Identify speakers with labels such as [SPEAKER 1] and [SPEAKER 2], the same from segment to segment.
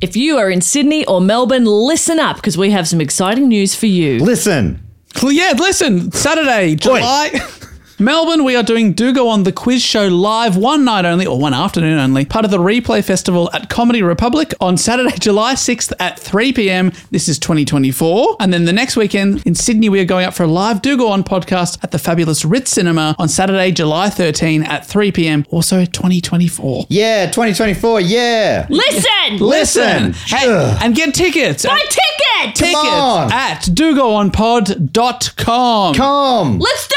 [SPEAKER 1] If you are in Sydney or Melbourne, listen up because we have some exciting news for you.
[SPEAKER 2] Listen.
[SPEAKER 3] Well, yeah, listen, Saturday, July. Melbourne, we are doing Do Go On the Quiz Show live one night only, or one afternoon only, part of the Replay Festival at Comedy Republic on Saturday, July 6th at 3 p.m. This is 2024. And then the next weekend in Sydney, we are going up for a live Do Go On podcast at the fabulous Ritz Cinema on Saturday, July 13 at 3 p.m. Also 2024.
[SPEAKER 2] Yeah, 2024. Yeah.
[SPEAKER 1] Listen!
[SPEAKER 2] Listen.
[SPEAKER 3] Hey,
[SPEAKER 2] Ugh.
[SPEAKER 3] and get tickets.
[SPEAKER 1] My
[SPEAKER 3] at-
[SPEAKER 1] ticket!
[SPEAKER 3] tickets
[SPEAKER 2] on.
[SPEAKER 3] at dogoonpod.com.
[SPEAKER 2] Come.
[SPEAKER 1] Let's do it!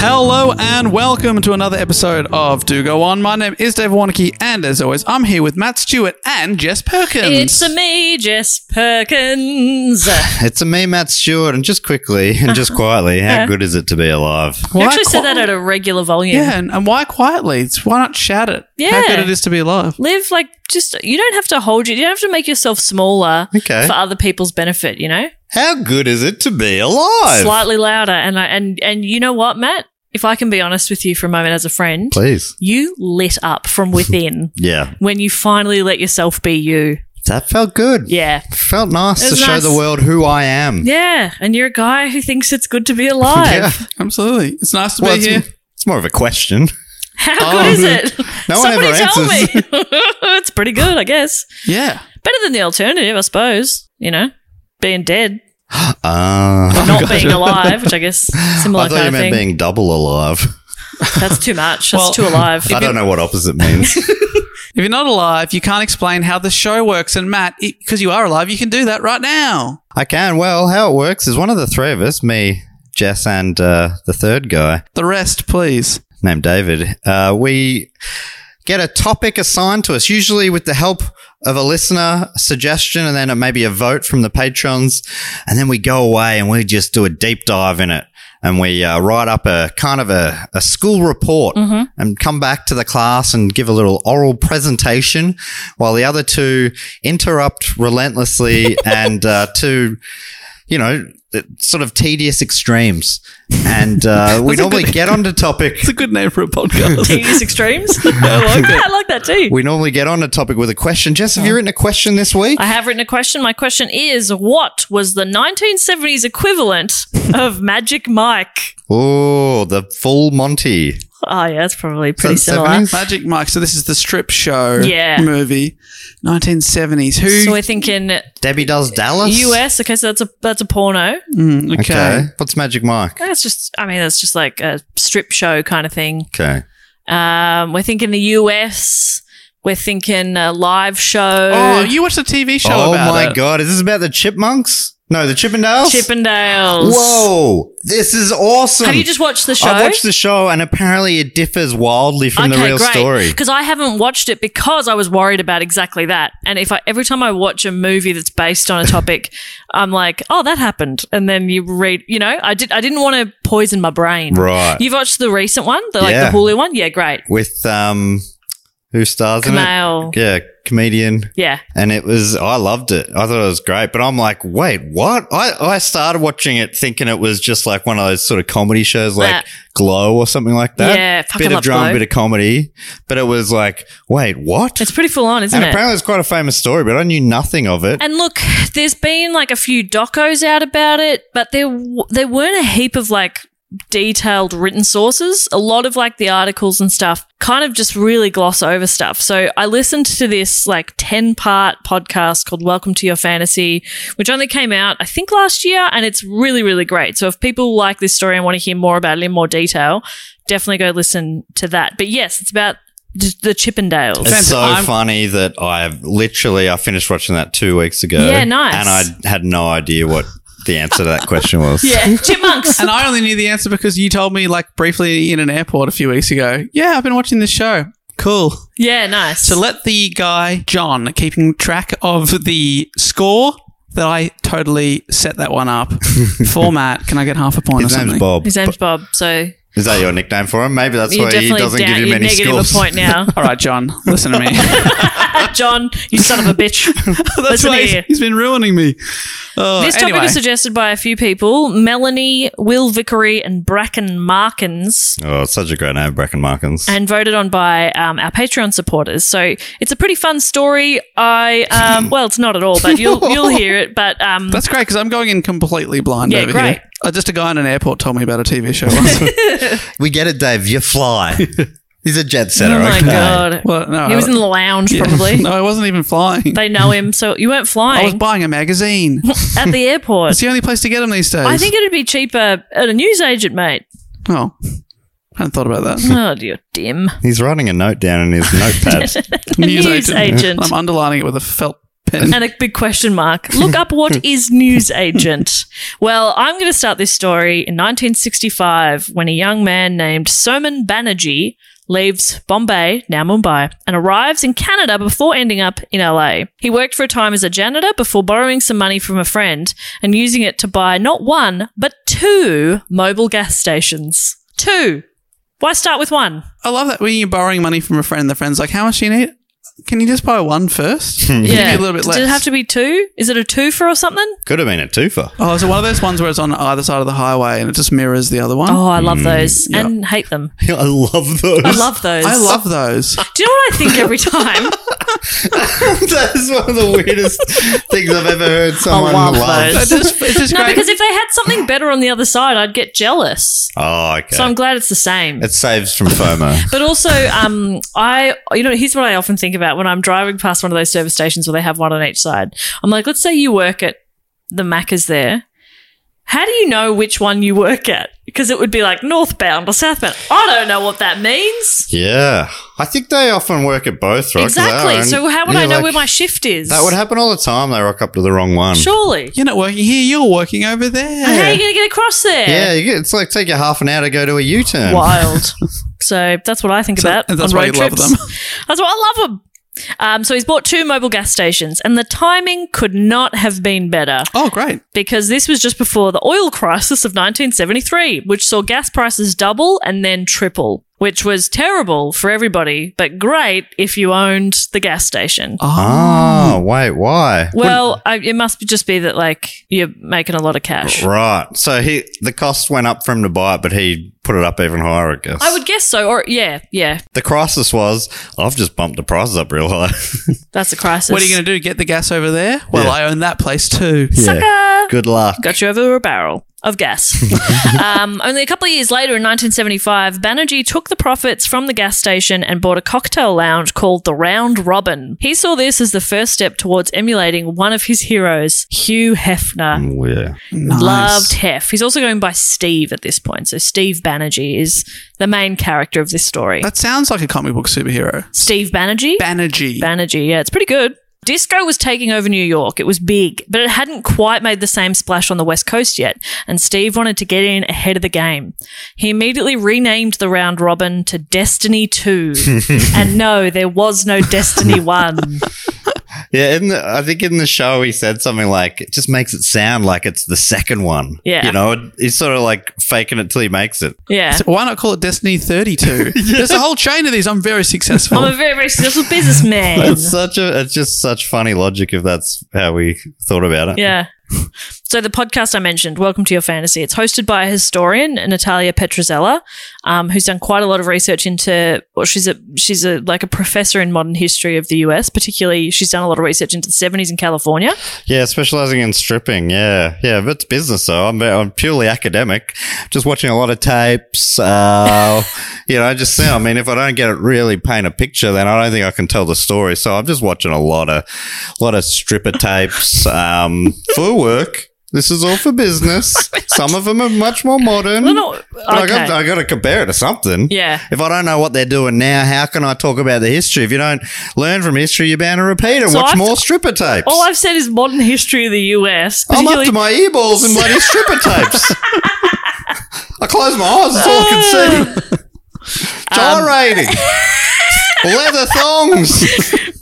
[SPEAKER 3] Hello and welcome to another episode of Do Go On. My name is Dave Warnicky, and as always, I'm here with Matt Stewart and Jess Perkins.
[SPEAKER 1] It's a me, Jess Perkins. I
[SPEAKER 2] It's a me, Matt Stewart. And just quickly and just quietly, how good is it to be alive?
[SPEAKER 3] Why
[SPEAKER 1] actually said that
[SPEAKER 3] quiet-
[SPEAKER 1] at a regular volume.
[SPEAKER 3] yeah, and, and why quietly? It's, why not shout it?
[SPEAKER 1] Yeah.
[SPEAKER 3] how good it is to be alive.
[SPEAKER 1] Live like just, you don't have to hold you, you don't have to make yourself smaller
[SPEAKER 2] Okay.
[SPEAKER 1] for other people's benefit, you know?
[SPEAKER 2] How good is it to be alive?
[SPEAKER 1] Slightly louder. And, I, and, and you know what, Matt? If I can be honest with you for a moment as a friend,
[SPEAKER 2] Please.
[SPEAKER 1] you lit up from within
[SPEAKER 2] Yeah.
[SPEAKER 1] when you finally let yourself be you.
[SPEAKER 2] That felt good.
[SPEAKER 1] Yeah.
[SPEAKER 2] Felt nice
[SPEAKER 1] It
[SPEAKER 2] to
[SPEAKER 1] was
[SPEAKER 2] show
[SPEAKER 1] nice.
[SPEAKER 2] the world who I am.
[SPEAKER 1] Yeah. And you're a guy who thinks it's good to be alive.
[SPEAKER 2] Yeah.
[SPEAKER 3] Absolutely, it's nice to
[SPEAKER 2] Well,
[SPEAKER 3] be
[SPEAKER 2] it's,
[SPEAKER 3] here.
[SPEAKER 2] it's more of a question.
[SPEAKER 1] How
[SPEAKER 3] Oh.
[SPEAKER 1] good is it?
[SPEAKER 2] No one
[SPEAKER 1] Somebody
[SPEAKER 2] ever
[SPEAKER 1] tell
[SPEAKER 2] answers.
[SPEAKER 1] me. it's pretty good, I guess.
[SPEAKER 3] Yeah,
[SPEAKER 1] Better than the alternative, I suppose. You know, being dead,
[SPEAKER 2] Ah.
[SPEAKER 1] not being alive, which I guess similar
[SPEAKER 2] I thought
[SPEAKER 1] kind
[SPEAKER 2] you
[SPEAKER 1] of
[SPEAKER 2] meant
[SPEAKER 1] thing.
[SPEAKER 2] being double alive.
[SPEAKER 1] That's too much. That's
[SPEAKER 3] Well,
[SPEAKER 1] too alive.
[SPEAKER 2] I don't know what opposite means.
[SPEAKER 3] if you're not alive, you can't explain how the show works. And Matt, because you are alive, you can do that right now.
[SPEAKER 2] I can. Well, how it works is one of the three of us, me, Jess, and uh, the third guy
[SPEAKER 3] The rest, please.
[SPEAKER 2] named David, uh, we get a topic assigned to us, usually with the help of a listener a suggestion and then maybe a vote from the patrons. And then we go away and we just do a deep dive in it. And we uh, write up a kind of a, a school report
[SPEAKER 3] Mm-hmm.
[SPEAKER 2] and come back to the class and give a little oral presentation while the other two interrupt relentlessly and uh, to, you know, sort of tedious extremes. And uh, we
[SPEAKER 3] That's a
[SPEAKER 2] normally
[SPEAKER 3] good-
[SPEAKER 2] get onto topic.
[SPEAKER 3] It's a good name for a podcast.
[SPEAKER 1] Tedious extremes. I like that. I like that too.
[SPEAKER 2] We normally get on a topic with a question. Jess, have you written a question this week?
[SPEAKER 1] I have written a question. My question is what was the 1970s equivalent of Magic Mike?
[SPEAKER 2] oh, the full Monty.
[SPEAKER 1] Oh, yeah, that's probably pretty
[SPEAKER 2] Is that
[SPEAKER 1] similar.
[SPEAKER 2] 70s?
[SPEAKER 3] Magic Mike. So this is the strip show
[SPEAKER 1] Yeah.
[SPEAKER 3] movie, 1970s. Who?
[SPEAKER 1] So we're thinking
[SPEAKER 2] Debbie does Dallas.
[SPEAKER 1] US. Okay, so that's a that's a porno.
[SPEAKER 3] Mm,
[SPEAKER 2] Okay. What's Magic Mike?
[SPEAKER 1] That's just. I mean, that's just like a strip show kind of thing.
[SPEAKER 2] Okay.
[SPEAKER 1] Um, we're thinking the US. We're thinking a live show.
[SPEAKER 3] Oh, you watched a TV show
[SPEAKER 2] oh
[SPEAKER 3] about
[SPEAKER 2] my
[SPEAKER 3] it.
[SPEAKER 2] god, is this about the Chipmunks? No, the Chippendales.
[SPEAKER 1] Chippendales.
[SPEAKER 2] Whoa, this is awesome.
[SPEAKER 1] Have you just watched the show?
[SPEAKER 2] I watched the show, and apparently it differs wildly from
[SPEAKER 1] okay,
[SPEAKER 2] the real
[SPEAKER 1] great.
[SPEAKER 2] story.
[SPEAKER 1] Because I haven't watched it because I was worried about exactly that. And if I every time I watch a movie that's based on a topic, I'm like, oh, that happened. And then you read, you know, I did. I didn't want to poison my brain.
[SPEAKER 2] Right.
[SPEAKER 1] You've watched the recent one, the like
[SPEAKER 2] Yeah.
[SPEAKER 1] the Hulu one. Yeah, great.
[SPEAKER 2] With um, who stars in
[SPEAKER 1] Kumail.
[SPEAKER 2] it? Yeah, comedian.
[SPEAKER 1] Yeah.
[SPEAKER 2] And it was, I loved it. I thought it was great. But I'm like, wait, what? I, I started watching it thinking it was just like one of those sort of comedy shows like
[SPEAKER 1] Nah.
[SPEAKER 2] Glow or something like that.
[SPEAKER 1] Yeah, fuck, I
[SPEAKER 2] Bit of
[SPEAKER 1] love
[SPEAKER 2] drama,
[SPEAKER 1] Glow.
[SPEAKER 2] bit of comedy. But it was like, wait, what?
[SPEAKER 1] It's pretty full on, isn't
[SPEAKER 2] and
[SPEAKER 1] it?
[SPEAKER 2] apparently it's quite a famous story, but I knew nothing of it.
[SPEAKER 1] And look, there's been like a few docos out about it, but there w- there weren't a heap of like detailed written sources. A lot of like the articles and stuff kind of just really gloss over stuff. So I listened to this like 10 part podcast called Welcome to Your Fantasy, which only came out I think last year and it's really really great. So if people like this story and want to hear more about it in more detail, definitely go listen to that. But yes, it's about d- the Chippendales.
[SPEAKER 2] It's so
[SPEAKER 3] I'm-
[SPEAKER 2] funny that I literally I finished watching that two weeks ago.
[SPEAKER 1] Yeah, nice.
[SPEAKER 2] And I had no idea what the answer to that question was.
[SPEAKER 1] Yeah, chipmunks.
[SPEAKER 3] And I only knew the answer because you told me, like, briefly in an airport a few weeks ago. Yeah, I've been watching this show. Cool.
[SPEAKER 1] Yeah, nice.
[SPEAKER 3] So let the guy, John, keeping track of the score that I totally set that one up. Format. Can I get half a point
[SPEAKER 2] His
[SPEAKER 3] or
[SPEAKER 2] name's
[SPEAKER 3] something?
[SPEAKER 2] Bob.
[SPEAKER 1] His name's Bob, so
[SPEAKER 2] Is that your nickname for him? Maybe that's
[SPEAKER 1] you're
[SPEAKER 2] why he
[SPEAKER 1] definitely
[SPEAKER 2] doesn't
[SPEAKER 1] down.
[SPEAKER 2] give you
[SPEAKER 1] you're
[SPEAKER 2] many
[SPEAKER 1] negative
[SPEAKER 2] scores.
[SPEAKER 1] a point now.
[SPEAKER 3] All right, John, listen to me.
[SPEAKER 1] John, you son of a bitch.
[SPEAKER 3] That's
[SPEAKER 1] Listen
[SPEAKER 3] why he's-
[SPEAKER 1] here.
[SPEAKER 3] he's been ruining me. Oh,
[SPEAKER 1] This topic
[SPEAKER 3] anyway.
[SPEAKER 1] was suggested by a few people Melanie, Will Vickery, and Bracken Markins,
[SPEAKER 2] Oh, it's such a great name, Bracken Markins.
[SPEAKER 1] and voted on by um, our Patreon supporters. So it's a pretty fun story. I, um, well, it's not at all, but you'll, you'll hear it. But um,
[SPEAKER 3] That's great because I'm going in completely blind
[SPEAKER 1] Yeah,
[SPEAKER 3] over
[SPEAKER 1] great.
[SPEAKER 3] here. Uh, just a guy in an airport told me about a TV show once.
[SPEAKER 2] we get it, Dave. You fly. He's a jet setter.
[SPEAKER 1] oh my
[SPEAKER 2] okay.
[SPEAKER 1] God.
[SPEAKER 3] well, no,
[SPEAKER 1] he was
[SPEAKER 3] I-
[SPEAKER 1] in the lounge,
[SPEAKER 3] yeah.
[SPEAKER 1] probably.
[SPEAKER 3] No, I wasn't even flying.
[SPEAKER 1] They know him, so you weren't
[SPEAKER 3] I was
[SPEAKER 1] flying
[SPEAKER 3] buying a magazine.
[SPEAKER 1] at the airport.
[SPEAKER 3] It's the only place to get them these days.
[SPEAKER 1] I think it'd be cheaper at a newsagent, mate.
[SPEAKER 3] Oh, I hadn't thought about that.
[SPEAKER 1] Oh, dear, dim.
[SPEAKER 2] He's writing a note down in his notepad.
[SPEAKER 1] Newsagent.
[SPEAKER 3] I'm underlining it with a felt pen.
[SPEAKER 1] and a big question mark. Look up what is newsagent. Well, I'm going to start this story in 1965 when a young man named Soman Banerjee leaves Bombay, now Mumbai, and arrives in Canada before ending up in LA. He worked for a time as a janitor before borrowing some money from a friend and using it to buy not one, but two mobile gas stations. Two. Why start with one?
[SPEAKER 3] I love that when you're borrowing money from a friend, the friend's like, "How much do you need? Can you just buy one first? Give me a little bit less."
[SPEAKER 1] Did it have to be two? Is it a two for or something?
[SPEAKER 2] Could have been a twofer.
[SPEAKER 3] oh, so one of those ones where it's on either side of the highway and it just mirrors the other one.
[SPEAKER 1] Oh, I
[SPEAKER 3] Hmm.
[SPEAKER 1] love those and hate them.
[SPEAKER 2] I love those.
[SPEAKER 1] I love those.
[SPEAKER 3] I love those.
[SPEAKER 1] Do you know what I think every time?
[SPEAKER 2] that is one of the weirdest things I've ever heard someone
[SPEAKER 1] love
[SPEAKER 2] love.
[SPEAKER 1] those.
[SPEAKER 3] It's just, it's just
[SPEAKER 1] no,
[SPEAKER 3] great.
[SPEAKER 1] because if they had something better on the other side, I'd get jealous.
[SPEAKER 2] Oh, okay.
[SPEAKER 1] So I'm glad it's the same.
[SPEAKER 2] it saves from FOMO.
[SPEAKER 1] but also, um, I you know, here's what I often think about when I'm driving past one of those service stations where they have one on each side. I'm like, let's say you work at the Macca's there. How do you know which one you work at? Because it would be like northbound or southbound. I don't know what that means.
[SPEAKER 2] Yeah. I think they often work at both, right? 'Cause they
[SPEAKER 1] exactly.
[SPEAKER 2] own-
[SPEAKER 1] So how would
[SPEAKER 2] Yeah,
[SPEAKER 1] I know
[SPEAKER 2] like,
[SPEAKER 1] where my shift is?
[SPEAKER 2] That would happen all the time. They rock up to the wrong one.
[SPEAKER 1] Surely.
[SPEAKER 3] you're not working here, you're working over there.
[SPEAKER 1] How are you going to get across there?
[SPEAKER 2] Yeah, you get, it's like take you half an hour to go to a U turn.
[SPEAKER 1] wild. so that's what I think
[SPEAKER 3] So-
[SPEAKER 1] about
[SPEAKER 3] and that's
[SPEAKER 1] on
[SPEAKER 3] why
[SPEAKER 1] road
[SPEAKER 3] you love
[SPEAKER 1] trips.
[SPEAKER 3] them.
[SPEAKER 1] that's why I love them. Um, so he's bought two mobile gas stations, and the timing could not have been better
[SPEAKER 3] Oh, great.
[SPEAKER 1] because this was just before the oil crisis of 1973, which saw gas prices double and then triple, which was terrible for everybody, but great if you owned the gas station.
[SPEAKER 2] Oh, wait, why?
[SPEAKER 1] Well, I, it must be just be that like you're making a lot of cash.
[SPEAKER 2] Right. So he the cost went up for him to buy it, but he put it up even higher, I guess.
[SPEAKER 1] I would guess so, or yeah, yeah,
[SPEAKER 2] the crisis was I've just bumped the prices up real high.
[SPEAKER 1] that's a crisis.
[SPEAKER 3] What are you going to do? Get the gas over there? Well,
[SPEAKER 2] Yeah.
[SPEAKER 3] I own that place too.
[SPEAKER 2] yeah. Good luck.
[SPEAKER 1] got you over a barrel of gas. um, only a couple of years later, in 1975, Banerjee took the profits from the gas station and bought a cocktail lounge called the Round Robin. He saw this as the first step towards emulating one of his heroes, Hugh Hefner.
[SPEAKER 2] Oh, yeah.
[SPEAKER 3] Nice.
[SPEAKER 1] Loved Hef. He's also going by Steve at this point. So Steve Banerjee is the main character of this story.
[SPEAKER 3] That sounds like a comic book superhero.
[SPEAKER 1] Steve Banerjee?
[SPEAKER 3] Banerjee.
[SPEAKER 1] Banerjee. Yeah, it's pretty good. Disco was taking over New York. It was big, but it hadn't quite made the same splash on the West Coast yet, and Steve wanted to get in ahead of the game. He immediately renamed the round robin to Destiny 2. and no, there was no Destiny 1.
[SPEAKER 2] Yeah, in the, I think in the show he said something like, "It just makes it sound like it's the second one."
[SPEAKER 1] Yeah.
[SPEAKER 2] you know, he's sort of like faking it till he makes it.
[SPEAKER 1] Yeah.
[SPEAKER 3] So why not call it Destiny 32? There's a whole chain of these. I'm very successful.
[SPEAKER 1] I'm a very, very successful businessman.
[SPEAKER 2] It's such a, it's just such funny logic if that's how we thought about it.
[SPEAKER 1] Yeah. So the podcast I mentioned, Welcome to Your Fantasy, it's hosted by a historian Natalia Petrozella, um, who's done quite a lot of research into. Well, she's a she's a like a professor in modern history of the U.S. Particularly, she's done a lot of research into the seventies in California.
[SPEAKER 2] Yeah, specializing in stripping. Yeah, yeah, but it's business though. I'm, I'm purely academic. Just watching a lot of tapes. Uh, you know, I just see. I mean, if I don't get it really paint a picture, then I don't think I can tell the story. So I'm just watching a lot of, lot of stripper tapes um, for work. This is all for business. Some of them are much more modern.
[SPEAKER 1] No, no,
[SPEAKER 2] But I got,
[SPEAKER 1] okay.
[SPEAKER 2] I got to compare it to something.
[SPEAKER 1] Yeah.
[SPEAKER 2] If I don't know what they're doing now, how can I talk about the history? If you don't learn from history, you're bound to repeat it.
[SPEAKER 1] So
[SPEAKER 2] Watch
[SPEAKER 1] I've-
[SPEAKER 2] more stripper tapes.
[SPEAKER 1] All I've said is modern history of the U.S.
[SPEAKER 2] I'm up
[SPEAKER 1] particularly-
[SPEAKER 2] to my eyeballs in bloody stripper tapes. I close my eyes, that's all I can see.
[SPEAKER 1] Uh,
[SPEAKER 2] Gyrating. Leather thongs.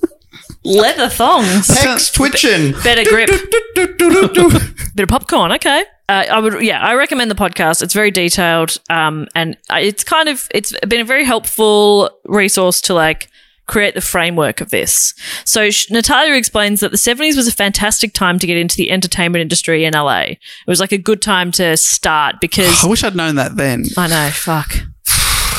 [SPEAKER 1] leather thongs,
[SPEAKER 2] Pecs twitching.
[SPEAKER 1] better grip.
[SPEAKER 2] Do-do-do.
[SPEAKER 1] bit of popcorn. Okay. Uh, I would, yeah, I recommend the podcast. It's very detailed, um, and I- it's kind of it's been a very helpful resource to like create the framework of this. So sh- Natalia explains that the seventies was a fantastic time to get into the entertainment industry in LA. It was like a good time to start
[SPEAKER 3] I
[SPEAKER 1] because
[SPEAKER 3] wish I'd known that then.
[SPEAKER 1] I know, fuck,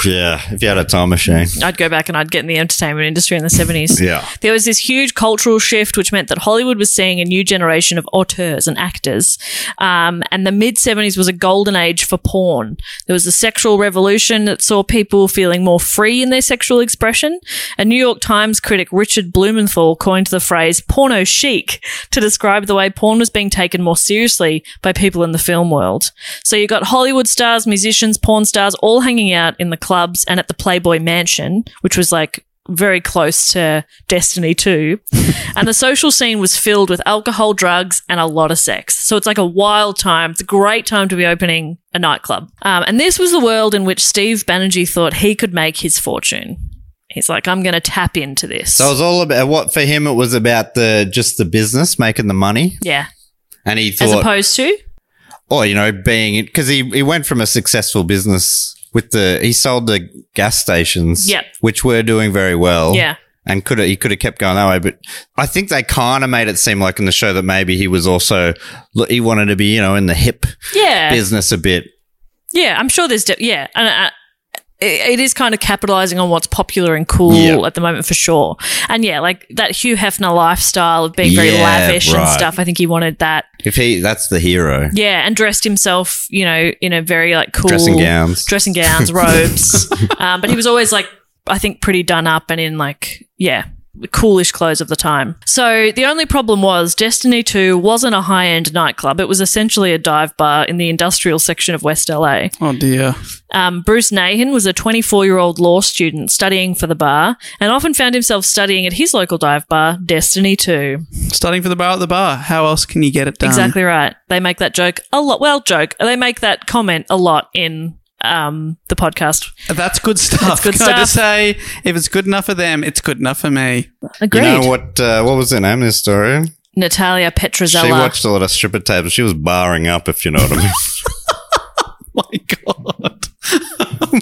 [SPEAKER 2] yeah, if you had a time machine.
[SPEAKER 1] I'd go back and I'd get in the entertainment industry in the seventies.
[SPEAKER 2] Yeah.
[SPEAKER 1] There was this huge cultural shift, which meant that Hollywood was seeing a new generation of auteurs and actors. Um, and the mid 70s was a golden age for porn. There was a sexual revolution that saw people feeling more free in their sexual expression. A New York Times critic, Richard Blumenthal, coined the phrase porno chic to describe the way porn was being taken more seriously by people in the film world. So you got Hollywood stars, musicians, porn stars all hanging out in the clubs and at the Playboy Mansion, which was like very close to Destiny 2. and the social scene was filled with alcohol, drugs, and a lot of sex. So it's like a wild time. It's a great time to be opening a nightclub. Um, and this was the world in which Steve Banerjee thought he could make his fortune. He's like, I'm going to tap into this.
[SPEAKER 2] So it was all about what for him it was about the just the business, making the money.
[SPEAKER 1] yeah.
[SPEAKER 2] And he
[SPEAKER 1] As
[SPEAKER 2] thought
[SPEAKER 1] opposed to,
[SPEAKER 2] or you know, being because he he went from a successful business with the he sold the gas stations,
[SPEAKER 1] Yep.
[SPEAKER 2] which were doing very well,
[SPEAKER 1] Yeah.
[SPEAKER 2] and could he could have kept going that way, but I think they kind of made it seem like in the show that maybe he was also look, he wanted to be you know in the hip
[SPEAKER 1] yeah.
[SPEAKER 2] business a bit.
[SPEAKER 1] Yeah, I'm sure there's de- yeah, and uh, it, it is kind of capitalizing on what's popular and cool
[SPEAKER 2] Yeah.
[SPEAKER 1] at the moment for sure. And yeah, like that Hugh Hefner lifestyle of being very
[SPEAKER 2] Yeah,
[SPEAKER 1] lavish and
[SPEAKER 2] right.
[SPEAKER 1] stuff. I think he wanted that.
[SPEAKER 2] If he that's the hero,
[SPEAKER 1] Yeah, and dressed himself, you know, in a very like cool
[SPEAKER 2] Dressing gowns.
[SPEAKER 1] dressing gowns, robes. um, but he was always like, I think, pretty done up and in like, yeah. Coolish clothes of the time. So the only problem was Destiny 2 wasn't a high end nightclub. It was essentially a dive bar in the industrial section of West LA.
[SPEAKER 3] Oh, dear.
[SPEAKER 1] Um, Bruce Nahan was a 24 year old law student studying for the bar and often found himself studying at his local dive bar, Destiny 2.
[SPEAKER 3] Starting for the bar at the bar. How else can you get it done?
[SPEAKER 1] Exactly right. They make that joke a lot. Well, joke. They make that comment a lot in um, the podcast.
[SPEAKER 3] That's good stuff.
[SPEAKER 1] good
[SPEAKER 3] Can I just say, if it's good enough for them, it's good enough for me.
[SPEAKER 2] you
[SPEAKER 1] Agreed.
[SPEAKER 2] know what uh, what was her name? This story.
[SPEAKER 1] Natalia
[SPEAKER 2] She
[SPEAKER 1] Petrozella.
[SPEAKER 2] watched a lot of stripper tapes. She was barring up, if you know what I mean.
[SPEAKER 1] Oh
[SPEAKER 3] My God.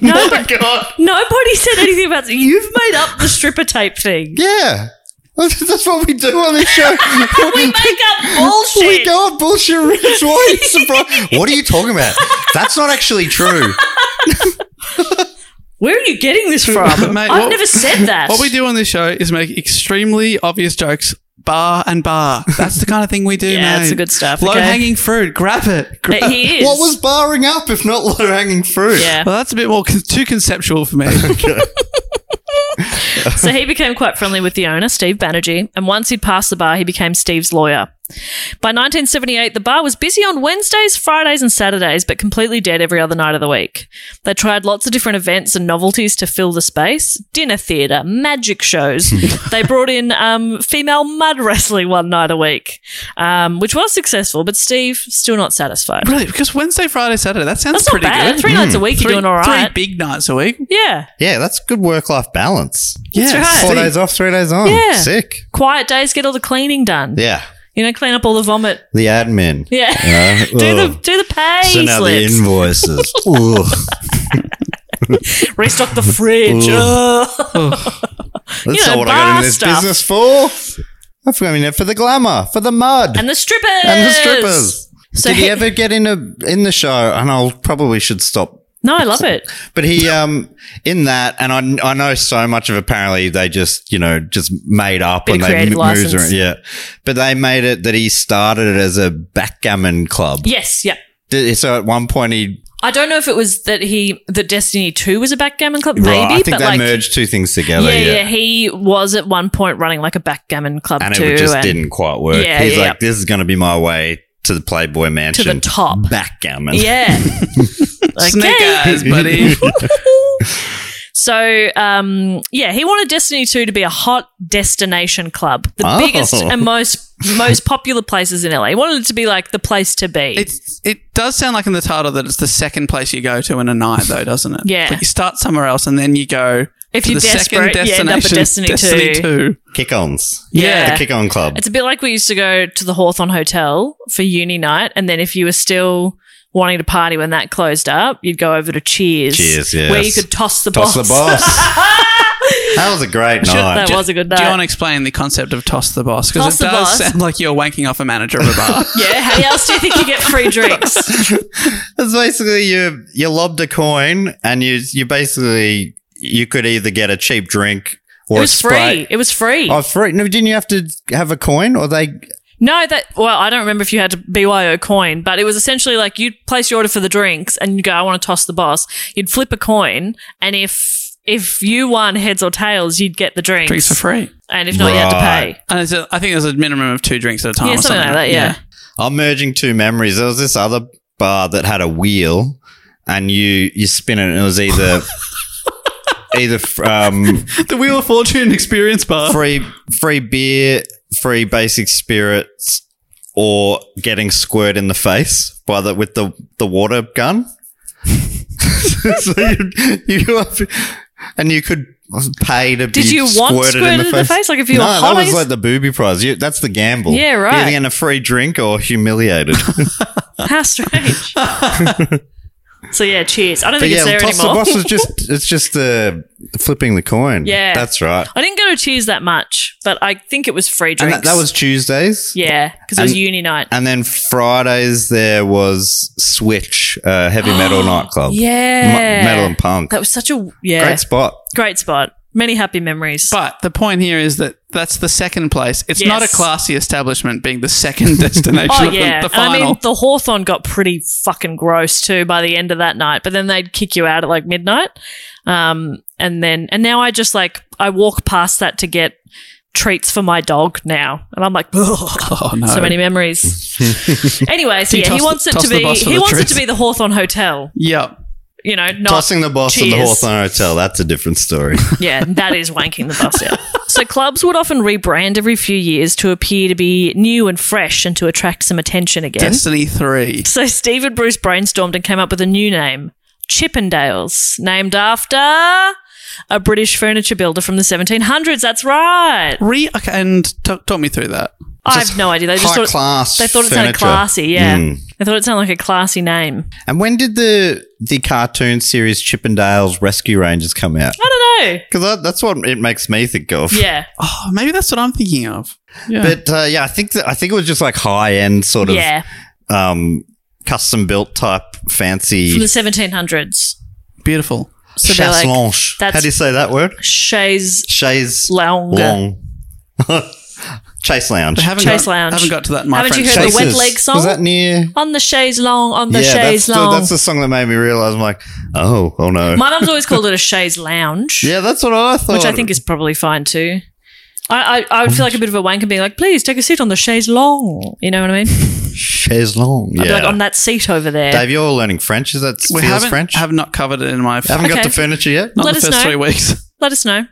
[SPEAKER 1] no, but Nobody said anything about it. You've made up the stripper tape thing.
[SPEAKER 2] yeah, that's what we do on this show.
[SPEAKER 1] We make up bullshit.
[SPEAKER 2] We go on bullshit rich. Why are you surprised? what are you talking about? That's not actually true.
[SPEAKER 1] Where are you getting this from?
[SPEAKER 3] Mate,
[SPEAKER 1] I've
[SPEAKER 3] what-
[SPEAKER 1] never said that.
[SPEAKER 3] What we do on this show is make extremely obvious jokes bar and bar. That's the kind of thing we do,
[SPEAKER 1] Yeah,
[SPEAKER 3] mate.
[SPEAKER 1] that's the good stuff,
[SPEAKER 3] Low
[SPEAKER 1] okay?
[SPEAKER 3] hanging fruit. Grab it. Grab
[SPEAKER 1] But he is.
[SPEAKER 2] What was barring up if not low hanging fruit?
[SPEAKER 1] Yeah.
[SPEAKER 3] Well, that's a bit more con- too conceptual for me.
[SPEAKER 1] So he became quite friendly with the owner, Steve Banerjee, and once he'd passed the bar, he became Steve's lawyer. By 1978, the bar was busy on Wednesdays, Fridays, and Saturdays, but completely dead every other night of the week. They tried lots of different events and novelties to fill the space dinner theatre, magic shows. they brought in um, female mud wrestling one night a week, um, which was successful, but Steve still not satisfied.
[SPEAKER 3] really? Because Wednesday, Friday, Saturday, that sounds
[SPEAKER 1] That's not
[SPEAKER 3] pretty
[SPEAKER 1] bad.
[SPEAKER 3] good. Hmm.
[SPEAKER 1] Three nights a week,
[SPEAKER 3] Three-
[SPEAKER 1] you're doing all right.
[SPEAKER 3] Three big nights a week.
[SPEAKER 1] yeah.
[SPEAKER 2] Yeah, that's good work life balance.
[SPEAKER 1] That's right.
[SPEAKER 2] Four days off, three days on.
[SPEAKER 1] Yeah.
[SPEAKER 2] Sick.
[SPEAKER 1] Quiet days, get all the cleaning done.
[SPEAKER 2] Yeah.
[SPEAKER 1] You know, clean up all the vomit.
[SPEAKER 2] The admin.
[SPEAKER 1] Yeah.
[SPEAKER 2] You know?
[SPEAKER 1] do the
[SPEAKER 2] Ugh.
[SPEAKER 1] do the pay
[SPEAKER 2] Send out the
[SPEAKER 1] slips.
[SPEAKER 2] invoices. Ugh.
[SPEAKER 1] Restock the fridge. Ugh.
[SPEAKER 2] That's
[SPEAKER 1] You know,
[SPEAKER 2] not what I got
[SPEAKER 1] bar
[SPEAKER 2] into this
[SPEAKER 1] stuff.
[SPEAKER 2] business for. I'm going in for the glamour, for the mud,
[SPEAKER 1] and the strippers.
[SPEAKER 2] and the strippers.
[SPEAKER 1] So
[SPEAKER 2] Did
[SPEAKER 1] he-
[SPEAKER 2] he ever get in a in the show? And I'll probably should stop.
[SPEAKER 1] No, I love it.
[SPEAKER 2] But he um in that, and I, I know so much of. Apparently, they just you know just made up
[SPEAKER 1] Bit of
[SPEAKER 2] and they
[SPEAKER 1] creative
[SPEAKER 2] m- moves
[SPEAKER 1] license.
[SPEAKER 2] around. Yeah, but they made it that he started it as a backgammon club.
[SPEAKER 1] Yes, yeah.
[SPEAKER 2] Did- So at one point he
[SPEAKER 1] I don't know if it was that he that Destiny Two was a backgammon club,
[SPEAKER 2] right,
[SPEAKER 1] maybe,
[SPEAKER 2] I think
[SPEAKER 1] but
[SPEAKER 2] they
[SPEAKER 1] like
[SPEAKER 2] merged two things
[SPEAKER 1] yeah,
[SPEAKER 2] together.
[SPEAKER 1] yeah,
[SPEAKER 2] Yeah,
[SPEAKER 1] he was at one point running like a backgammon club
[SPEAKER 2] and
[SPEAKER 1] too,
[SPEAKER 2] it just
[SPEAKER 1] and
[SPEAKER 2] didn't quite work.
[SPEAKER 1] Yeah,
[SPEAKER 2] He's
[SPEAKER 1] yeah,
[SPEAKER 2] like, this is going to be my way to the Playboy Mansion
[SPEAKER 1] top.
[SPEAKER 2] backgammon.
[SPEAKER 1] yeah. okay.
[SPEAKER 3] Snake eyes, buddy.
[SPEAKER 1] So, um, yeah, he wanted Destiny 2 to be a hot destination club, the
[SPEAKER 2] Oh.
[SPEAKER 1] biggest and most most popular places in LA. He wanted it to be like the place to be.
[SPEAKER 3] It's, it does sound like in the title that it's the second place you go to in a night, though, doesn't it?
[SPEAKER 1] Yeah.
[SPEAKER 3] Like you start somewhere else and then you go
[SPEAKER 1] If
[SPEAKER 3] to
[SPEAKER 1] you're
[SPEAKER 3] the second
[SPEAKER 1] desperate, you
[SPEAKER 3] destination,
[SPEAKER 1] end up at Destiny 2.
[SPEAKER 2] Kick-ons.
[SPEAKER 1] Yeah.
[SPEAKER 2] The kick-on club.
[SPEAKER 1] It's a bit like we used to go to the Hawthorne Hotel for uni night, and then if you were still wanting to party when that closed up, you'd go over to Cheers.
[SPEAKER 2] Cheers,
[SPEAKER 1] Where you
[SPEAKER 2] yes.
[SPEAKER 1] could toss the
[SPEAKER 2] Toss
[SPEAKER 1] boss.
[SPEAKER 2] the boss. that was a great night.
[SPEAKER 1] that was a good night.
[SPEAKER 3] Do you want to explain the concept of toss the boss?
[SPEAKER 1] Toss
[SPEAKER 3] Because it
[SPEAKER 1] the
[SPEAKER 3] does
[SPEAKER 1] boss.
[SPEAKER 3] sound like you're wanking off a manager of a bar.
[SPEAKER 1] yeah, how else do you think you get free drinks?
[SPEAKER 2] It's basically you you lobbed a coin and you you basically you could either get a cheap drink or
[SPEAKER 1] it was
[SPEAKER 2] a
[SPEAKER 1] free.
[SPEAKER 2] Sprite.
[SPEAKER 1] It was free.
[SPEAKER 2] Oh, free! No, didn't you have to have a coin, or they?
[SPEAKER 1] No, that well, I don't remember if you had to BYO coin, but it was essentially like you'd place your order for the drinks and you go, I want to toss the boss. You'd flip a coin, and if if you won heads or tails, you'd get the drinks,
[SPEAKER 3] Drinks for free.
[SPEAKER 1] and if not, you had to
[SPEAKER 2] Right.
[SPEAKER 1] pay.
[SPEAKER 3] And it's a, I think there's a minimum of two drinks at a time.
[SPEAKER 1] Yeah,
[SPEAKER 3] or
[SPEAKER 1] something
[SPEAKER 3] something
[SPEAKER 1] like that. Yeah,
[SPEAKER 2] I'm merging two memories. There was this other bar that had a wheel, and you you spin it, and it was either either um,
[SPEAKER 3] The Wheel of Fortune experience bar.
[SPEAKER 2] free free beer, free basic spirits, or getting squirt in the face by the with the the water gun. so you, you have- and you could pay to be
[SPEAKER 1] Did you want
[SPEAKER 2] squirted, in, the
[SPEAKER 1] squirted in the
[SPEAKER 2] face?
[SPEAKER 1] face? Like, if you
[SPEAKER 2] no,
[SPEAKER 1] were
[SPEAKER 2] that
[SPEAKER 1] hot, I
[SPEAKER 2] was
[SPEAKER 1] guess-
[SPEAKER 2] like the booby prize. You, that's the gamble.
[SPEAKER 1] Yeah,
[SPEAKER 2] You're
[SPEAKER 1] right.
[SPEAKER 2] Either getting a free drink or humiliated.
[SPEAKER 1] how strange. so yeah, cheers. I don't
[SPEAKER 2] but
[SPEAKER 1] think it's
[SPEAKER 2] yeah,
[SPEAKER 1] there
[SPEAKER 2] toss
[SPEAKER 1] anymore.
[SPEAKER 2] the boss is just it's just the flipping the coin.
[SPEAKER 1] Yeah.
[SPEAKER 2] that's right.
[SPEAKER 1] I didn't go to cheers that much, but I think it was free
[SPEAKER 2] And
[SPEAKER 1] drinks.
[SPEAKER 2] that, that was Tuesdays.
[SPEAKER 1] yeah, because it was
[SPEAKER 2] And-
[SPEAKER 1] uni night.
[SPEAKER 2] And then Fridays there was Switch, uh, heavy metal nightclub.
[SPEAKER 1] yeah,
[SPEAKER 2] M- metal and punk.
[SPEAKER 1] That was such a yeah
[SPEAKER 2] Great spot.
[SPEAKER 1] Great spot. Many happy memories.
[SPEAKER 3] But the point here is that that's the second place. It's
[SPEAKER 1] Yes.
[SPEAKER 3] not a classy establishment being the second destination
[SPEAKER 1] Oh
[SPEAKER 3] of the-
[SPEAKER 1] yeah,
[SPEAKER 3] the,
[SPEAKER 1] And I
[SPEAKER 3] final.
[SPEAKER 1] mean the Hawthorn got pretty fucking gross too by the end of that night. But then they'd kick you out at like midnight, um, and then and now I just like I walk past that to get treats for my dog now, and I'm like, "Ugh."
[SPEAKER 3] oh, no.
[SPEAKER 1] so many memories. anyway, so
[SPEAKER 3] You
[SPEAKER 1] yeah,
[SPEAKER 3] toss
[SPEAKER 1] he
[SPEAKER 3] the-
[SPEAKER 1] wants it
[SPEAKER 3] toss
[SPEAKER 1] to
[SPEAKER 3] the
[SPEAKER 1] be
[SPEAKER 3] boss for
[SPEAKER 1] he
[SPEAKER 3] the
[SPEAKER 1] wants it
[SPEAKER 3] treats.
[SPEAKER 1] to be the Hawthorn Hotel.
[SPEAKER 3] Yep.
[SPEAKER 1] You know, not
[SPEAKER 2] Tossing the boss in the
[SPEAKER 1] Cheers.
[SPEAKER 2] Hawthorne Hotel. That's a different story.
[SPEAKER 1] Yeah, that is wanking the bus out. So clubs would often rebrand every few years to appear to be new and fresh and to attract some attention again.
[SPEAKER 3] Destiny 3.
[SPEAKER 1] So Steve and Bruce brainstormed and came up with a new name, Chippendales, named after a British furniture builder from the 1700s. That's right.
[SPEAKER 3] Re- okay, and t- talk me through that.
[SPEAKER 1] I have no idea. They just
[SPEAKER 2] high
[SPEAKER 1] thought
[SPEAKER 2] class
[SPEAKER 1] they thought it sounded
[SPEAKER 2] furniture.
[SPEAKER 1] classy. Yeah,
[SPEAKER 3] Hmm.
[SPEAKER 2] Mm.
[SPEAKER 1] they thought it sounded like a classy name.
[SPEAKER 2] and when did the the cartoon series Chippendales Rescue Rangers come out?
[SPEAKER 1] I don't know.
[SPEAKER 2] Because that's what it makes me think of.
[SPEAKER 1] Yeah,
[SPEAKER 3] Oh, maybe that's what I'm thinking of. Yeah.
[SPEAKER 2] But uh, yeah, I think that, I think it was just like high end sort of
[SPEAKER 1] yeah,
[SPEAKER 2] um, custom built type fancy
[SPEAKER 1] from the 1700s.
[SPEAKER 3] Beautiful.
[SPEAKER 1] So they're
[SPEAKER 2] chasse
[SPEAKER 1] like
[SPEAKER 2] lounge. How
[SPEAKER 1] that's-
[SPEAKER 2] do you say that word?
[SPEAKER 1] chaise
[SPEAKER 2] Chaise
[SPEAKER 1] Lounge.
[SPEAKER 2] Long. Chase lounge.
[SPEAKER 3] I haven't
[SPEAKER 1] Chase
[SPEAKER 3] got,
[SPEAKER 1] Lounge.
[SPEAKER 3] haven't got to that in my
[SPEAKER 1] Haven't you
[SPEAKER 3] French.
[SPEAKER 1] heard the
[SPEAKER 2] Chases.
[SPEAKER 1] wet leg song?
[SPEAKER 2] Was that near?
[SPEAKER 1] on the chaise long, on the
[SPEAKER 2] that's
[SPEAKER 1] chaise
[SPEAKER 2] the,
[SPEAKER 1] long.
[SPEAKER 2] that's the song that made me realize. I'm like, oh, oh no.
[SPEAKER 1] My mum's always called it a chaise lounge,
[SPEAKER 2] yeah, that's what I thought.
[SPEAKER 1] which I think is probably fine too. I, I, I would feel like a bit of a wanker being like, please take a seat on the chaise long. You know what I mean?
[SPEAKER 2] chaise long.
[SPEAKER 1] I'd be
[SPEAKER 2] Yeah.
[SPEAKER 1] like, "Oh, on that seat over there.
[SPEAKER 2] Dave, you're learning French. Is that
[SPEAKER 3] we
[SPEAKER 2] feels
[SPEAKER 3] haven't,
[SPEAKER 2] French?
[SPEAKER 3] have not covered it in my.
[SPEAKER 2] haven't
[SPEAKER 1] Okay.
[SPEAKER 2] got the furniture yet.
[SPEAKER 3] not
[SPEAKER 1] Let
[SPEAKER 3] the
[SPEAKER 1] us
[SPEAKER 3] first
[SPEAKER 1] know.
[SPEAKER 3] three weeks.
[SPEAKER 1] Let us know.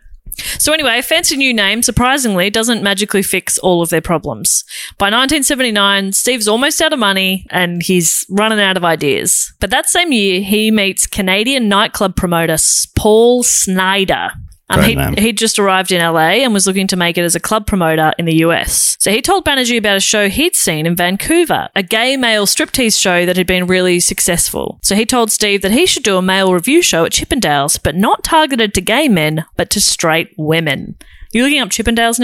[SPEAKER 1] So, anyway, a fancy new name, surprisingly, doesn't magically fix all of their problems. By 1979, Steve's almost out of money and he's running out of ideas. But that same year, he meets Canadian nightclub promoter S- Paul Snyder. Um,
[SPEAKER 2] Great
[SPEAKER 1] he,
[SPEAKER 2] name.
[SPEAKER 1] he'd just arrived in LA and was looking to make it as a club promoter in the US. So he told Banerjee about a show he'd seen in Vancouver, a gay male striptease show that had been really successful. So he told Steve that he should do a male review show at Chippendales, but not targeted to gay men, but to straight women. You looking up Chippendales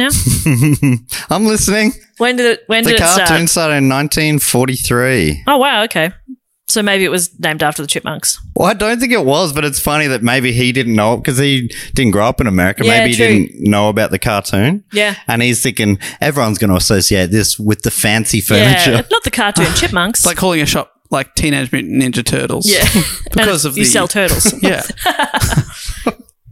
[SPEAKER 1] now?
[SPEAKER 2] I'm listening.
[SPEAKER 1] when did it? When
[SPEAKER 2] The
[SPEAKER 1] did it start?
[SPEAKER 2] cartoon started in 1943.
[SPEAKER 1] Oh wow, okay. So maybe it was named after the chipmunks.
[SPEAKER 2] Well, I don't think it was, but it's funny that maybe he didn't know it because he didn't grow up in America.
[SPEAKER 1] Yeah,
[SPEAKER 2] maybe
[SPEAKER 1] true.
[SPEAKER 2] he didn't know about the cartoon.
[SPEAKER 1] Yeah.
[SPEAKER 2] And he's thinking everyone's going to associate this with the fancy
[SPEAKER 1] Yeah,
[SPEAKER 2] furniture.
[SPEAKER 1] not the cartoon chipmunks.
[SPEAKER 3] It's like calling a shop like Teenage Mutant Ninja Turtles.
[SPEAKER 1] yeah,
[SPEAKER 3] Because
[SPEAKER 1] And
[SPEAKER 3] of
[SPEAKER 1] you
[SPEAKER 3] the-
[SPEAKER 1] sell turtles.
[SPEAKER 3] Yeah.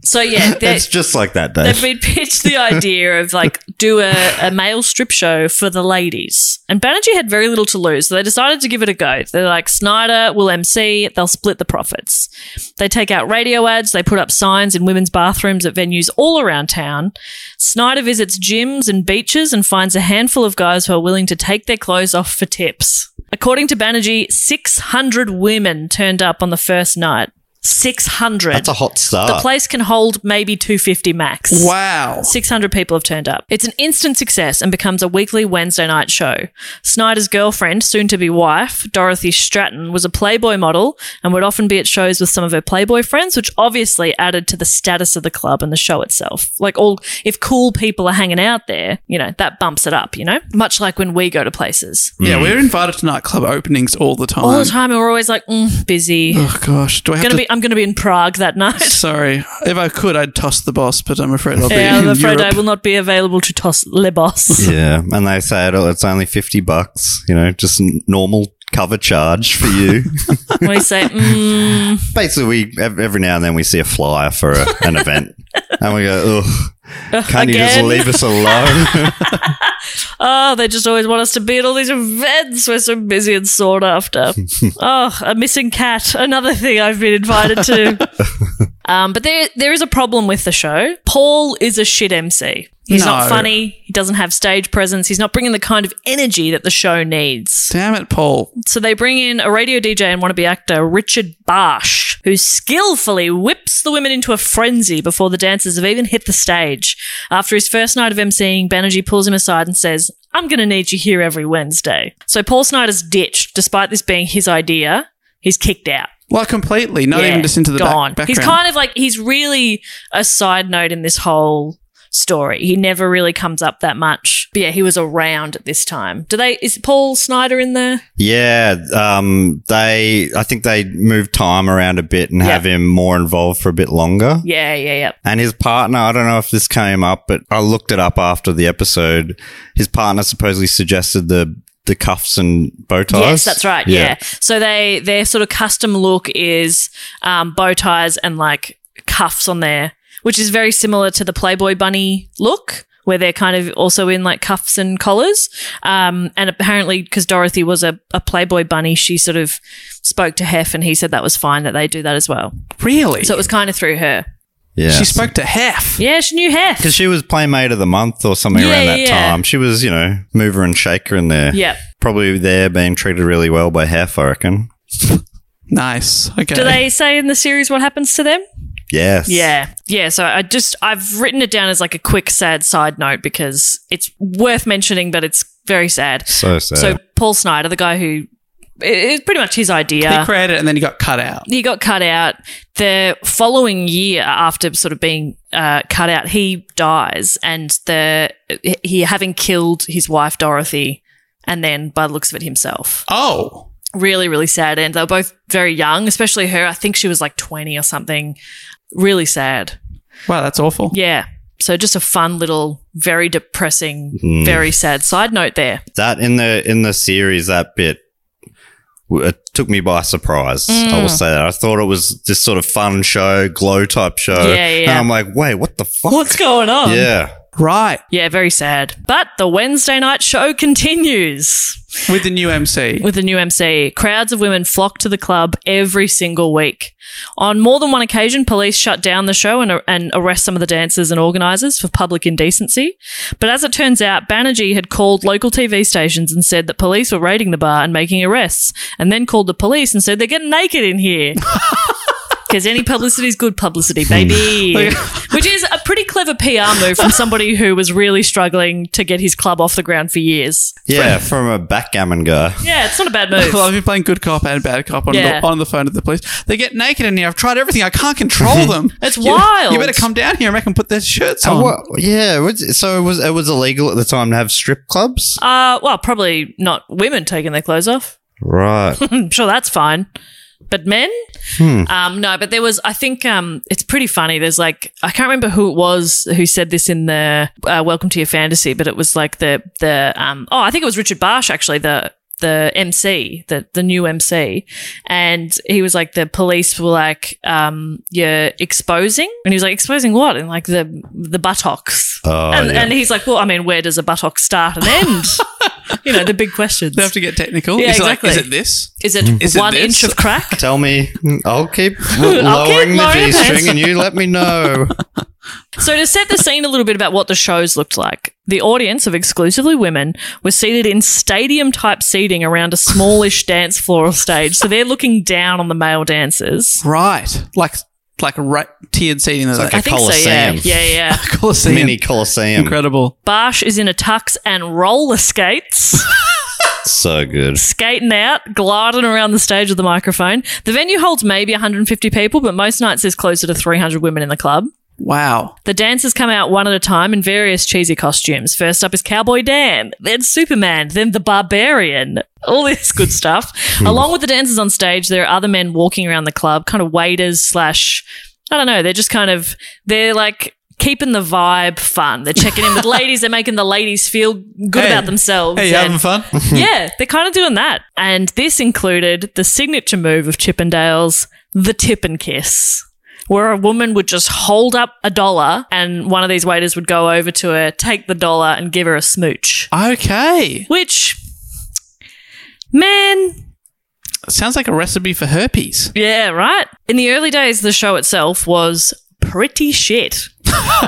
[SPEAKER 1] So yeah, they-
[SPEAKER 2] it's just like that, Dave.
[SPEAKER 1] they've been pitched the idea of like do a, a male strip show for the ladies. And Banerjee had very little to lose, so they decided to give it a go. They're like, Snyder will MC, they'll split the profits. They take out radio ads, they put up signs in women's bathrooms at venues all around town. Snyder visits gyms and beaches and finds a handful of guys who are willing to take their clothes off for tips. According to Banerjee, 600 women turned up on the first night. 600.
[SPEAKER 2] That's a hot start.
[SPEAKER 1] The place can hold maybe 250 max.
[SPEAKER 3] Wow.
[SPEAKER 1] 600 people have turned up. It's an instant success and becomes a weekly Wednesday night show. Snyder's girlfriend, soon to be wife, Dorothy Stratton, was a Playboy model and would often be at shows with some of her Playboy friends, which obviously added to the status of the club and the show itself. Like all, if cool people are hanging out there, you know, that bumps it up, you know? Much like when we go to places.
[SPEAKER 3] Yeah,
[SPEAKER 2] Mm.
[SPEAKER 3] we're invited to nightclub openings all the time.
[SPEAKER 1] All the time, we're always like, mm, busy.
[SPEAKER 3] Oh gosh, do I have
[SPEAKER 1] Gonna
[SPEAKER 3] to?
[SPEAKER 1] be, I'm going to be in Prague that night.
[SPEAKER 3] sorry, if I could, I'd toss the boss, but I'm afraid I'll be
[SPEAKER 1] Yeah, I'm
[SPEAKER 3] in
[SPEAKER 1] afraid
[SPEAKER 3] Europe.
[SPEAKER 1] I will not be available to toss Le Boss.
[SPEAKER 2] yeah. And they say it, it's only 50 bucks, you know, just n- normal cover charge for you.
[SPEAKER 1] we say, mm,
[SPEAKER 2] Basically, we ev- every now and then we see a flyer for a, an event and we go, ugh, can't you just
[SPEAKER 1] Again?
[SPEAKER 2] leave us alone?
[SPEAKER 1] oh, they just always want us to be at all these events. We're so busy and sought after. oh, a missing cat. Another thing I've been invited to. um, but there, there is a problem with the show. Paul is a shit MC. He's not
[SPEAKER 3] No.
[SPEAKER 1] funny. He doesn't have stage presence. He's not bringing the kind of energy that the show needs.
[SPEAKER 3] Damn it, Paul!
[SPEAKER 1] So they bring in a radio DJ and wannabe actor, Richard Barsh, who skillfully whips the women into a frenzy before the dancers have even hit the stage. After his first night of emceeing, Banerjee pulls him aside and says, I'm going to need you here every Wednesday. So Paul Snyder's ditched, despite this being his idea. He's kicked out.
[SPEAKER 3] Like completely, not
[SPEAKER 1] Yeah,
[SPEAKER 3] even just into the
[SPEAKER 1] gone.
[SPEAKER 3] back, background.
[SPEAKER 1] He's kind of like he's really a side note in this whole story. He never really comes up that much. But yeah, he was around at this time. Do they? Is Paul Snyder in there?
[SPEAKER 2] Yeah, um, they. I think they move time around a bit and
[SPEAKER 1] Yeah.
[SPEAKER 2] have him more involved for a bit longer.
[SPEAKER 1] Yeah, yeah, yeah.
[SPEAKER 2] And his partner, I don't know if this came up, but I looked it up after the episode. His partner supposedly suggested the the cuffs and bow ties.
[SPEAKER 1] Yes, that's right. Yeah. So they their sort of custom look is um, bow ties and like cuffs on there, which is very similar to the Playboy bunny look. Where they're kind of also in like cuffs and collars. Um, and apparently, because Dorothy was a, a Playboy bunny, she sort of spoke to Hef and he said that was fine that they do that as well.
[SPEAKER 3] really.
[SPEAKER 1] So it was kind of through her.
[SPEAKER 2] yeah.
[SPEAKER 3] She spoke to Hef.
[SPEAKER 1] Yeah, she knew Hef.
[SPEAKER 2] because she was playmate of the month or something
[SPEAKER 1] Yeah,
[SPEAKER 2] around that
[SPEAKER 1] yeah.
[SPEAKER 2] time. She was, you know, mover and shaker in there.
[SPEAKER 1] Yep.
[SPEAKER 2] Probably there being treated really well by Hef, I reckon.
[SPEAKER 3] Nice. Okay.
[SPEAKER 1] do they say in the series what happens to them?
[SPEAKER 2] Yes.
[SPEAKER 1] Yeah. Yeah. So I just, I've written it down as like a quick, sad side note because it's worth mentioning, but it's very sad.
[SPEAKER 2] So sad.
[SPEAKER 1] So Paul Snyder, the guy who, it- it's pretty much his
[SPEAKER 3] He
[SPEAKER 1] idea.
[SPEAKER 3] created it and then he got cut out.
[SPEAKER 1] He got cut out. The following year, after sort of being uh, cut out, he dies, and the he having killed his wife Dorothy, and then by the looks of it, himself
[SPEAKER 3] Oh,
[SPEAKER 1] really, really sad. And they were both very young, especially her. I think she was like 20 or something. Really sad.
[SPEAKER 3] wow, that's awful.
[SPEAKER 1] Yeah. So just a fun little, very depressing, very sad side note there.
[SPEAKER 2] that in the in the series that bit w- it took me by surprise i
[SPEAKER 1] Mm.
[SPEAKER 2] will say that i thought it was this sort of fun show glow type show
[SPEAKER 1] Yeah, yeah,
[SPEAKER 2] and
[SPEAKER 1] yeah.
[SPEAKER 2] i'm like wait what the fuck
[SPEAKER 1] What's going on?
[SPEAKER 2] yeah
[SPEAKER 3] Right,
[SPEAKER 1] Yeah, very sad. But the Wednesday night show continues
[SPEAKER 3] with the new MC.
[SPEAKER 1] with the new MC. Crowds of women flock to the club every single week. On more than one occasion, police shut down the show and, and arrest some of the dancers and organisers for public indecency. But as it turns out, Banerjee had called local TV stations and said that police were raiding the bar and making arrests, and then called the police and said they're getting naked in here. Because any publicity is good publicity, baby. Which is a pretty clever PR move from somebody who was really struggling to get his club off the ground for years.
[SPEAKER 2] Yeah, from a backgammon guy.
[SPEAKER 1] Yeah, it's not a bad
[SPEAKER 3] I love
[SPEAKER 1] move.
[SPEAKER 3] you playing good cop and bad cop on,
[SPEAKER 1] Yeah.
[SPEAKER 3] the, on the phone at the police. They get naked in here. I've tried everything. I can't control them.
[SPEAKER 1] It's
[SPEAKER 3] You- You
[SPEAKER 1] wild.
[SPEAKER 3] better come down here and make them put their shirts
[SPEAKER 1] Oh.
[SPEAKER 2] Uh,
[SPEAKER 3] on.
[SPEAKER 2] what- yeah, it was- so it was it was illegal at the time to have strip clubs,
[SPEAKER 1] Uh, well, probably not women taking their clothes off.
[SPEAKER 2] right?
[SPEAKER 1] I'm sure that's fine. But men?
[SPEAKER 2] Hmm.
[SPEAKER 1] Um, no, but there was, I think um, it's pretty funny. There's like, I can't remember who it was who said this in the uh, Welcome to Your Fantasy, but it was like the, the um, oh, I think it was Richard Barsh actually, the, the MC, the, the new MC. And he was like, the police were like, um, you're exposing. And he was like, exposing what? And like the, the buttocks.
[SPEAKER 2] Oh,
[SPEAKER 1] and,
[SPEAKER 2] yeah.
[SPEAKER 1] and he's like, well, I mean, where does a buttock start and end? you know, the big questions.
[SPEAKER 3] They have to get technical.
[SPEAKER 1] Yeah,
[SPEAKER 3] It's
[SPEAKER 1] exactly.
[SPEAKER 3] Like, is it this?
[SPEAKER 1] Is
[SPEAKER 2] Hmm.
[SPEAKER 1] it
[SPEAKER 3] Is it
[SPEAKER 1] one
[SPEAKER 3] this?
[SPEAKER 1] inch of crack?
[SPEAKER 2] Tell me, I'll keep
[SPEAKER 1] I'll keep
[SPEAKER 2] lowering the
[SPEAKER 1] lowering
[SPEAKER 2] G
[SPEAKER 1] the
[SPEAKER 2] string,
[SPEAKER 1] pants.
[SPEAKER 2] and you let me know.
[SPEAKER 1] So to set the scene a little bit about what the shows looked like, the audience of exclusively women was seated in stadium type seating around a smallish dance floor or stage. So they're looking down on the male dancers.
[SPEAKER 3] Right. Like like right tiered seating. It's
[SPEAKER 2] like
[SPEAKER 1] I think so, yeah.
[SPEAKER 2] Colosseum.
[SPEAKER 1] Yeah, yeah.
[SPEAKER 3] Colosseum.
[SPEAKER 2] Mini Colosseum,
[SPEAKER 3] Incredible.
[SPEAKER 1] Barsh is in a tux and roller skates,
[SPEAKER 2] so good.
[SPEAKER 1] skating out, gliding around the stage with the microphone. The venue holds maybe 150 people, but most nights there's closer to 300 women in the club.
[SPEAKER 3] Wow.
[SPEAKER 1] The dancers come out one at a time in various cheesy costumes. First up is Cowboy Dan, then Superman, then the Barbarian. All this good stuff. Along with the dancers on stage, there are other men walking around the club, kind of waiters slash, I don't know, they're just kind of, they're like keeping the vibe fun. They're checking in with ladies, they're making the ladies feel good
[SPEAKER 3] Hey.
[SPEAKER 1] about themselves.
[SPEAKER 3] Hey, you
[SPEAKER 1] and-
[SPEAKER 3] having fun?
[SPEAKER 1] yeah, they're kind of doing that. And this included the signature move of Chippendales, the tip and kiss, where a woman would just hold up a dollar and one of these waiters would go over to her, take the dollar, and give her a smooch.
[SPEAKER 3] Okay.
[SPEAKER 1] Which, man,
[SPEAKER 3] Sounds like a recipe for herpes.
[SPEAKER 1] yeah, right? In the early days, the show itself was pretty shit.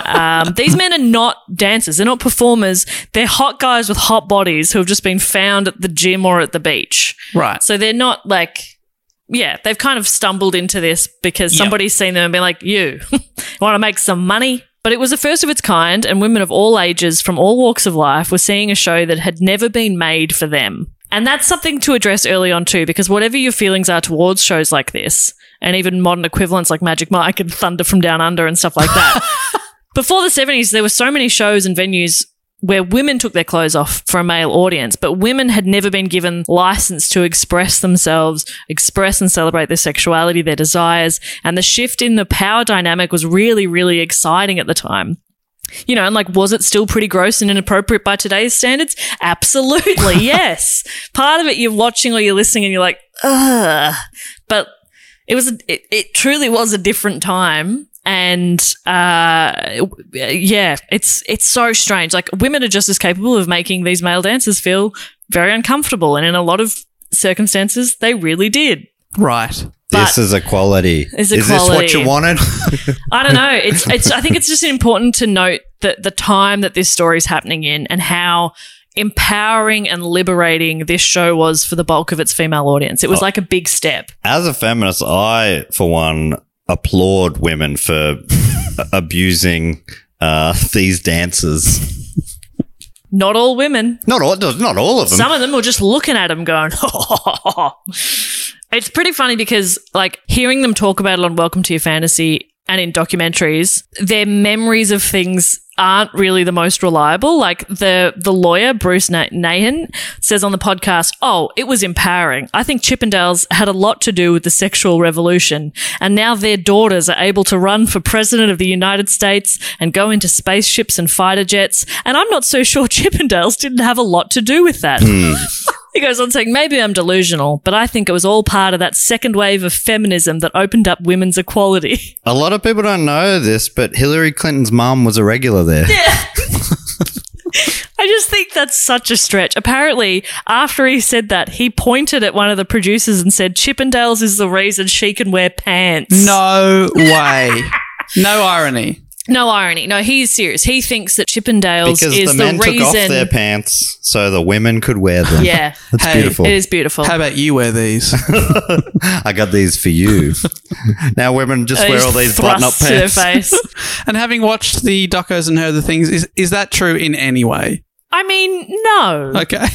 [SPEAKER 1] um, these men are not dancers. They're not performers. They're hot guys with hot bodies who have just been found at the gym or at the beach.
[SPEAKER 3] Right.
[SPEAKER 1] So they're not like, yeah, they've kind of stumbled into this because
[SPEAKER 3] Yeah.
[SPEAKER 1] somebody's seen them and been like, you want to make some money? But it was the first of its kind, and women of all ages from all walks of life were seeing a show that had never been made for them. And that's something to address early on, too, because whatever your feelings are towards shows like this, and even modern equivalents like Magic Mike and Thunder from Down Under and stuff like that, before the 70s, there were so many shows and venues where women took their clothes off for a male audience, but women had never been given license to express themselves, express and celebrate their sexuality, their desires. And the shift in the power dynamic was really, really exciting at the time. You know, and like, was it still pretty gross and inappropriate by today's standards? Absolutely, yes. Part of it, you're watching or you're listening and you're like, ugh. But it was a, it, it truly was a different time and uh yeah it's it's so strange like women are just as capable of making these male dancers feel very uncomfortable and in a lot of circumstances they really did
[SPEAKER 3] Right.
[SPEAKER 2] this is a quality.
[SPEAKER 1] It's a
[SPEAKER 2] is this what
[SPEAKER 1] quality.
[SPEAKER 2] you wanted?
[SPEAKER 1] I don't know. It's, it's. I think it's just important to note that the time that this story is happening in and how empowering and liberating this show was for the bulk of its female audience. It was like a big step.
[SPEAKER 2] As a feminist, I, for one, applaud women for abusing uh, these dancers.
[SPEAKER 1] Not all women.
[SPEAKER 2] Not all, not all of them.
[SPEAKER 1] Some of them were just looking at him going, It's pretty funny because, like, hearing them talk about it on Welcome to Your Fantasy and in documentaries, their memories of things aren't really the most reliable. Like the the lawyer Bruce Na- Nahan says on the podcast, "Oh, it was empowering. I think Chippendales had a lot to do with the sexual revolution, and now their daughters are able to run for president of the United States and go into spaceships and fighter jets. And I'm not so sure Chippendales didn't have a lot to do with that." He goes on saying, maybe I'm delusional, but I think it was all part of that second wave of feminism that opened up women's equality.
[SPEAKER 2] a lot of people don't know this, but Hillary Clinton's mom was a regular there.
[SPEAKER 1] I just think that's such a stretch. Apparently, after he said that, he pointed at one of the producers and said, Chippendales is the reason she can wear pants.
[SPEAKER 3] No way. no irony.
[SPEAKER 1] No irony. No, he's serious. He thinks that Chippendales
[SPEAKER 2] Because
[SPEAKER 1] is
[SPEAKER 2] the men took off
[SPEAKER 1] reason.
[SPEAKER 2] their pants so the women could wear them.
[SPEAKER 1] yeah,
[SPEAKER 2] That's
[SPEAKER 3] Hey,
[SPEAKER 2] beautiful.
[SPEAKER 1] it is beautiful.
[SPEAKER 3] How about you wear these?
[SPEAKER 2] I got these for you. now women just
[SPEAKER 1] Uh,
[SPEAKER 2] wear
[SPEAKER 1] just
[SPEAKER 2] all these
[SPEAKER 1] thrust
[SPEAKER 2] button up
[SPEAKER 1] to their
[SPEAKER 2] pants.
[SPEAKER 1] face.
[SPEAKER 3] and having watched the docos and heard the things, is is that true in any way?
[SPEAKER 1] I mean, no.
[SPEAKER 3] Okay.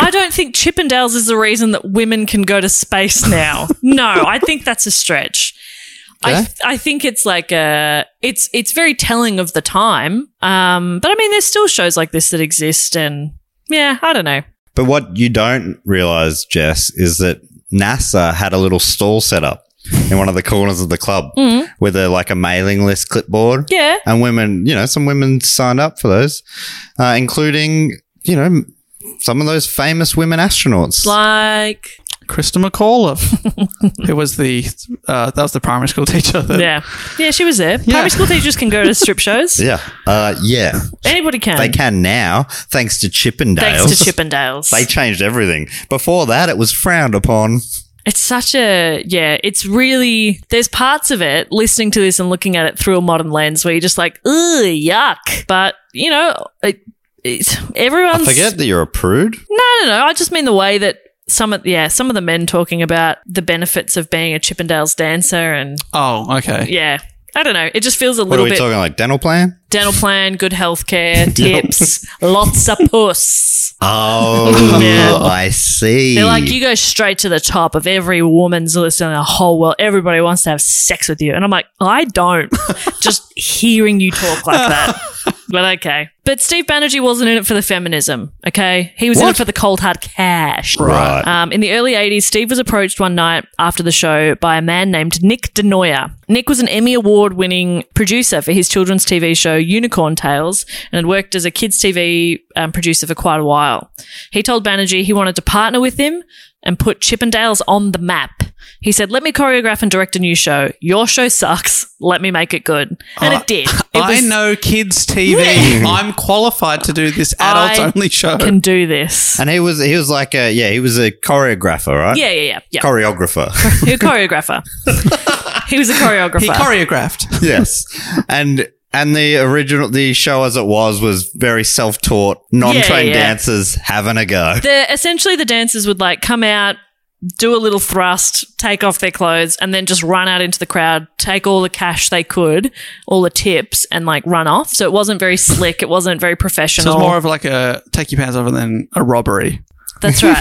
[SPEAKER 1] I don't think Chippendales is the reason that women can go to space now. no, I think that's a stretch. I,
[SPEAKER 2] Okay.
[SPEAKER 1] I think it's like a it's it's very telling of the time. Um, but I mean, there's still shows like this that exist, and yeah, I don't know.
[SPEAKER 2] But what you don't realize, Jess, is that NASA had a little stall set up in one of the corners of the club with a like a mailing list clipboard.
[SPEAKER 1] Mm-hmm. Yeah.
[SPEAKER 2] And women, you know, some women signed up for those, uh, including, you know, some of those famous women astronauts.
[SPEAKER 1] Like,
[SPEAKER 3] Krista McAuliffe, who was the uh, that was the primary school teacher. That,
[SPEAKER 1] yeah, yeah, she was there. Primary school teachers can go to strip shows.
[SPEAKER 2] Yeah. Uh, yeah.
[SPEAKER 1] Anybody can.
[SPEAKER 2] They can now, thanks to Chippendales.
[SPEAKER 1] Um, Thanks to Chippendales.
[SPEAKER 2] They changed everything. Before that, it was frowned upon.
[SPEAKER 1] It's such a yeah. It's really there's parts of it listening to this and looking at it through a modern lens where you're just like, ugh, yuck. But you know, it, it,
[SPEAKER 2] I
[SPEAKER 1] everyone's
[SPEAKER 2] forget that you're a prude.
[SPEAKER 1] No, no, no. I just mean the way that some of yeah some of the men talking about the benefits of being a Chippendales dancer and
[SPEAKER 3] Oh, okay.
[SPEAKER 1] yeah. I don't know. It just feels a
[SPEAKER 2] What are
[SPEAKER 1] little
[SPEAKER 2] we
[SPEAKER 1] bit
[SPEAKER 2] talking like? Dental plan?
[SPEAKER 1] dental plan, good healthcare, tips, lots of puss.
[SPEAKER 2] Oh,
[SPEAKER 1] Yeah.
[SPEAKER 2] I see.
[SPEAKER 1] They're like, you go straight to the top of every woman's list in the whole world. Everybody wants to have sex with you. And I'm like, I don't. Just hearing you talk like that. But okay. But Steve Banerjee wasn't in it for the feminism, okay? He was in it for the cold hard cash.
[SPEAKER 2] Right.
[SPEAKER 1] Um, in the early 80s, Steve was approached one night after the show by a man named Nick DeNoia. Nick was an Emmy Award winning producer for his children's TV show Unicorn Tales and had worked as a kids' TV um, producer for quite a while. He told Banerjee he wanted to partner with him and put Chippendales on the map. He said, Let me choreograph and direct a new show. Your show sucks. Let me make it good. And it did. It
[SPEAKER 3] Uh, I
[SPEAKER 1] was-
[SPEAKER 3] know kids TV. I'm qualified to do this adults
[SPEAKER 1] I
[SPEAKER 3] only show.
[SPEAKER 1] Can do this.
[SPEAKER 2] and he was he was like a yeah he was a choreographer right
[SPEAKER 1] Yeah, yeah, yeah. yeah.
[SPEAKER 2] choreographer
[SPEAKER 1] He was a choreographer. he was a choreographer.
[SPEAKER 3] he choreographed.
[SPEAKER 2] yes and and the original the show as it was was very self taught non-trained
[SPEAKER 1] Yeah, yeah.
[SPEAKER 2] dancers having a go
[SPEAKER 1] the essentially the dancers would like come out do a little thrust take off their clothes and then just run out into the crowd take all the cash they could all the tips and like run off so it wasn't very slick it wasn't very
[SPEAKER 3] So
[SPEAKER 1] professional
[SPEAKER 3] it's more of like a take your pants off and then a robbery.
[SPEAKER 1] that's right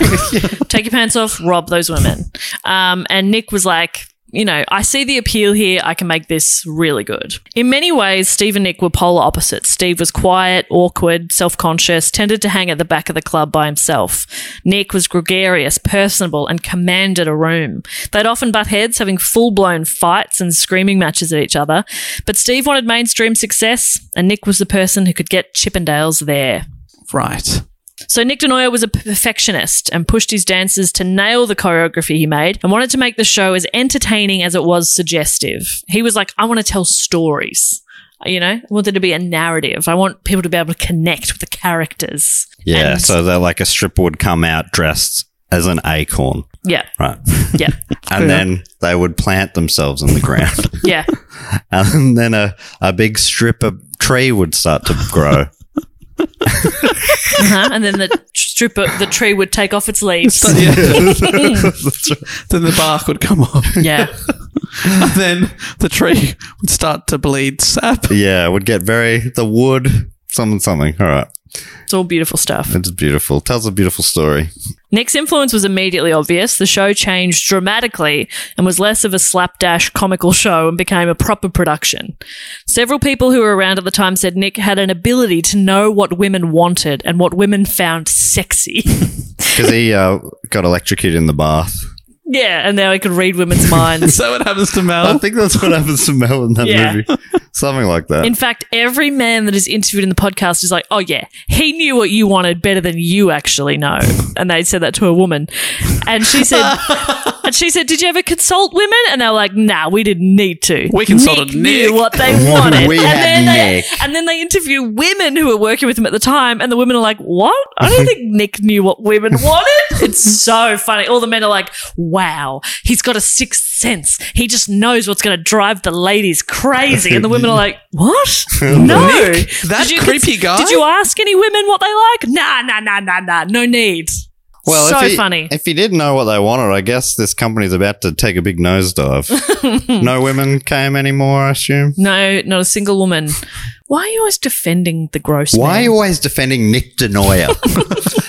[SPEAKER 1] take your pants off rob those women um, and nick was like you know, I see the appeal here. I can make this really good. In many ways, Steve and Nick were polar opposites. Steve was quiet, awkward, self conscious, tended to hang at the back of the club by himself. Nick was gregarious, personable, and commanded a room. They'd often butt heads, having full blown fights and screaming matches at each other. But Steve wanted mainstream success, and Nick was the person who could get Chippendales there.
[SPEAKER 3] Right.
[SPEAKER 1] So Nick DeNoia was a perfectionist and pushed his dancers to nail the choreography he made and wanted to make the show as entertaining as it was suggestive. He was like, I want to tell stories. You know, I want there to be a narrative. I want people to be able to connect with the characters.
[SPEAKER 2] yeah
[SPEAKER 1] And-
[SPEAKER 2] so they're like a stripper would come out dressed as an acorn
[SPEAKER 1] yeah,
[SPEAKER 2] right
[SPEAKER 1] yeah,
[SPEAKER 2] and then they would plant themselves in the ground
[SPEAKER 1] yeah.
[SPEAKER 2] and then a, a big strip of tree would start to grow
[SPEAKER 1] Uh-huh. And then the stripper, the tree would take off its leaves.
[SPEAKER 3] Then the bark would come off.
[SPEAKER 1] Yeah,
[SPEAKER 3] and then the tree would start to bleed sap.
[SPEAKER 2] yeah it would get very the wood something something all right
[SPEAKER 1] it's all beautiful stuff.
[SPEAKER 2] it's beautiful tells a beautiful story
[SPEAKER 1] Nick's influence was immediately obvious. The show changed dramatically and was less of a slapdash comical show and became a proper production. Several people who were around at the time said Nick had an ability to know what women wanted and what women found sexy.
[SPEAKER 2] because he uh, got electrocuted in the bath
[SPEAKER 1] yeah, and now he could read women's
[SPEAKER 3] Is
[SPEAKER 1] minds.
[SPEAKER 3] that what happens to Mel?
[SPEAKER 2] I think that's what happens to Mel in that
[SPEAKER 1] Yeah.
[SPEAKER 2] movie. Something like that.
[SPEAKER 1] In fact, every man that is interviewed in the podcast is like, oh, yeah, he knew what you wanted better than you actually know. And they said that to a woman. And she said, and she said, did you ever consult women? And they were like, nah, we didn't need to.
[SPEAKER 3] We consulted Nick.
[SPEAKER 1] knew what they wanted.
[SPEAKER 2] We
[SPEAKER 1] and,
[SPEAKER 2] had
[SPEAKER 1] then they,
[SPEAKER 2] Nick.
[SPEAKER 1] and then they interview women who were working with him at the time. And the women are like, what? I don't think Nick knew what women wanted. It's so funny. All the men are like, wow, he's got a sixth sense. He just knows what's going to drive the ladies crazy. And the women are like, what? No.
[SPEAKER 4] that
[SPEAKER 1] Did
[SPEAKER 4] creepy
[SPEAKER 1] cons-
[SPEAKER 4] guy?
[SPEAKER 1] Did you ask any women what they like? Nah, nah, nah, nah, nah. No need.
[SPEAKER 2] Well,
[SPEAKER 1] so
[SPEAKER 2] if he,
[SPEAKER 1] funny.
[SPEAKER 2] If he didn't know what they wanted, I guess this company's about to take a big nosedive. no women came anymore, I assume.
[SPEAKER 1] no, not a single woman. Why are you always defending the gross
[SPEAKER 2] Why are
[SPEAKER 1] man?
[SPEAKER 2] you always defending Nick DeNoia?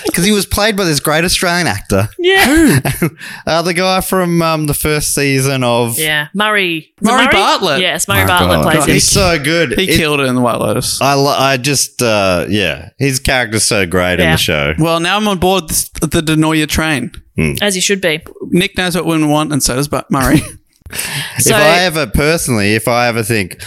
[SPEAKER 2] Because he was played by this great Australian actor,
[SPEAKER 1] yeah.
[SPEAKER 2] uh, the guy from um, the first season of.
[SPEAKER 1] yeah. Murray. Is it
[SPEAKER 4] Murray Bartlett.
[SPEAKER 1] Yes, Murray
[SPEAKER 2] Oh,
[SPEAKER 1] Bartlett
[SPEAKER 2] God.
[SPEAKER 1] plays him.
[SPEAKER 2] He's so good.
[SPEAKER 4] He
[SPEAKER 2] It-
[SPEAKER 4] killed it in the White Lotus.
[SPEAKER 2] I, lo- I just, uh, yeah, his character's so great in
[SPEAKER 1] Yeah.
[SPEAKER 2] the show.
[SPEAKER 4] Well, now I'm on board this, the Denoya train.
[SPEAKER 1] As you should be.
[SPEAKER 4] Nick knows what women want, and so does but Murray.
[SPEAKER 1] So-
[SPEAKER 2] if I ever personally, if I ever think,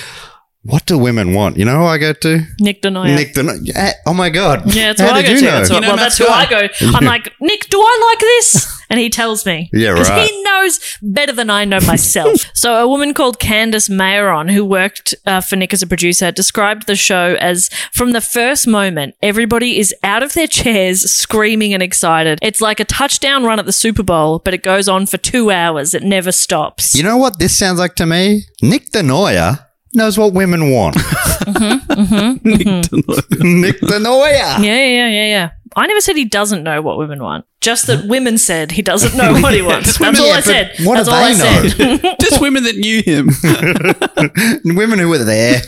[SPEAKER 2] what do women want? You know who I go to?
[SPEAKER 1] Nick Denoyer.
[SPEAKER 2] Nick DeNoia. Yeah, Oh my god!
[SPEAKER 1] Yeah, that's
[SPEAKER 2] How
[SPEAKER 1] what I
[SPEAKER 2] did
[SPEAKER 1] go
[SPEAKER 2] you
[SPEAKER 1] to.
[SPEAKER 2] know?
[SPEAKER 1] That's what,
[SPEAKER 4] You know
[SPEAKER 1] well, that's who I
[SPEAKER 4] Matt's
[SPEAKER 1] go. I'm like, Nick, do I like this? And he tells me.
[SPEAKER 2] Yeah,
[SPEAKER 1] 'Cause
[SPEAKER 2] right.
[SPEAKER 1] He knows better than I know myself. so, a woman called Candace Mayeron, who worked uh, for Nick as a producer, described the show as from the first moment, everybody is out of their chairs, screaming and excited. It's like a touchdown run at the Super Bowl, but it goes on for two hours. It never stops.
[SPEAKER 2] You know what this sounds like to me? Nick DeNoia knows what women want.
[SPEAKER 1] Mm-hmm.
[SPEAKER 2] Nick DeNoia.
[SPEAKER 1] yeah, yeah, yeah, yeah, yeah. I never said he doesn't know what women want. Just that women said he doesn't know what he wants. That's all I
[SPEAKER 2] but
[SPEAKER 1] said.
[SPEAKER 2] What
[SPEAKER 1] That's
[SPEAKER 2] do
[SPEAKER 1] all I
[SPEAKER 2] they
[SPEAKER 1] said.
[SPEAKER 2] know?
[SPEAKER 4] Just women that knew him.
[SPEAKER 2] women who were there,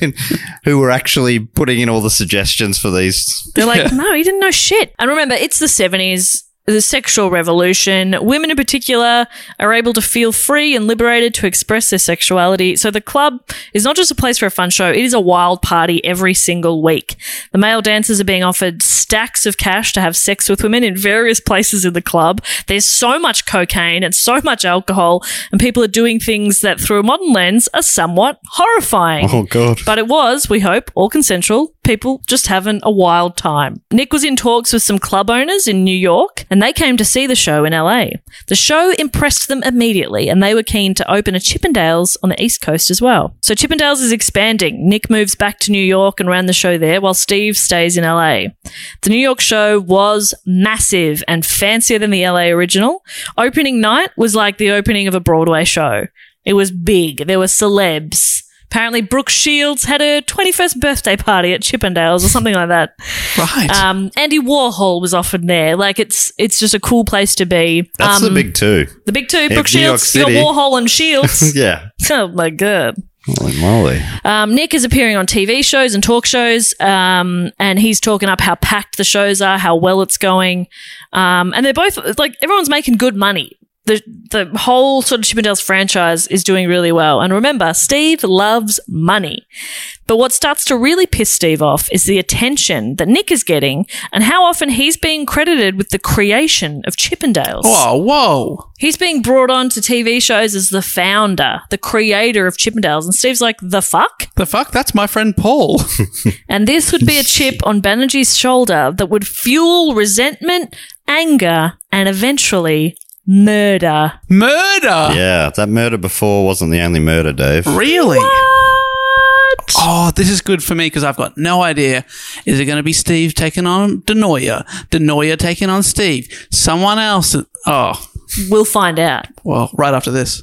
[SPEAKER 2] who were actually putting in all the suggestions for these.
[SPEAKER 1] They're like, no, he didn't know shit. And remember, it's the 70s, the sexual revolution. Women in particular are able to feel free and liberated to express their sexuality. So the club is not just a place for a fun show, it is a wild party every single week. The male dancers are being offered stacks of cash to have sex with women in various places in the club. There's so much cocaine and so much alcohol, and people are doing things that, through a modern lens, are somewhat horrifying.
[SPEAKER 2] Oh god.
[SPEAKER 1] But it was, we hope, all consensual, people just having a wild time. Nick was in talks with some club owners in New York, and they came to see the show in LA. The show impressed them immediately, and they were keen to open a Chippendales on the East Coast as well. So Chippendales is expanding. Nick moves back to New York and ran the show there, while Steve stays in LA. The New York show was massive and fancier than the LA original. Opening night was like the opening of a Broadway show. It was big. There were celebs. Apparently, Brooke Shields had her 21st birthday party at Chippendales or something like that.
[SPEAKER 4] right.
[SPEAKER 1] Um, Andy Warhol was often there. Like, it's it's just a cool place to be. Um,
[SPEAKER 2] That's the big two.
[SPEAKER 1] The big two,
[SPEAKER 2] If
[SPEAKER 1] Brooke
[SPEAKER 2] New York
[SPEAKER 1] Shields, your
[SPEAKER 2] City-
[SPEAKER 1] Warhol and Shields.
[SPEAKER 2] Yeah.
[SPEAKER 1] Oh, my God.
[SPEAKER 2] Holy moly.
[SPEAKER 1] Um, Nick is appearing on TV shows and talk shows, um, and he's talking up how packed the shows are, how well it's going, um, and they're both like everyone's making good money. The the whole sort of Chippendales franchise is doing really well, and remember, Steve loves money. But what starts to really piss Steve off is the attention that Nick is getting, and how often he's being credited with the creation of Chippendales.
[SPEAKER 3] Oh,
[SPEAKER 4] Whoa, whoa.
[SPEAKER 1] He's being brought on to TV shows as the founder, the creator of Chippendales, and Steve's like, "The fuck."
[SPEAKER 4] The fuck? That's my friend Paul.
[SPEAKER 1] And this would be a chip on Banerjee's shoulder that would fuel resentment, anger, and eventually murder.
[SPEAKER 4] Murder.
[SPEAKER 2] Yeah. That murder before wasn't the only murder, Dave.
[SPEAKER 4] Really?
[SPEAKER 1] What?
[SPEAKER 4] Oh, this is good for me because I've got no idea. Is it going to be Steve taking on Denoya? Denoya taking on Steve? Someone else? Oh,
[SPEAKER 1] We'll find out.
[SPEAKER 4] well, right after this.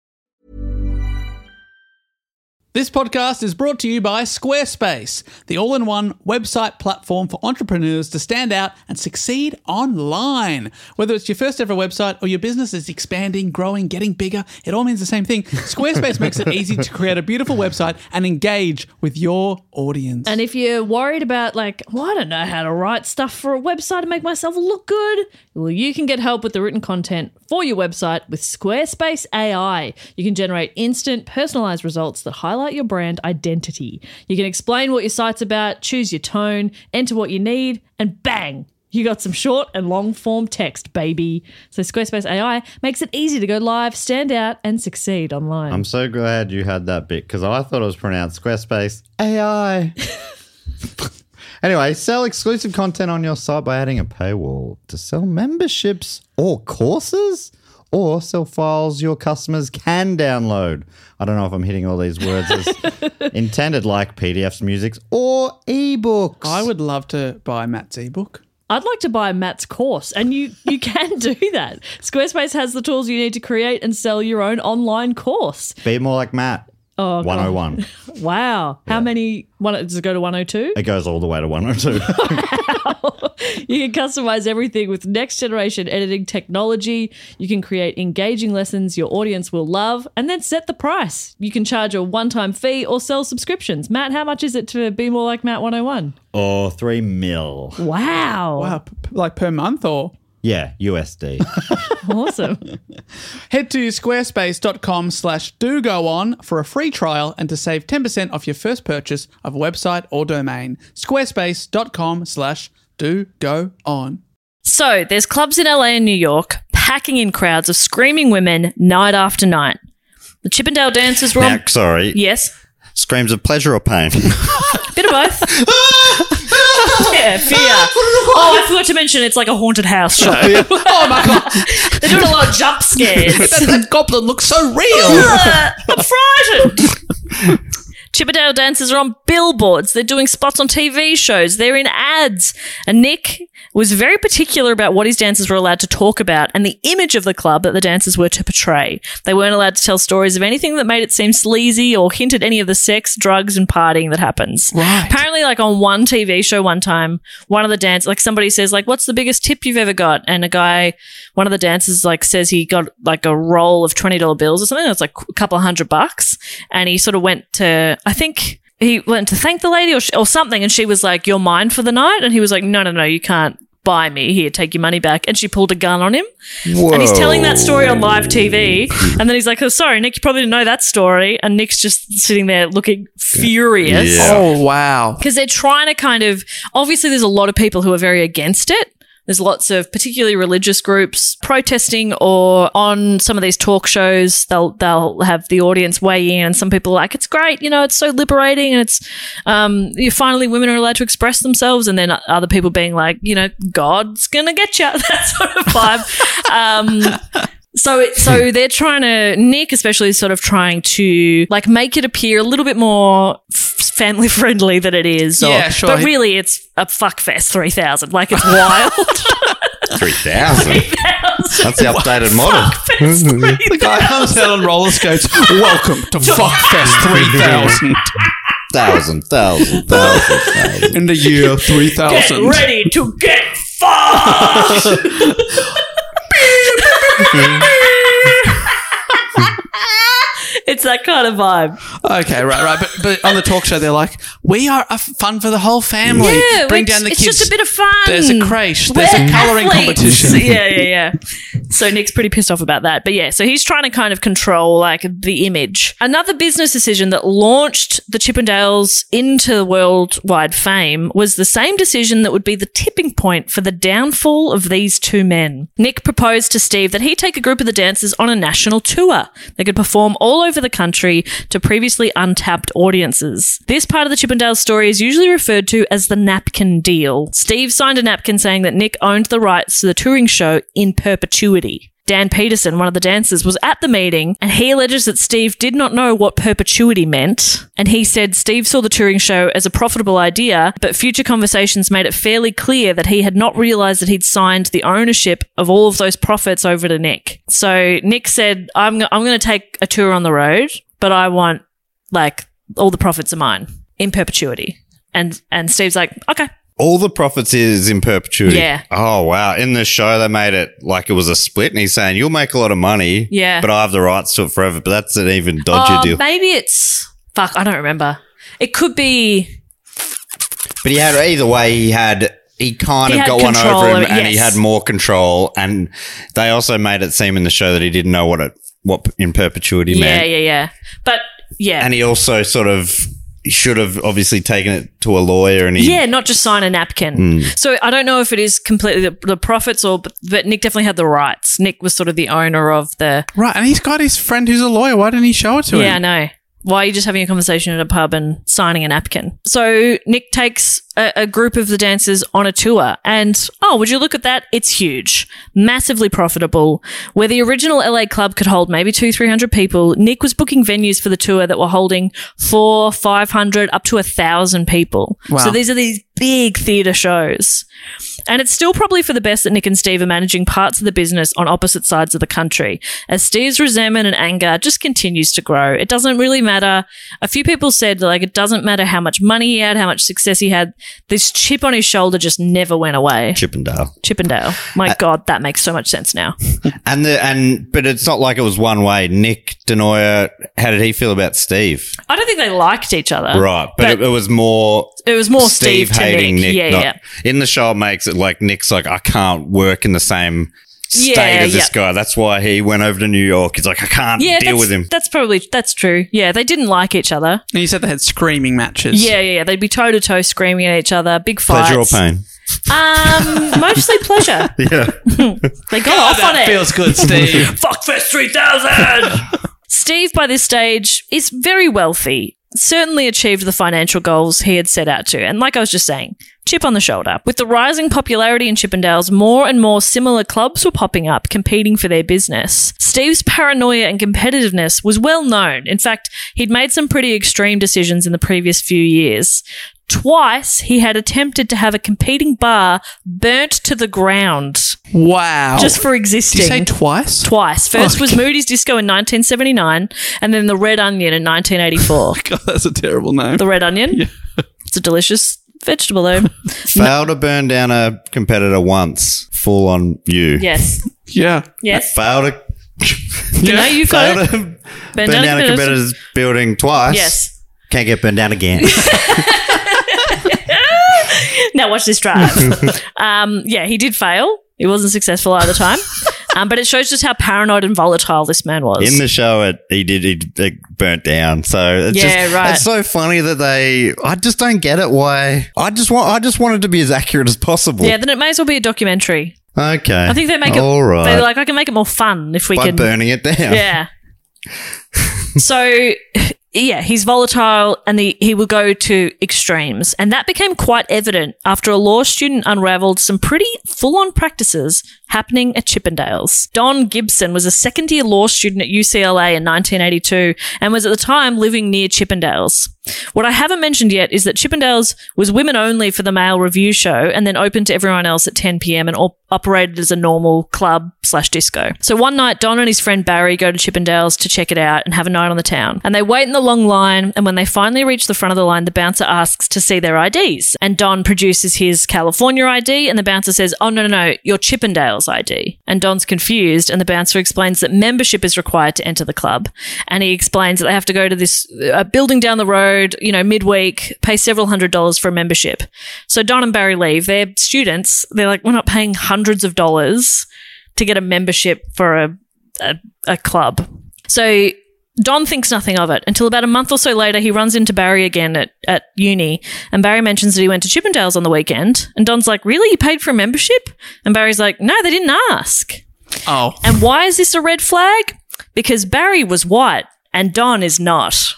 [SPEAKER 3] This podcast is brought to you by Squarespace, the all in one website platform for entrepreneurs to stand out and succeed online. Whether it's your first ever website or your business is expanding, growing, getting bigger, it all means the same thing. Squarespace makes it easy to create a beautiful website and engage with your audience.
[SPEAKER 1] And if you're worried about, like, well, I don't know how to write stuff for a website to make myself look good, well, you can get help with the written content for your website with Squarespace AI. You can generate instant, personalized results that highlight your brand identity. You can explain what your site's about, choose your tone, enter what you need, and bang,
[SPEAKER 5] You got some short and long form text, baby. So Squarespace AI makes it easy to go live, stand out, and succeed online.
[SPEAKER 6] I'm so glad you had that bit because I thought it was pronounced Squarespace AI. anyway, sell exclusive content on your site by adding a paywall to sell memberships or courses or sell files your customers can download. I don't know if I'm hitting all these words as intended, like PDFs, musics, or ebooks.
[SPEAKER 3] I would love to buy Matt's ebook.
[SPEAKER 5] I'd like to buy Matt's course, and you you can do that. Squarespace has the tools you need to create and sell your own online course.
[SPEAKER 6] Be more like Matt.
[SPEAKER 5] Oh, God.
[SPEAKER 6] 101.
[SPEAKER 5] Wow, how many? One, oh does it go to 102?
[SPEAKER 6] It goes all the way to 102.
[SPEAKER 5] You can customize everything with next generation editing technology. You can create engaging lessons your audience will love and then set the price. You can charge a one time fee or sell subscriptions. Matt, how much is it to be more like Matt 101?
[SPEAKER 6] or 3 mil.
[SPEAKER 1] Oh.
[SPEAKER 5] Wow.
[SPEAKER 3] Wow. p- p- like per month or?
[SPEAKER 6] Yeah, USD.
[SPEAKER 5] Awesome.
[SPEAKER 3] Head to squarespace.com slash do go on for a free trial and to save 10% off your first purchase of a website or domain. Squarespace.com slash do go on.
[SPEAKER 1] So there's clubs in LA and New York packing in crowds of screaming women night after night. The Chippendale dancers were
[SPEAKER 2] Now,
[SPEAKER 1] on.
[SPEAKER 2] sorry.
[SPEAKER 1] Yes,
[SPEAKER 2] Screams of pleasure or pain?
[SPEAKER 1] bit of both. yeah, fear. Oh, I forgot to mention it's like a haunted house show.
[SPEAKER 3] oh my god,
[SPEAKER 1] they're doing a lot of jump scares.
[SPEAKER 3] that goblin looks so real.
[SPEAKER 1] Ugh, I'm frightened. Chippendale dancers are on billboards. They're doing spots on TV shows. They're in ads. And Nick was very particular about what his dancers were allowed to talk about and the image of the club that the dancers were to portray. They weren't allowed to tell stories of anything that made it seem sleazy or hint at any of the sex, drugs, and partying that happens.
[SPEAKER 3] Right.
[SPEAKER 1] Apparently, like on one TV show one time, one of the dance like somebody says like, "What's the biggest tip you've ever got?" And a guy, one of the dancers like says he got like a roll of twenty dollar bills or something. It's like a couple of hundred bucks, and he sort of went to I think. He went to thank the lady or, sh- or something, and she was like, You're mine for the night. And he was like, No, no, no, you can't buy me. Here, take your money back. And she pulled a gun on him. And he's telling that story on live TV. And then he's like, Oh, sorry, Nick, you probably didn't know that story. And Nick's just sitting there looking furious.
[SPEAKER 2] Yeah.
[SPEAKER 4] Oh, wow.
[SPEAKER 1] Because they're trying to kind of obviously there's a lot of people who are very against it. There's lots of particularly religious groups protesting or on some of these talk shows they'll they'll have the audience weigh in and some people are like it's great, you know, it's so liberating and it's um you finally women are allowed to express themselves and then other people being like, you know, God's going to get you. That sort of vibe. um so it, so they're trying to Nick especially is sort of trying to like make it appear a little bit more f- family friendly than it is. or-
[SPEAKER 4] Yeah, sure.
[SPEAKER 1] But really, it's a fuckfest three thousand. Like it's wild.
[SPEAKER 2] 3,000. That's the updated model.
[SPEAKER 1] Fuckfest
[SPEAKER 3] The guy comes out on roller skates. Welcome to Fuckfest 3000
[SPEAKER 2] Thousand, thousand, thousand, thousand.
[SPEAKER 3] in the year
[SPEAKER 1] Get
[SPEAKER 3] 3000.
[SPEAKER 1] ready to get fucked. it's that kind of vibe.
[SPEAKER 3] Okay, right, right. But, but on the talk show, they're like, we are a f- fun for the whole family.
[SPEAKER 1] Yeah,
[SPEAKER 3] Bring
[SPEAKER 1] it's-
[SPEAKER 3] down the
[SPEAKER 1] it's
[SPEAKER 3] kids.
[SPEAKER 1] just a bit of fun.
[SPEAKER 3] There's a creche. There's
[SPEAKER 1] We're
[SPEAKER 3] a colouring
[SPEAKER 1] athletes.
[SPEAKER 3] competition.
[SPEAKER 1] yeah, yeah, yeah. So Nick's pretty pissed off about that. But yeah, so he's trying to kind of control like the image. Another business decision that launched the Chippendales into worldwide fame was the same decision that would be the tipping point for the downfall of these two men. Nick proposed to Steve that he take a group of the dancers on a national tour. They could perform all over the country to previously untapped audiences. This part of the Chippendales story is usually referred to as the napkin deal. Steve signed a napkin saying that Nick owned the rights to the touring show in perpetuity. Dan Peterson, one of the dancers, was at the meeting and he alleges that Steve did not know what perpetuity meant. And he said Steve saw the touring show as a profitable idea, but future conversations made it fairly clear that he had not realized that he'd signed the ownership of all of those profits over to Nick. So Nick said, I'm, go- I'm going to take a tour on the road, but I want like all the profits are mine in perpetuity. And, and Steve's like, okay,
[SPEAKER 2] All the profits is in perpetuity.
[SPEAKER 1] Yeah.
[SPEAKER 2] Oh, wow. In the show, they made it like it was a split, and he's saying, You'll make a lot of money.
[SPEAKER 1] Yeah.
[SPEAKER 2] But I have the rights to it forever. But that's an even dodgier
[SPEAKER 1] Oh,
[SPEAKER 2] deal.
[SPEAKER 1] Maybe it's fuck. I don't remember. It could be.
[SPEAKER 2] But he had either way, he had he kind
[SPEAKER 1] He
[SPEAKER 2] of
[SPEAKER 1] had
[SPEAKER 2] got one
[SPEAKER 1] control
[SPEAKER 2] over him,
[SPEAKER 1] over-
[SPEAKER 2] and he
[SPEAKER 1] yes.
[SPEAKER 2] had more control. And they also made it seem in the show that he didn't know what it what in perpetuity
[SPEAKER 1] Yeah,
[SPEAKER 2] meant,
[SPEAKER 1] yeah, yeah. But yeah,
[SPEAKER 2] and he also sort of should have obviously taken it to a lawyer and he
[SPEAKER 1] yeah, not just sign a napkin.
[SPEAKER 2] Mm.
[SPEAKER 1] So I don't know if it is completely the, the profits or, but, but Nick definitely had the rights. Nick was sort of the owner of the.
[SPEAKER 4] Right, and he's got his friend who's a lawyer. Why didn't he show it to
[SPEAKER 1] yeah,
[SPEAKER 4] him?
[SPEAKER 1] I know. Why are you just having a conversation at a pub and signing a napkin? So Nick takes a, a group of the dancers on a tour, and oh, would you look at that? It's huge, massively profitable. Where the original LA club could hold maybe two, three hundred people, Nick was booking venues for the tour that were holding four, five hundred, up to a thousand people.
[SPEAKER 5] Wow.
[SPEAKER 1] So these are these big theatre shows. And it's still probably for the best that Nick and Steve are managing parts of the business on opposite sides of the country, as Steve's resentment and anger just continues to grow. It doesn't really matter. A few people said, like, it doesn't matter how much money he had, how much success he had. This chip on his shoulder just never went away.
[SPEAKER 2] Chippendale.
[SPEAKER 1] Chippendale. My
[SPEAKER 2] Uh,
[SPEAKER 1] God, that makes so much sense now.
[SPEAKER 2] And the and but it's not like it was one way. Nick Denoyer, how did he feel about Steve?
[SPEAKER 1] I don't think they liked each other.
[SPEAKER 2] right, but, it, it was more.
[SPEAKER 1] It was more Steve, to Nick. Yeah,
[SPEAKER 2] not-
[SPEAKER 1] yeah.
[SPEAKER 2] In the show, it makes it like Nick's like I can't work in the same state
[SPEAKER 1] Yeah,
[SPEAKER 2] as this
[SPEAKER 1] yeah.
[SPEAKER 2] guy. That's why he went over to New York. He's like I can't
[SPEAKER 1] yeah,
[SPEAKER 2] deal
[SPEAKER 1] that's-
[SPEAKER 2] with him.
[SPEAKER 1] That's probably that's true. Yeah, they didn't like each other.
[SPEAKER 4] And you said they had screaming matches.
[SPEAKER 1] Yeah, yeah, yeah. They'd be toe to toe screaming at each other, big fights.
[SPEAKER 4] Pleasure or pain?
[SPEAKER 1] Um, mostly pleasure.
[SPEAKER 2] Yeah.
[SPEAKER 1] They got off on it.
[SPEAKER 4] Feels good, Steve.
[SPEAKER 1] Fuckfest 3000! Steve, by this stage, is very wealthy, certainly achieved the financial goals he had set out to. And like I was just saying, chip on the shoulder. With the rising popularity in Chippendales, more and more similar clubs were popping up, competing for their business. Steve's paranoia and competitiveness was well known. In fact, he'd made some pretty extreme decisions in the previous few years. Twice, he had attempted to have a competing bar burnt to the ground.
[SPEAKER 4] Wow.
[SPEAKER 1] Just for existing.
[SPEAKER 4] Oh. Did you say twice?
[SPEAKER 1] Twice. First was Moody's Disco in 1979, and then the Red Onion in 1984.
[SPEAKER 4] God, that's a terrible name.
[SPEAKER 1] the Red Onion? It's a delicious vegetable, though.
[SPEAKER 2] Failed to burn down a competitor once. Full on you.
[SPEAKER 1] yes.
[SPEAKER 4] Yeah.
[SPEAKER 1] Yes.
[SPEAKER 2] Failed to.
[SPEAKER 1] You know, you've got
[SPEAKER 2] failed
[SPEAKER 1] it.
[SPEAKER 2] to burn
[SPEAKER 1] Burn down
[SPEAKER 2] down, a
[SPEAKER 1] competitors.
[SPEAKER 2] competitor's building twice.
[SPEAKER 1] Yes.
[SPEAKER 2] Can't get burned down again.
[SPEAKER 1] now watch this drive. um, yeah, he did fail. He wasn't successful either time. Um, but it shows just how paranoid and volatile this man was.
[SPEAKER 2] In the show, it he did he it burnt down. So it's
[SPEAKER 1] Yeah,
[SPEAKER 2] just,
[SPEAKER 1] right.
[SPEAKER 2] It's so funny that they. I just don't get it. Why? I just want. I just wanted to be as accurate as possible.
[SPEAKER 1] yeah, then it may as well be a documentary.
[SPEAKER 2] okay.
[SPEAKER 1] I think they make it.
[SPEAKER 2] all right.
[SPEAKER 1] They're like, I can make it more fun if we
[SPEAKER 2] by
[SPEAKER 1] can
[SPEAKER 2] burning it down.
[SPEAKER 1] Yeah. so yeah, he's volatile and he, he will go to extremes. And that became quite evident after a law student unraveled some pretty full on practices happening at Chippendales. Don Gibson was a second year law student at UCLA in 1982 and was at the time living near Chippendales. What I haven't mentioned yet is that Chippendales was women only for the male review show and then open to everyone else at 10 p.m. and op- operated as a normal club slash disco. So one night, Don and his friend Barry go to Chippendales to check it out and have a night on the town. And they wait in the long line. And when they finally reach the front of the line, the bouncer asks to see their IDs. And Don produces his California ID, and the bouncer says, "Oh no, no, no, your Chippendales ID." And Don's confused, and the bouncer explains that membership is required to enter the club. And he explains that they have to go to this uh, building down the road, you know, midweek, pay several hundred dollars for a membership. So Don and Barry leave. They're students. They're like, we're not paying hundreds of dollars to get a membership for a a, a club. So Don thinks nothing of it until about a month or so later, he runs into Barry again at, at uni. And Barry mentions that he went to Chippendales on the weekend. And Don's like, Really? You paid for a membership? And Barry's like, No, they didn't ask.
[SPEAKER 4] Oh.
[SPEAKER 1] And why is this a red flag? Because Barry was white and Don is not.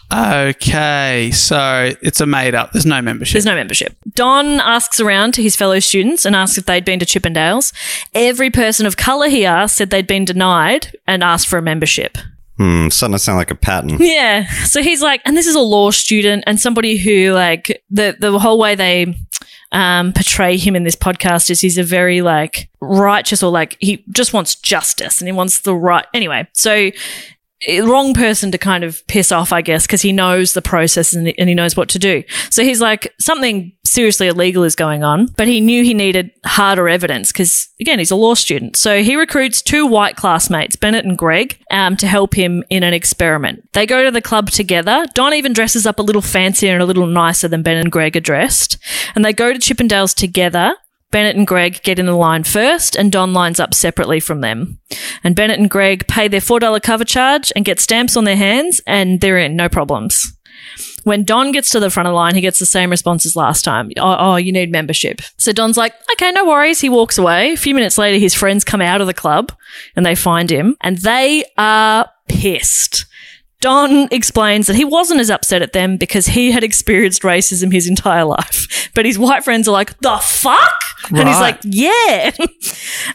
[SPEAKER 4] Okay, so it's a made up. There's no membership.
[SPEAKER 1] There's no membership. Don asks around to his fellow students and asks if they'd been to Chippendales. Every person of colour he asked said they'd been denied and asked for a membership.
[SPEAKER 2] Hmm. Starting to sound like a pattern.
[SPEAKER 1] Yeah. So he's like, and this is a law student and somebody who like the the whole way they um, portray him in this podcast is he's a very like righteous or like he just wants justice and he wants the right. Anyway, so eh, wrong person to kind of piss off, I guess, because he knows the process and, and he knows what to do. So he's like, something seriously illegal is going on, but he knew he needed harder evidence because, again, he's a law student. So he recruits two white classmates, Bennett and Greg, um, to help him in an experiment. They go to the club together. Don even dresses up a little fancier and a little nicer than Ben and Greg are dressed. And they go to Chippendales together. Bennett and Greg get in the line first, and Don lines up separately from them. And Bennett and Greg pay their $4 cover charge and get stamps on their hands, and they're in, no problems. When Don gets to the front of the line, he gets the same response as last time. Oh, oh, you need membership. So Don's like, okay, no worries. He walks away. A few minutes later, his friends come out of the club and they find him and they are pissed. Don explains that he wasn't as upset at them because he had experienced racism his entire life. But his white friends are like, the fuck? And he's
[SPEAKER 7] Right.
[SPEAKER 1] like, yeah.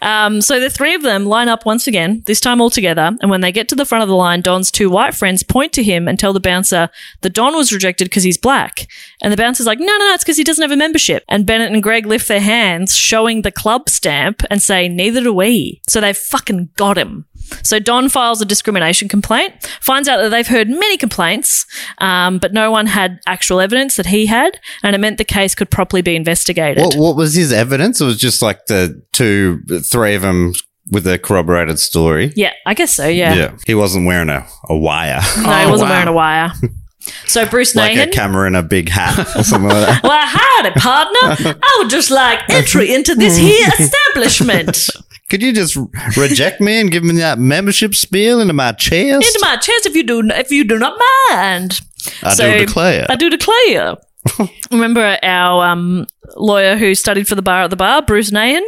[SPEAKER 1] um, so the three of them line up once again, this time all together. And when they get to the front of the line, Don's two white friends point to him and tell the bouncer that Don was rejected because he's black. And the bouncer's like, no, no, no, it's because he doesn't have a membership. And Bennett and Greg lift their hands, showing the club stamp, and say, neither do we. So they fucking got him. So Don files a discrimination complaint, finds out that they've heard many complaints, um, but no one had actual evidence that he had, and it meant the case could properly be investigated.
[SPEAKER 2] What, what was his evidence? It was just like the two, three of them with a corroborated story.
[SPEAKER 1] Yeah, I guess so. Yeah.
[SPEAKER 2] He wasn't wearing a, a wire.
[SPEAKER 1] No, he wasn't wearing a wire. So Bruce
[SPEAKER 2] Oh, like
[SPEAKER 1] Nahan.
[SPEAKER 2] a camera and a big hat or something like that.
[SPEAKER 1] well, howdy, partner. I would just like entry into this here establishment.
[SPEAKER 2] Could you just reject me and give me that membership spiel into my chest?
[SPEAKER 1] Into my chest, if you do, if you do not mind.
[SPEAKER 2] I do declare.
[SPEAKER 1] I do declare. Remember our um, lawyer who studied for the bar at the bar, Bruce Nahan?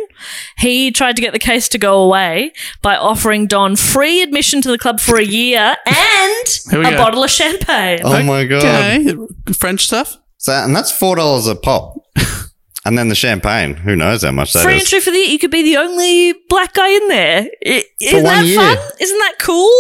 [SPEAKER 1] He tried to get the case to go away by offering Don free admission to the club for a year and
[SPEAKER 2] Here we
[SPEAKER 1] a
[SPEAKER 2] go.
[SPEAKER 1] bottle of champagne.
[SPEAKER 2] oh my god!
[SPEAKER 4] French stuff.
[SPEAKER 2] So, and that's four dollars a pop, and then the champagne. Who knows how much that is?
[SPEAKER 1] Free entry for the year. You could be the only black guy in there. I- Isn't
[SPEAKER 2] one
[SPEAKER 1] that
[SPEAKER 2] year.
[SPEAKER 1] fun? Isn't that cool?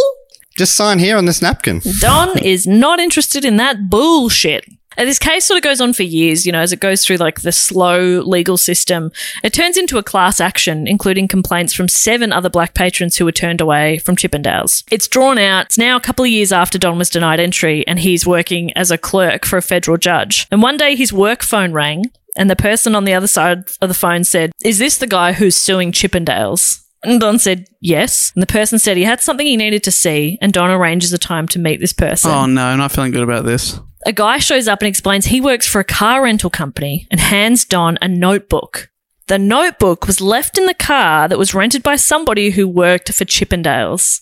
[SPEAKER 2] Just sign here on this napkin.
[SPEAKER 1] Don is not interested in that bullshit. And this case sort of goes on for years, you know, as it goes through like the slow legal system. It turns into a class action, including complaints from seven other black patrons who were turned away from Chippendales. It's drawn out. It's now a couple of years after Don was denied entry and he's working as a clerk for a federal judge. And one day his work phone rang and the person on the other side of the phone said, Is this the guy who's suing Chippendales? And Don said yes. And the person said he had something he needed to see, and Don arranges a time to meet this person.
[SPEAKER 4] Oh no, I'm not feeling good about this.
[SPEAKER 1] A guy shows up and explains he works for a car rental company and hands Don a notebook. The notebook was left in the car that was rented by somebody who worked for Chippendales.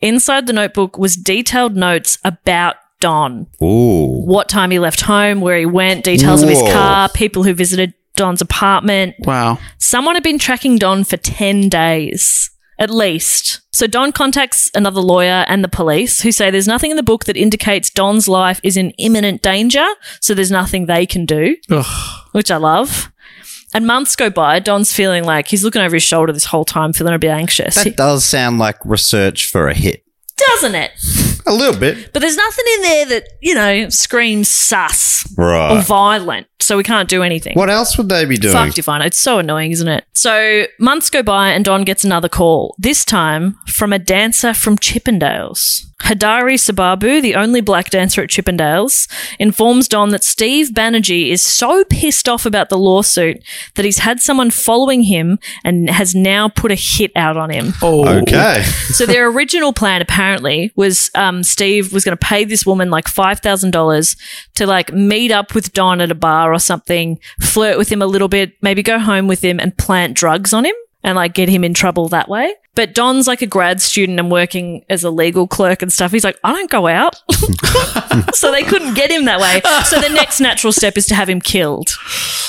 [SPEAKER 1] Inside the notebook was detailed notes about Don
[SPEAKER 2] Ooh.
[SPEAKER 1] what time he left home, where he went, details of his
[SPEAKER 4] Whoa.
[SPEAKER 1] car, people who visited Don's apartment.
[SPEAKER 4] Wow.
[SPEAKER 1] Someone had been tracking Don for 10 days, at least. So Don contacts another lawyer and the police who say there's nothing in the book that indicates Don's life is in imminent danger, so there's nothing they can do, which I love. And months go by. Don's feeling like he's looking over his shoulder this whole time, feeling a bit anxious.
[SPEAKER 2] That
[SPEAKER 1] He-
[SPEAKER 2] does sound like research for a hit.
[SPEAKER 1] doesn't it?
[SPEAKER 2] A little bit.
[SPEAKER 1] But there's nothing in there that, you know, screams sus
[SPEAKER 2] Right.
[SPEAKER 1] or violent. So we can't do anything.
[SPEAKER 2] What else would they be doing?
[SPEAKER 1] Oh, Fuck if I know. It's so annoying, isn't it? So months go by and Don gets another call, this time from a dancer from Chippendales. Hadari Sababu, the only black dancer at Chippendales, informs Don that Steve Banerjee is so pissed off about the lawsuit that he's had someone following him and has now put a hit out on him.
[SPEAKER 4] Oh.
[SPEAKER 2] Okay.
[SPEAKER 1] so their original plan apparently was um, Steve was going to pay this woman like five thousand dollars to like meet up with Don at a bar or something, flirt with him a little bit, maybe go home with him and plant drugs on him and like get him in trouble that way. But Don's like a grad student and working as a legal clerk and stuff. He's like, I don't go out. so they couldn't get him that way. So the next natural step is to have him killed.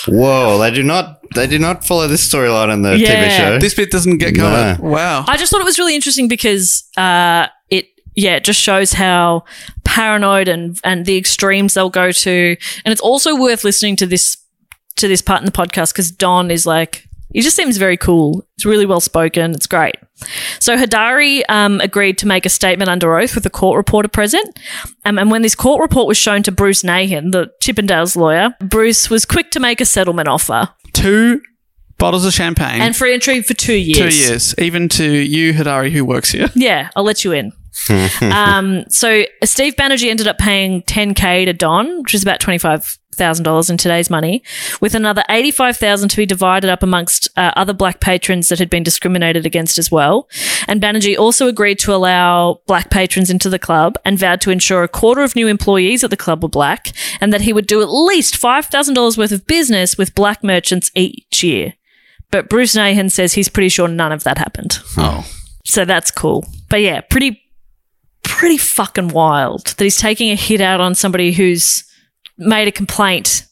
[SPEAKER 2] Whoa, they do not they do not follow this storyline in the TV
[SPEAKER 1] Yeah.
[SPEAKER 2] show.
[SPEAKER 1] This
[SPEAKER 4] bit doesn't get covered. Wow.
[SPEAKER 1] I just thought it was really interesting because uh, it, yeah, it just shows how paranoid and and the extremes they'll go to, and it's also worth listening to this to this part in the podcast because Don is like he just seems very cool. It's really well spoken. It's great. So Hadari um, agreed to make a statement under oath with a court reporter present, um, and when this court report was shown to Bruce Nahan, the Chippendales lawyer, Bruce was quick to make a settlement offer
[SPEAKER 4] Two bottles of champagne.
[SPEAKER 1] and free entry for two years.
[SPEAKER 4] two years, even to you, Hidari, who works here.
[SPEAKER 1] Yeah, I'll let you in. um, so Steve Banerjee ended up paying 10k to Don, which is about twenty five thousand dollars in today's money, with another eighty five thousand to be divided up amongst uh, other black patrons that had been discriminated against as well. And Banerjee also agreed to allow black patrons into the club and vowed to ensure a quarter of new employees at the club were black, and that he would do at least five thousand dollars worth of business with black merchants each year. But Bruce Nahan says he's pretty sure none of that happened.
[SPEAKER 4] Oh.
[SPEAKER 1] So that's cool. But yeah, pretty pretty fucking wild that he's taking a hit out on somebody who's made a complaint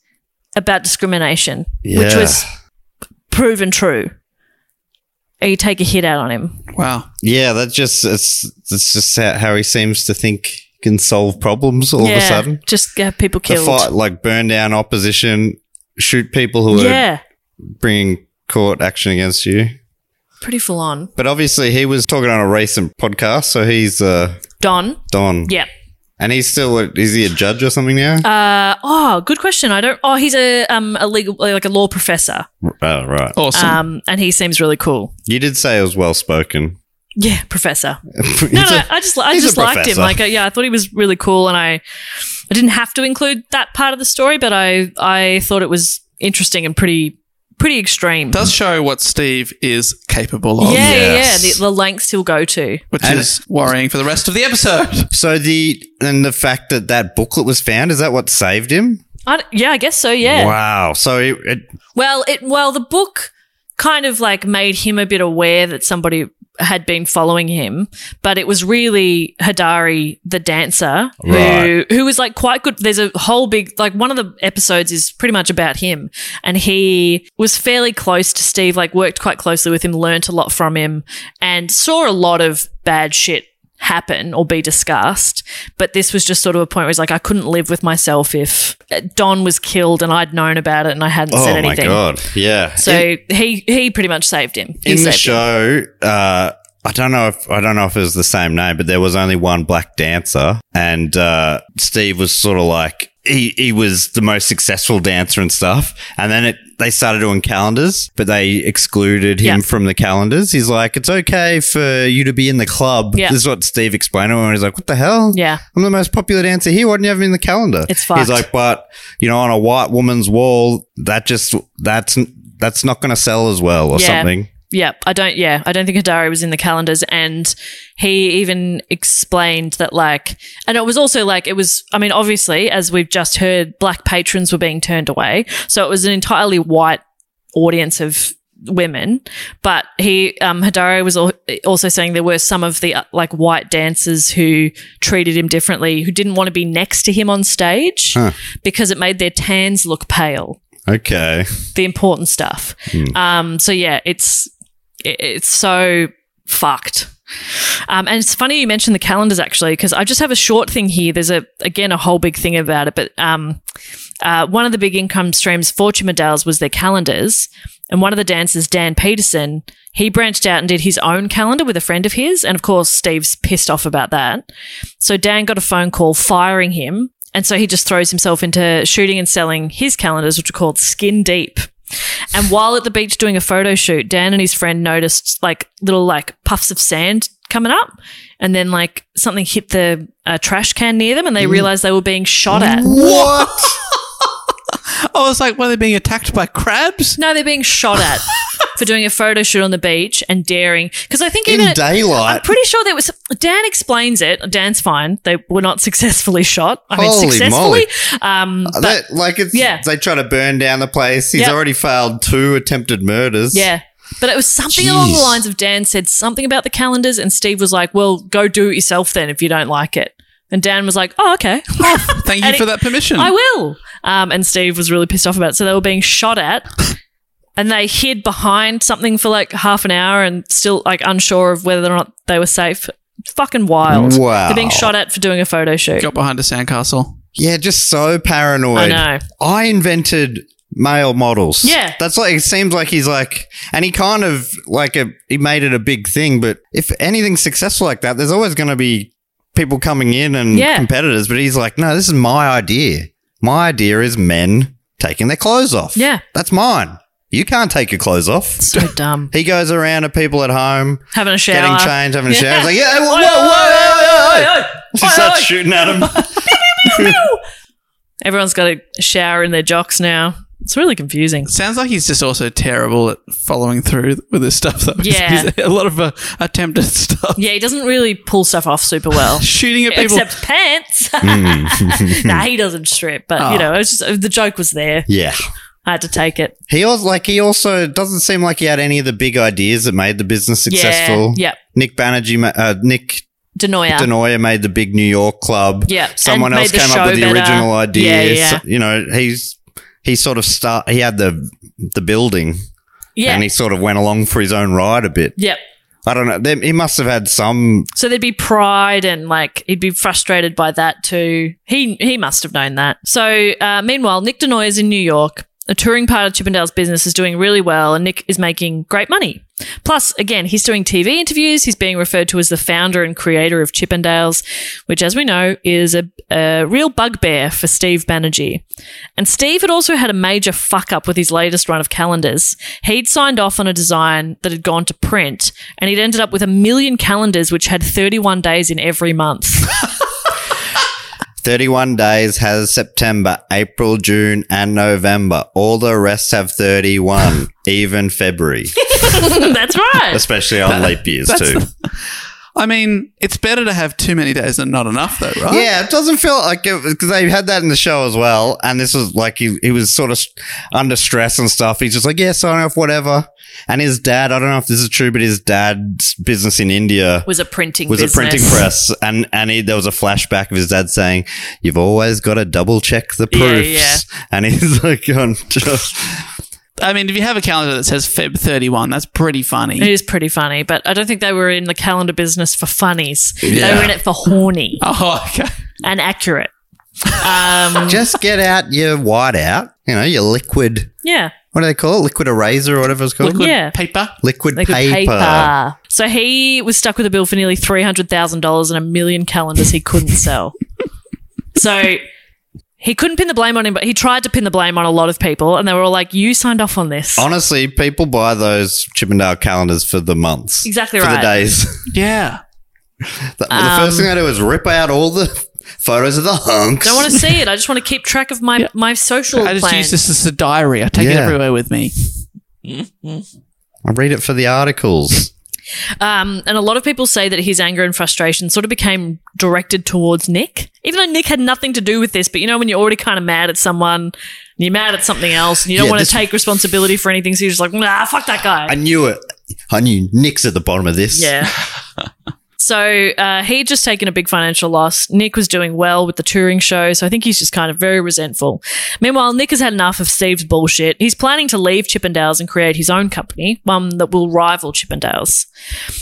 [SPEAKER 1] about discrimination, which
[SPEAKER 2] Yeah.
[SPEAKER 1] was proven true. And you take a hit out on him.
[SPEAKER 4] Wow.
[SPEAKER 2] Yeah, that just it's that's just how, how he seems to think he can solve problems all of a
[SPEAKER 1] Yeah,
[SPEAKER 2] sudden.
[SPEAKER 1] Just have people
[SPEAKER 2] To
[SPEAKER 1] killed.
[SPEAKER 2] fight like burn down opposition, shoot people who
[SPEAKER 1] Yeah.
[SPEAKER 2] are bringing court action against you.
[SPEAKER 1] Pretty full on.
[SPEAKER 2] But obviously, he was talking on a recent podcast, so he's uh,
[SPEAKER 1] Don.
[SPEAKER 2] Don.
[SPEAKER 1] Yeah.
[SPEAKER 2] and he's still a, is he a judge or something now?
[SPEAKER 1] Uh, oh, good question. I don't. Oh, he's a um a legal like a law professor.
[SPEAKER 2] oh, right,
[SPEAKER 1] Um, and he seems really cool.
[SPEAKER 2] you did say it was well spoken.
[SPEAKER 1] Yeah, professor. no, no, I just I
[SPEAKER 2] he's a
[SPEAKER 1] just liked him.
[SPEAKER 2] professor.
[SPEAKER 1] Like, uh, yeah, I thought he was really cool, and I I didn't have to include that part of the story, but I I thought it was interesting and pretty pretty extreme.
[SPEAKER 4] Does show what Steve is capable
[SPEAKER 1] yeah,
[SPEAKER 4] of.
[SPEAKER 1] yeah, yeah, the, the lengths he'll go to.
[SPEAKER 4] Which is worrying for the rest of the episode.
[SPEAKER 2] So the and the fact that that booklet was found is that what saved him?
[SPEAKER 1] I, yeah, I guess so. Yeah.
[SPEAKER 2] Wow. So it, it
[SPEAKER 1] Well, it well the book kind of like made him a bit aware that somebody had been following him, but it was really Hadari the dancer who
[SPEAKER 7] Right.
[SPEAKER 1] who was like quite good. There's a whole big like one of the episodes is pretty much about him, and he was fairly close to Steve, like worked quite closely with him, learnt a lot from him, and saw a lot of bad shit happen or be discussed. But this was just sort of a point where it's like I couldn't live with myself if uh, Don was killed and I'd known about it and I hadn't said
[SPEAKER 2] oh my
[SPEAKER 1] anything.
[SPEAKER 2] god, yeah.
[SPEAKER 1] So he he pretty much saved him. He
[SPEAKER 2] in the
[SPEAKER 1] saved him.
[SPEAKER 2] show, uh, I don't know if I don't know if it was the same name, but there was only one black dancer, and uh, Steve was sort of like he, he was the most successful dancer and stuff. And then it they started doing calendars, but they excluded him
[SPEAKER 6] Yeah.
[SPEAKER 2] from the calendars. He's like, it's okay for you to be in the club.
[SPEAKER 6] Yeah.
[SPEAKER 2] This is what Steve explained to him, and he's like, what the hell?
[SPEAKER 1] Yeah,
[SPEAKER 2] I'm the most popular dancer here. Why didn't you have me in the calendar?
[SPEAKER 1] It's fucked.
[SPEAKER 2] He's like, but you know, on a white woman's wall, that just that's that's not going to sell as well or
[SPEAKER 1] yeah.
[SPEAKER 2] something.
[SPEAKER 1] Yeah, I don't. Yeah, I don't think Hadari was in the calendars, and he even explained that like, and it was also like it was. I mean, obviously, as we've just heard, black patrons were being turned away, so it was an entirely white audience of women. But he, um, Hadari was al- also saying there were some of the uh, like white dancers who treated him differently, who didn't want to be next to him on stage
[SPEAKER 2] Huh.
[SPEAKER 1] because it made their tans look pale
[SPEAKER 2] Okay.
[SPEAKER 1] the important stuff.
[SPEAKER 2] Hmm.
[SPEAKER 1] Um, so yeah, it's it, it's so fucked. Um, and it's funny you mentioned the calendars actually because I just have a short thing here. There's a again a whole big thing about it, but um, uh, one of the big income streams for Chimadales was their calendars, and one of the dancers, Dan Peterson, he branched out and did his own calendar with a friend of his, and of course Steve's pissed off about that. So Dan got a phone call firing him, and so he just throws himself into shooting and selling his calendars, which are called Skin Deep. And while at the beach doing a photo shoot, Dan and his friend noticed like little like puffs of sand coming up, and then like something hit the uh, trash can near them, and they realized they were being shot at.
[SPEAKER 4] What? I was like, were they being attacked by crabs?
[SPEAKER 1] No, they're being shot at for doing a photo shoot on the beach and daring. Because I think
[SPEAKER 2] In
[SPEAKER 1] even at-
[SPEAKER 2] daylight?
[SPEAKER 1] I'm pretty sure there was. Dan explains it. Dan's fine. They were not successfully shot. I mean,
[SPEAKER 2] Holy
[SPEAKER 1] successfully. Um,
[SPEAKER 2] Uh,
[SPEAKER 1] but-
[SPEAKER 2] that- like it's
[SPEAKER 1] yeah.
[SPEAKER 2] they try to burn down the place. He's
[SPEAKER 1] Yep.
[SPEAKER 2] already failed two attempted murders.
[SPEAKER 1] Yeah. But it was something along the
[SPEAKER 2] Jeez.
[SPEAKER 1] lines of Dan said something about the calendars, and Steve was like, Well, go do it yourself then if you don't like it. And Dan was like, Oh, okay.
[SPEAKER 4] Thank you
[SPEAKER 1] And
[SPEAKER 4] for
[SPEAKER 1] it-
[SPEAKER 4] that permission.
[SPEAKER 1] I will. Um, and Steve was really pissed off about it. So they were being shot at, and they hid behind something for like half an hour and still like unsure of whether or not they were safe. Fucking wild.
[SPEAKER 4] Wow.
[SPEAKER 1] They're being shot at for doing a photo shoot.
[SPEAKER 4] Got behind a sandcastle.
[SPEAKER 2] Yeah, just so paranoid.
[SPEAKER 1] I know.
[SPEAKER 2] I invented male models.
[SPEAKER 1] Yeah.
[SPEAKER 2] That's like it seems like he's like and he kind of like a he made it a big thing, but if anything's successful like that, there's always gonna be people coming in and
[SPEAKER 1] Yeah.
[SPEAKER 2] competitors, but he's like, No, this is my idea. My idea is men taking their clothes off.
[SPEAKER 1] Yeah.
[SPEAKER 2] That's mine. You can't take your clothes off.
[SPEAKER 1] So dumb.
[SPEAKER 2] He goes around to people at home,
[SPEAKER 1] Having a shower.
[SPEAKER 2] getting changed, having a shower. He's like, yeah, whoa,
[SPEAKER 1] Oi, oi,
[SPEAKER 2] whoa,
[SPEAKER 1] oi, oi,
[SPEAKER 2] whoa,
[SPEAKER 1] oi,
[SPEAKER 2] whoa.
[SPEAKER 1] oi.
[SPEAKER 2] She starts shooting at him.
[SPEAKER 1] Everyone's got a shower in their jocks now. It's really confusing.
[SPEAKER 4] Sounds like he's just also terrible at following through with this stuff, though. He's-
[SPEAKER 1] Yeah.
[SPEAKER 4] he's a lot of uh, attempted stuff.
[SPEAKER 1] Yeah, he doesn't really pull stuff off super well.
[SPEAKER 4] Shooting at people.
[SPEAKER 1] Except pants.
[SPEAKER 2] Mm.
[SPEAKER 1] nah, he doesn't strip, but
[SPEAKER 2] Oh.
[SPEAKER 1] you know, it was just, the joke was there.
[SPEAKER 2] Yeah.
[SPEAKER 1] I had to take it.
[SPEAKER 2] He also like he also doesn't seem like he had any of the big ideas that made the business
[SPEAKER 1] Yeah,
[SPEAKER 2] successful.
[SPEAKER 1] yep.
[SPEAKER 2] Nick Banerjee, ma- uh, Nick
[SPEAKER 1] Denoya.
[SPEAKER 2] Denoyer made the big New York club.
[SPEAKER 1] Yeah,
[SPEAKER 2] Someone
[SPEAKER 1] and
[SPEAKER 2] else
[SPEAKER 1] made the
[SPEAKER 2] came up
[SPEAKER 1] show
[SPEAKER 2] with the
[SPEAKER 1] better.
[SPEAKER 2] original
[SPEAKER 1] Yeah,
[SPEAKER 2] idea.
[SPEAKER 1] yeah, yeah.
[SPEAKER 2] So, you know, he's he sort of start he had the the building.
[SPEAKER 1] Yeah.
[SPEAKER 2] And he sort of went along for his own ride a bit.
[SPEAKER 1] Yep.
[SPEAKER 2] I don't know. They- He must have had some
[SPEAKER 1] So there'd be pride and like he'd be frustrated by that too. He he must have known that. So uh, meanwhile, Nick DeNoy is in New York. A touring part of Chippendale's business is doing really well, and Nick is making great money. Plus, again, he's doing TV interviews. He's being referred to as the founder and creator of Chippendales, which, as we know, is a, a real bugbear for Steve Banerjee. And Steve had also had a major fuck up with his latest run of calendars. He'd signed off on a design that had gone to print, and he'd ended up with a million calendars which had 31 days in every month.
[SPEAKER 2] 31 days has September, April, June, and November. All the rest have 31, even February,
[SPEAKER 1] That's right.
[SPEAKER 2] especially on leap years,
[SPEAKER 4] That's-
[SPEAKER 2] too.
[SPEAKER 4] I mean, it's better to have too many days than not enough, though, right?
[SPEAKER 2] Yeah, it doesn't feel like it because they had that in the show as well. And this was like he, he was sort of st- under stress and stuff. He's just like, yeah, sign off, whatever. And his dad, I don't know if this is true, but his dad's business in India
[SPEAKER 1] Was a printing
[SPEAKER 2] was
[SPEAKER 1] business.
[SPEAKER 2] a printing press. And and he, there was a flashback of his dad saying, "You've always got to double check the
[SPEAKER 4] Yeah,
[SPEAKER 2] proofs."
[SPEAKER 4] yeah.
[SPEAKER 2] And he's like, "I'm just."
[SPEAKER 4] I mean, if you have a calendar that says Feb 31, that's pretty funny.
[SPEAKER 1] It is pretty funny, but I don't think they were in the calendar business for funnies. They
[SPEAKER 4] Yeah.
[SPEAKER 1] were in it for horny
[SPEAKER 2] Uh,
[SPEAKER 4] Oh, okay.
[SPEAKER 1] and accurate. Um,
[SPEAKER 2] just get out your white out, you know, your liquid.
[SPEAKER 1] Yeah.
[SPEAKER 2] What do they call it? Liquid eraser or whatever it's called?
[SPEAKER 1] Liquid Yeah.
[SPEAKER 4] paper.
[SPEAKER 2] Liquid,
[SPEAKER 1] Liquid
[SPEAKER 2] paper.
[SPEAKER 1] paper. So he was stuck with a bill for nearly three hundred thousand dollars and a million calendars he couldn't sell. so he couldn't pin the blame on him, but he tried to pin the blame on a lot of people, and they were all like, "You signed off on this."
[SPEAKER 2] Honestly, people buy those Chippendale calendars for the months.
[SPEAKER 1] Exactly
[SPEAKER 2] for
[SPEAKER 1] right. Um,
[SPEAKER 2] the days.
[SPEAKER 4] Yeah.
[SPEAKER 2] the, the first thing I do is rip out all the photos of the hunks.
[SPEAKER 1] Don't want to see it. I just want to keep track of my my social
[SPEAKER 4] I just
[SPEAKER 1] plan.
[SPEAKER 4] use this as a diary. I take it
[SPEAKER 2] Yeah.
[SPEAKER 4] everywhere with me.
[SPEAKER 2] I read it for the articles.
[SPEAKER 1] Um, and a lot of people say that his anger and frustration sort of became directed towards Nick, even though Nick had nothing to do with this. But you know, when you're already kind of mad at someone, and you're mad at something else, and you don't
[SPEAKER 2] Yeah,
[SPEAKER 1] want
[SPEAKER 2] this-
[SPEAKER 1] to take responsibility for anything, so you're just like, nah, fuck that guy.
[SPEAKER 2] I knew it. I knew Nick's at the bottom of this.
[SPEAKER 1] Yeah. So uh, he'd just taken a big financial loss. Nick was doing well with the touring show, so I think he's just kind of very resentful. Meanwhile, Nick has had enough of Steve's bullshit. He's planning to leave Chippendales and create his own company, one that will rival Chippendales.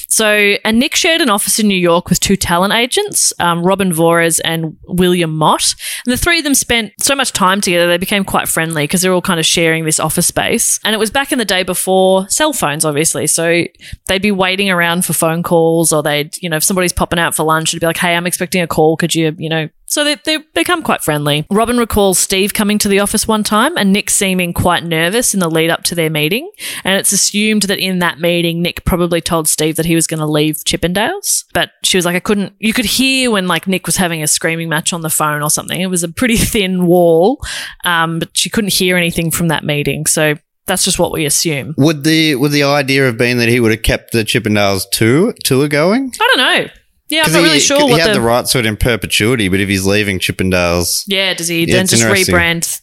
[SPEAKER 1] So, and Nick shared an office in New York with two talent agents, um, Robin Vorez and William Mott. And the three of them spent so much time together, they became quite friendly because they're all kind of sharing this office space. And it was back in the day before cell phones, obviously. So they'd be waiting around for phone calls or they'd, you know, if somebody's popping out for lunch, it'd be like, hey, I'm expecting a call. Could you, you know, so they, they become quite friendly. Robin recalls Steve coming to the office one time and Nick seeming quite nervous in the lead up to their meeting. And it's assumed that in that meeting, Nick probably told Steve that he was going to leave Chippendales. But she was like, I couldn't, you could hear when like Nick was having a screaming match on the phone or something. It was a pretty thin wall, um, but she couldn't hear anything from that meeting. So that's just what we assume.
[SPEAKER 2] Would the would the idea have been that he would have kept the Chippendales tour tour going?
[SPEAKER 1] I don't know. Yeah, I'm
[SPEAKER 2] 'Cause
[SPEAKER 1] not
[SPEAKER 2] he,
[SPEAKER 1] really sure
[SPEAKER 2] He
[SPEAKER 1] what
[SPEAKER 2] had
[SPEAKER 1] the,
[SPEAKER 2] the rights to it in perpetuity, but if he's leaving Chippendales,
[SPEAKER 1] yeah. Does he
[SPEAKER 2] Yeah,
[SPEAKER 1] then
[SPEAKER 2] it's
[SPEAKER 1] just
[SPEAKER 2] interesting.
[SPEAKER 1] rebrand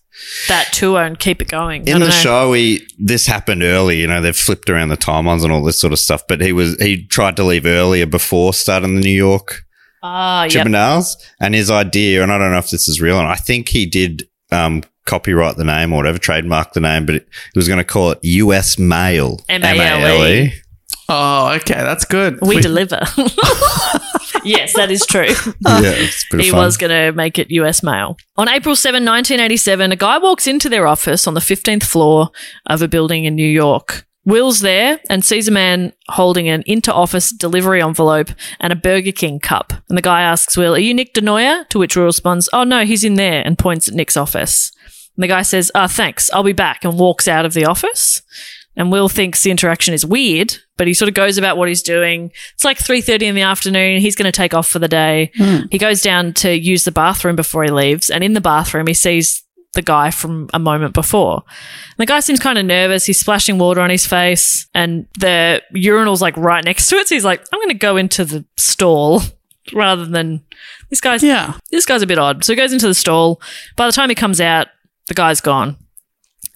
[SPEAKER 1] that tour and keep it going? I
[SPEAKER 2] in the
[SPEAKER 1] don't know.
[SPEAKER 2] show he this happened early you know they've flipped around the timelines and all this sort of stuff but he was he tried to leave earlier before starting the new york
[SPEAKER 1] Ah, yep.
[SPEAKER 2] Chippendales and his idea and i don't know if this is real and i think he did um copyright the name or whatever trademark the name but it, he was going to call it us mail
[SPEAKER 1] M-A-L-E.
[SPEAKER 2] M-A-L-E.
[SPEAKER 4] Oh, okay. That's good.
[SPEAKER 1] We, deliver. yes, that is true.
[SPEAKER 2] yeah it's a bit of
[SPEAKER 1] he
[SPEAKER 2] fun.
[SPEAKER 1] was going to make it US mail. On April 7, 1987, a guy walks into their office on the 15th floor of a building in New York. Will's there and sees a man holding an inter office delivery envelope and a Burger King cup. And the guy asks Will, Are you Nick DeNoyer? To which Will responds, Oh, no, he's in there, and points at Nick's office. And the guy says, Ah, thanks, I'll be back, and walks out of the office. And Will thinks the interaction is weird, but he sort of goes about what he's doing. It's like 3:30 in the afternoon, he's going to take off for the day. He goes down to use the bathroom before he leaves, and in the bathroom he sees the guy from a moment before. And the guy seems kind of nervous. He's splashing water on his face, and the urinal's like right next to it. So he's like, "I'm going to go into the stall rather than this guy's
[SPEAKER 4] yeah
[SPEAKER 1] this guy's a bit odd." So he goes into the stall. By the time he comes out, the guy's gone.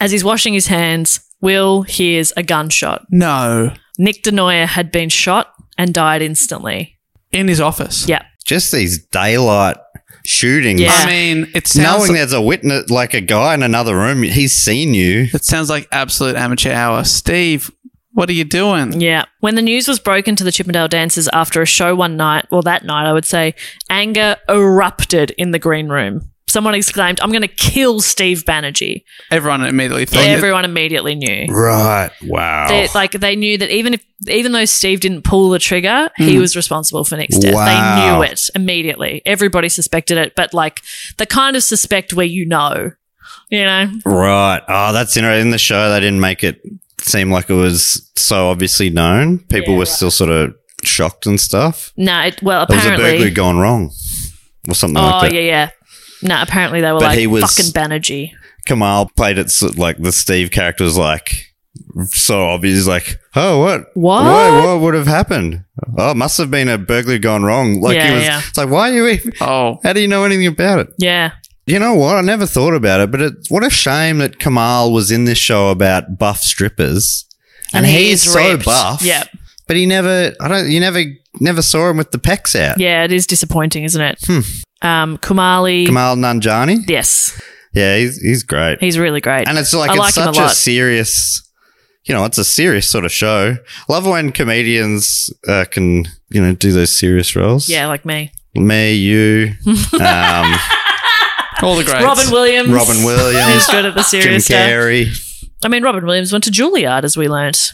[SPEAKER 1] As he's washing his hands, Will hears a gunshot.
[SPEAKER 4] No.
[SPEAKER 1] Nick DeNoyer had been shot and died instantly.
[SPEAKER 4] in his office.
[SPEAKER 1] Yeah.
[SPEAKER 2] Just these daylight shootings.
[SPEAKER 4] Yeah. I mean, it sounds
[SPEAKER 2] knowing
[SPEAKER 4] like-
[SPEAKER 2] there's a witness, like a guy in another room, he's seen you.
[SPEAKER 4] It sounds like absolute amateur hour. Steve, what are you doing?
[SPEAKER 1] Yeah. When the news was broken to the Chippendale dancers after a show one night, well, that night, I would say, anger erupted in the green room. Someone exclaimed, I'm going to kill Steve Banerjee.
[SPEAKER 4] Everyone immediately
[SPEAKER 2] Oh,
[SPEAKER 4] thought
[SPEAKER 1] Everyone immediately knew.
[SPEAKER 2] Right. Wow.
[SPEAKER 1] They, like they knew that even if even though Steve didn't pull the trigger, he
[SPEAKER 2] Hmm.
[SPEAKER 4] Mm.
[SPEAKER 1] was responsible for Nick's death.
[SPEAKER 4] Wow.
[SPEAKER 1] They knew it immediately. Everybody suspected it, but like the kind of suspect where you know, you know,
[SPEAKER 2] Right. Oh, that's interesting. In the show, they didn't make it seem like it was so obviously known. People were still sort of shocked and stuff.
[SPEAKER 1] no. it, well,
[SPEAKER 2] It was a
[SPEAKER 1] apparently,
[SPEAKER 2] burglary gone wrong or something
[SPEAKER 1] oh
[SPEAKER 2] like that.
[SPEAKER 1] yeah, yeah. No, apparently they were
[SPEAKER 2] But
[SPEAKER 1] like
[SPEAKER 2] he was-
[SPEAKER 1] fucking Banerjee.
[SPEAKER 2] Kamal played it s- like the Steve character was like so obvious, like, oh, what?
[SPEAKER 1] What?
[SPEAKER 2] Why, what would have happened? Oh, it must have been a burglary gone wrong. Like,
[SPEAKER 1] Yeah,
[SPEAKER 2] it was,
[SPEAKER 1] yeah.
[SPEAKER 2] it's like, why are you even,
[SPEAKER 4] oh,
[SPEAKER 2] how do you know anything about it?
[SPEAKER 1] Yeah.
[SPEAKER 2] You know what? I never thought about it, but it, what a shame that Kamal was in this show about buff strippers. And,
[SPEAKER 1] And
[SPEAKER 2] he's,
[SPEAKER 1] he's
[SPEAKER 2] so
[SPEAKER 1] ripped.
[SPEAKER 2] buff.
[SPEAKER 1] Yep.
[SPEAKER 2] But he never, I don't, you never, never saw him with the pecs out.
[SPEAKER 1] Yeah, it is disappointing, isn't it?
[SPEAKER 2] Hmm.
[SPEAKER 1] Um, Kumali.
[SPEAKER 2] Kamal Nanjani?
[SPEAKER 1] Yes.
[SPEAKER 2] Yeah, he's, he's great.
[SPEAKER 1] He's really great.
[SPEAKER 2] And it's like,
[SPEAKER 1] I like
[SPEAKER 2] it's
[SPEAKER 1] him a
[SPEAKER 2] such a,
[SPEAKER 1] lot.
[SPEAKER 2] serious, you know, it's a serious sort of show. Love when comedians uh, can, you know, do those serious roles.
[SPEAKER 1] Yeah, like me.
[SPEAKER 2] Me, you, um,
[SPEAKER 4] all the greats.
[SPEAKER 1] Robin Williams.
[SPEAKER 2] Robin Williams.
[SPEAKER 1] Who's good at the serious
[SPEAKER 2] Jim
[SPEAKER 1] stuff.
[SPEAKER 2] Carrey.
[SPEAKER 1] I mean, Robin Williams went to Juilliard, as we learnt.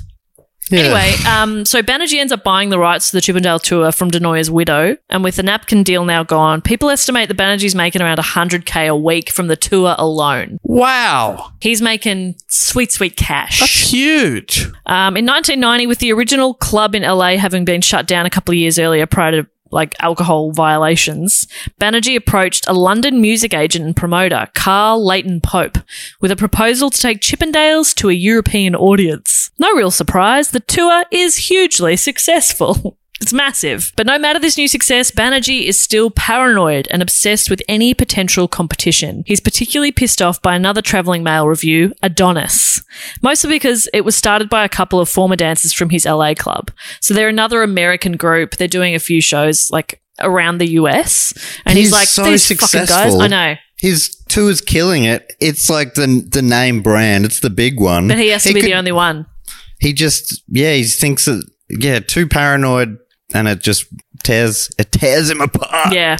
[SPEAKER 2] Yeah.
[SPEAKER 1] Anyway, um, so Banerjee ends up buying the rights to the Chippendale tour from Denoya's widow, and with the napkin deal now gone, people estimate that Banerjee's making around 100k a week from the tour alone.
[SPEAKER 4] Wow.
[SPEAKER 1] He's making sweet, sweet cash.
[SPEAKER 4] That's huge.
[SPEAKER 1] Um, in 1990, with the original club in LA having been shut down a couple of years earlier prior to like alcohol violations, Banerjee approached a London music agent and promoter, Carl Leighton Pope, with a proposal to take Chippendales to a European audience. No real surprise, the tour is hugely successful. It's massive. But no matter this new success, Banerjee is still paranoid and obsessed with any potential competition. He's particularly pissed off by another traveling mail review, Adonis. Mostly because it was started by a couple of former dancers from his LA club. So they're another American group. They're doing a few shows like around the US. And he's, like, these fucking guys. I know.
[SPEAKER 2] His tour's killing it. It's like the the name brand. It's the big one.
[SPEAKER 1] But he has to be
[SPEAKER 2] could-
[SPEAKER 1] the only one.
[SPEAKER 2] He just yeah. He thinks that yeah. Too paranoid, and it just tears it tears him apart.
[SPEAKER 1] Yeah.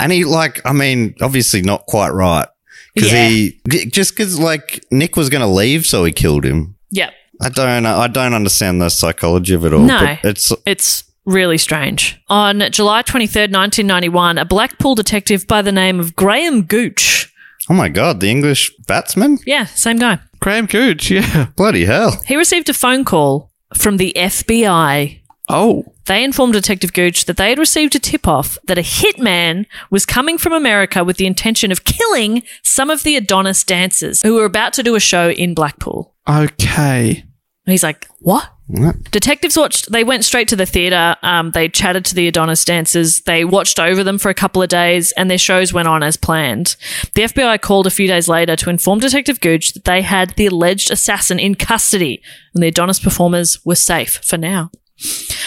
[SPEAKER 2] And he like I mean obviously not quite right because
[SPEAKER 1] Yeah.
[SPEAKER 2] he g- just because like Nick was going to leave, so he killed him.
[SPEAKER 1] Yep.
[SPEAKER 2] I don't know- I don't understand the psychology of it all.
[SPEAKER 1] No.
[SPEAKER 2] but it's
[SPEAKER 1] It's really strange. On July 23rd, 1991, a Blackpool detective by the name of Graham Gooch.
[SPEAKER 2] oh my god, the English batsman.
[SPEAKER 1] Yeah, same guy.
[SPEAKER 4] Graham Gooch, yeah.
[SPEAKER 2] Bloody hell.
[SPEAKER 1] He received a phone call from the FBI.
[SPEAKER 4] Oh.
[SPEAKER 1] They informed Detective Gooch that they had received a tip off that a hitman was coming from America with the intention of killing some of the Adonis dancers who were about to do a show in Blackpool.
[SPEAKER 4] Okay.
[SPEAKER 1] And he's like, What? Detectives watched. They went straight to the theater. Um, they chatted to the Adonis dancers. They watched over them for a couple of days, and their shows went on as planned. The FBI called a few days later to inform Detective Gooch that they had the alleged assassin in custody, and the Adonis performers were safe for now.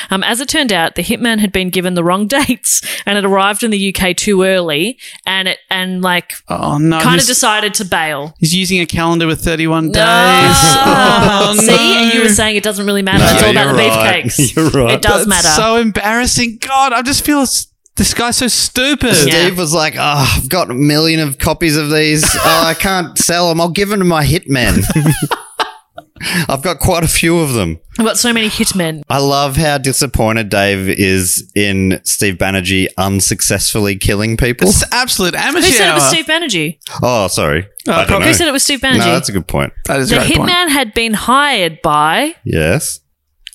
[SPEAKER 1] Um, as it turned out, the hitman had been given the wrong dates and had arrived in the UK too early, and it and like
[SPEAKER 4] Oh no.
[SPEAKER 1] kind
[SPEAKER 4] he's,
[SPEAKER 1] of decided to bail.
[SPEAKER 4] he's using a calendar with 31 days.
[SPEAKER 1] Ah,
[SPEAKER 4] Oh,
[SPEAKER 1] see, and you were saying it doesn't really matter. it's all about the beefcakes.
[SPEAKER 2] You're right.
[SPEAKER 1] It does
[SPEAKER 4] That's
[SPEAKER 1] matter.
[SPEAKER 4] So embarrassing. God, I just feel s- this guy's so stupid.
[SPEAKER 2] Steve was like, oh, I've got a million of copies of these. Oh, I can't sell them. I'll give them to my hitmen. I've got quite a few of them.
[SPEAKER 1] I've got so many hitmen.
[SPEAKER 2] I love how disappointed Dave is in Steve Banerjee unsuccessfully killing people.
[SPEAKER 4] It's absolute amateur.
[SPEAKER 1] Who said it was
[SPEAKER 4] hour.
[SPEAKER 1] Steve Banerjee?
[SPEAKER 2] Oh,
[SPEAKER 4] Oh,
[SPEAKER 2] sorry. I don't
[SPEAKER 4] probably-
[SPEAKER 2] know.
[SPEAKER 1] Who said it was Steve
[SPEAKER 2] No,
[SPEAKER 1] Banerjee?
[SPEAKER 2] that's a good point.
[SPEAKER 4] That is
[SPEAKER 1] the hitman had been hired by
[SPEAKER 2] Yes.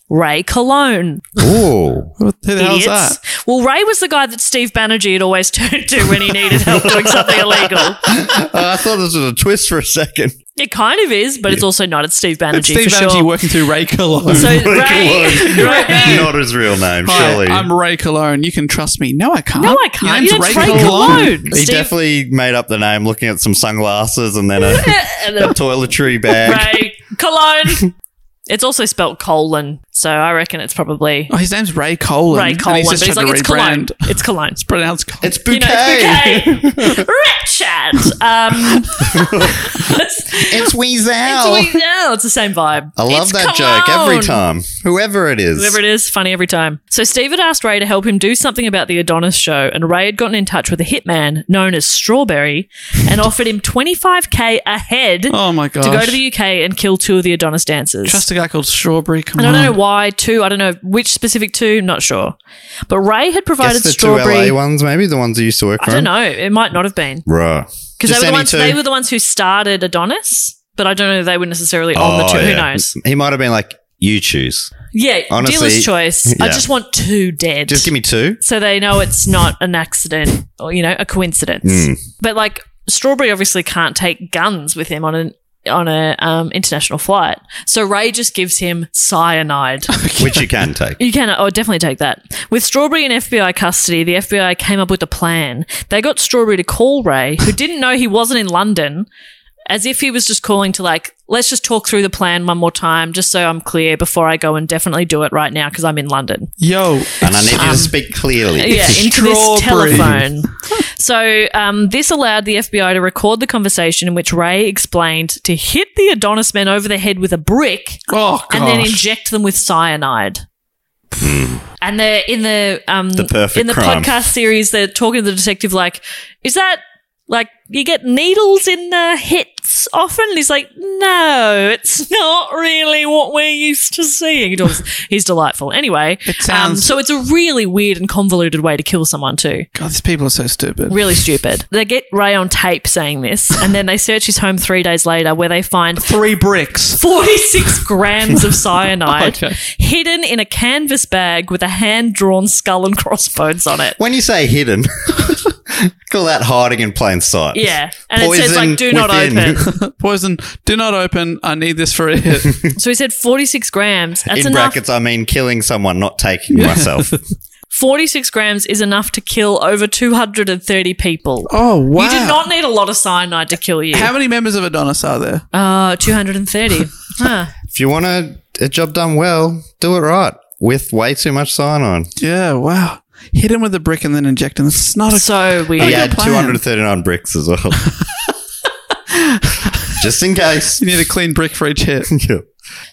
[SPEAKER 1] Ray Cologne.
[SPEAKER 2] Ooh.
[SPEAKER 4] What the hell's
[SPEAKER 1] Idiots.
[SPEAKER 4] that?
[SPEAKER 1] Well, Ray was the guy that Steve Banerjee had always turned to when he needed help doing something illegal.
[SPEAKER 2] Uh, I thought this was a twist for a second.
[SPEAKER 1] It kind of is, but it's also not. It's Steve Banerjee
[SPEAKER 4] It's Steve
[SPEAKER 1] for
[SPEAKER 4] Banerjee
[SPEAKER 1] sure.
[SPEAKER 4] working through Ray Cologne.
[SPEAKER 1] So Ray,
[SPEAKER 2] Cologne.
[SPEAKER 1] Ray-
[SPEAKER 2] Not his real name,
[SPEAKER 4] Hi,
[SPEAKER 2] surely.
[SPEAKER 4] I'm Ray Cologne. You can trust me. No, I can't.
[SPEAKER 1] No, I can't.
[SPEAKER 4] Your
[SPEAKER 1] You
[SPEAKER 4] name's
[SPEAKER 1] don't Ray Cologne.
[SPEAKER 2] he
[SPEAKER 1] Steve-
[SPEAKER 2] definitely made up the name looking at some sunglasses and then a,
[SPEAKER 1] and
[SPEAKER 2] a toiletry bag.
[SPEAKER 1] Ray Cologne. It's also spelt colon. So I reckon it's probably
[SPEAKER 4] Oh, his name's Ray Colin.
[SPEAKER 1] Ray Colin,
[SPEAKER 4] and he's just
[SPEAKER 1] but he's
[SPEAKER 4] tried
[SPEAKER 1] like, it's
[SPEAKER 4] to
[SPEAKER 1] Cologne.
[SPEAKER 4] rebrand.
[SPEAKER 1] It's Cologne. It's
[SPEAKER 4] pronounced Cologne.
[SPEAKER 1] It's Richard. Um,
[SPEAKER 2] it's Weasel.
[SPEAKER 1] It's Weasel. It's the same vibe.
[SPEAKER 2] I love
[SPEAKER 1] It's
[SPEAKER 2] that joke every
[SPEAKER 1] Cologne.
[SPEAKER 2] time. Whoever it is.
[SPEAKER 1] Whoever it is, funny every time. So Steve had asked Ray to help him do something about the Adonis show, and Ray had gotten in touch with a hitman known as Strawberry and offered him 25k a head
[SPEAKER 4] Oh my
[SPEAKER 1] to go
[SPEAKER 4] gosh.
[SPEAKER 1] to the UK and kill two of the Adonis dancers.
[SPEAKER 4] Trust a guy called Strawberry. Come
[SPEAKER 1] and I
[SPEAKER 4] on.
[SPEAKER 2] Mm.
[SPEAKER 1] don't know why two. I don't know which specific two. Not sure. But Ray had provided
[SPEAKER 2] Guess the two
[SPEAKER 1] strawberry.
[SPEAKER 2] LA ones, maybe the ones that used to work
[SPEAKER 1] I
[SPEAKER 2] for
[SPEAKER 1] don't
[SPEAKER 2] him.
[SPEAKER 1] know. It might not have been
[SPEAKER 2] Right.
[SPEAKER 1] because
[SPEAKER 2] Just
[SPEAKER 1] they were the
[SPEAKER 2] any
[SPEAKER 1] ones.
[SPEAKER 2] two.
[SPEAKER 1] They were the ones who started Adonis. But I don't know. If they were necessarily on the
[SPEAKER 2] Oh,
[SPEAKER 1] two. Who
[SPEAKER 2] yeah.
[SPEAKER 1] knows?
[SPEAKER 2] He might have been like, you choose.
[SPEAKER 1] Yeah,
[SPEAKER 2] Honestly,
[SPEAKER 1] dealer's choice. I
[SPEAKER 2] yeah.
[SPEAKER 1] just want two dead.
[SPEAKER 2] Just give me two.
[SPEAKER 1] so they know it's not an accident or you know a coincidence.
[SPEAKER 2] Mm.
[SPEAKER 1] But like Strawberry obviously can't take guns with him on an on a um, international flight, so Ray just gives him cyanide.
[SPEAKER 2] Which you can take.
[SPEAKER 1] You can, oh, definitely take that. With Strawberry in FBI custody, the FBI came up with a plan. They got Strawberry to call Ray, who didn't know he wasn't in London, as if he was just calling to, like, let's just talk through the plan one more time, just so I'm clear before I go and definitely do it right now because I'm in London.
[SPEAKER 4] Yo,
[SPEAKER 2] And I need you
[SPEAKER 1] um,
[SPEAKER 2] to speak clearly.
[SPEAKER 1] Yeah, into this
[SPEAKER 2] Strawberry.
[SPEAKER 1] telephone. So um, this allowed the FBI to record the conversation in which Ray explained to hit the Adonis men over the head with a brick
[SPEAKER 4] Oh,
[SPEAKER 1] and then
[SPEAKER 4] gosh.
[SPEAKER 1] inject them with cyanide. and they're in the um,
[SPEAKER 2] Hmm. The perfect
[SPEAKER 1] in the
[SPEAKER 2] crime.
[SPEAKER 1] podcast series. They're talking to the detective like, "Is that like you get needles in the hits often?" And he's like, "No, it's not really what we're used to seeing." He talks- He's delightful. Anyway, um,
[SPEAKER 4] sounds-
[SPEAKER 1] so it's a really weird and convoluted way to kill someone too.
[SPEAKER 4] God, these people are so stupid.
[SPEAKER 1] Really stupid. They get Ray on tape saying this, and then they search his home three days later, where they find
[SPEAKER 4] Three bricks.
[SPEAKER 1] 46 grams of cyanide
[SPEAKER 4] Okay.
[SPEAKER 1] hidden in a canvas bag with a hand drawn skull and crossbones on it.
[SPEAKER 2] When you say hidden, call that hiding in plain sight.
[SPEAKER 1] Yeah. And it says, like, do not open.
[SPEAKER 4] Poison. Do not open. I need this for it.
[SPEAKER 1] So he said 46 grams. That's
[SPEAKER 2] in
[SPEAKER 1] enough.
[SPEAKER 2] brackets, I mean killing someone, not taking myself.
[SPEAKER 1] 46 grams is enough to kill over 230 people.
[SPEAKER 4] Oh wow!
[SPEAKER 1] You did not need a lot of cyanide to kill you.
[SPEAKER 4] How many members of Adonis are there?
[SPEAKER 1] Uh, 230. huh.
[SPEAKER 2] if you want a, a job done well, do it right with way too much cyanide.
[SPEAKER 4] Yeah. Wow. Hit him with a brick and then inject him. It's not a
[SPEAKER 1] So
[SPEAKER 2] He
[SPEAKER 1] weird.
[SPEAKER 2] had
[SPEAKER 4] plan.
[SPEAKER 2] 239 bricks as well. Just in case.
[SPEAKER 4] You need a clean brick for each hit.
[SPEAKER 2] Yeah.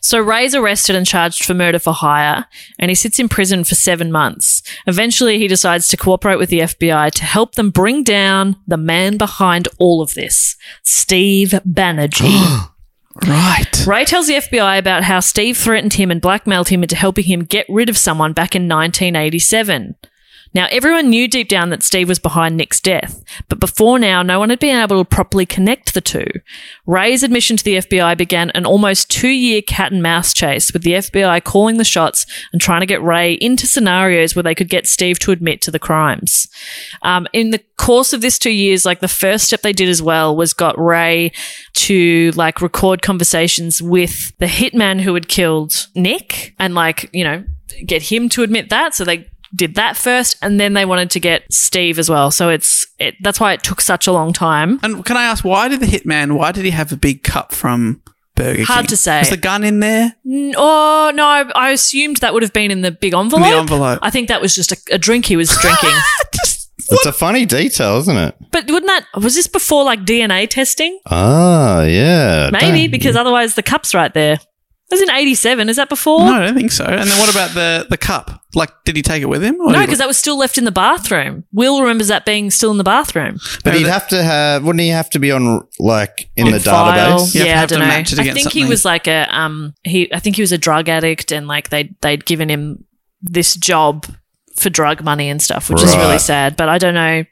[SPEAKER 1] So Ray's arrested and charged for murder for hire, and he sits in prison for seven months. Eventually, he decides to cooperate with the FBI to help them bring down the man behind all of this, Steve Banerjee.
[SPEAKER 4] Right.
[SPEAKER 1] Ray tells the FBI about how Steve threatened him and blackmailed him into helping him get rid of someone back in 1987. Now, everyone knew deep down that Steve was behind Nick's death, but before now, no one had been able to properly connect the two. Ray's admission to the FBI began an almost two year cat and mouse chase, with the FBI calling the shots and trying to get Ray into scenarios where they could get Steve to admit to the crimes. Um, in the course of this two years, like the first step they did as well was got Ray to like record conversations with the hitman who had killed Nick and like, you know, get him to admit that. So they did that first and then they wanted to get Steve as well. So it's it, that's why it took such a long time.
[SPEAKER 4] And can I ask why did the hitman? Why did he have a big cup from Burger King?
[SPEAKER 1] Hard to say.
[SPEAKER 4] Was the gun in there?
[SPEAKER 1] N- Oh no, I, I assumed that would have been in the big envelope.
[SPEAKER 4] envelope.
[SPEAKER 1] I think that was just a, a drink he was drinking.
[SPEAKER 2] It's a funny detail, isn't it?
[SPEAKER 1] but wouldn't that was this before like DNA testing?
[SPEAKER 2] Ah, yeah.
[SPEAKER 1] Maybe
[SPEAKER 2] Don't-
[SPEAKER 1] because otherwise the cup's right there. It was in '87. Is that before?
[SPEAKER 4] No, I don't think so. And then what about the the cup? Like, did he take it with him? Or
[SPEAKER 1] No,
[SPEAKER 4] did-
[SPEAKER 1] because that was still left in the bathroom. Will remembers that being still in the bathroom.
[SPEAKER 2] But he'd have to have, wouldn't he have to be on, like, in
[SPEAKER 1] On
[SPEAKER 2] the
[SPEAKER 1] file.
[SPEAKER 2] database?
[SPEAKER 4] Yeah,
[SPEAKER 1] Yeah, I
[SPEAKER 4] have to
[SPEAKER 1] don't know. I
[SPEAKER 4] match it
[SPEAKER 1] think
[SPEAKER 4] against
[SPEAKER 1] he
[SPEAKER 4] something.
[SPEAKER 1] was like a um. He, I think he was a drug addict, and like they they'd given him this job for drug money and stuff, which is really
[SPEAKER 2] Right.
[SPEAKER 1] sad. But I don't know.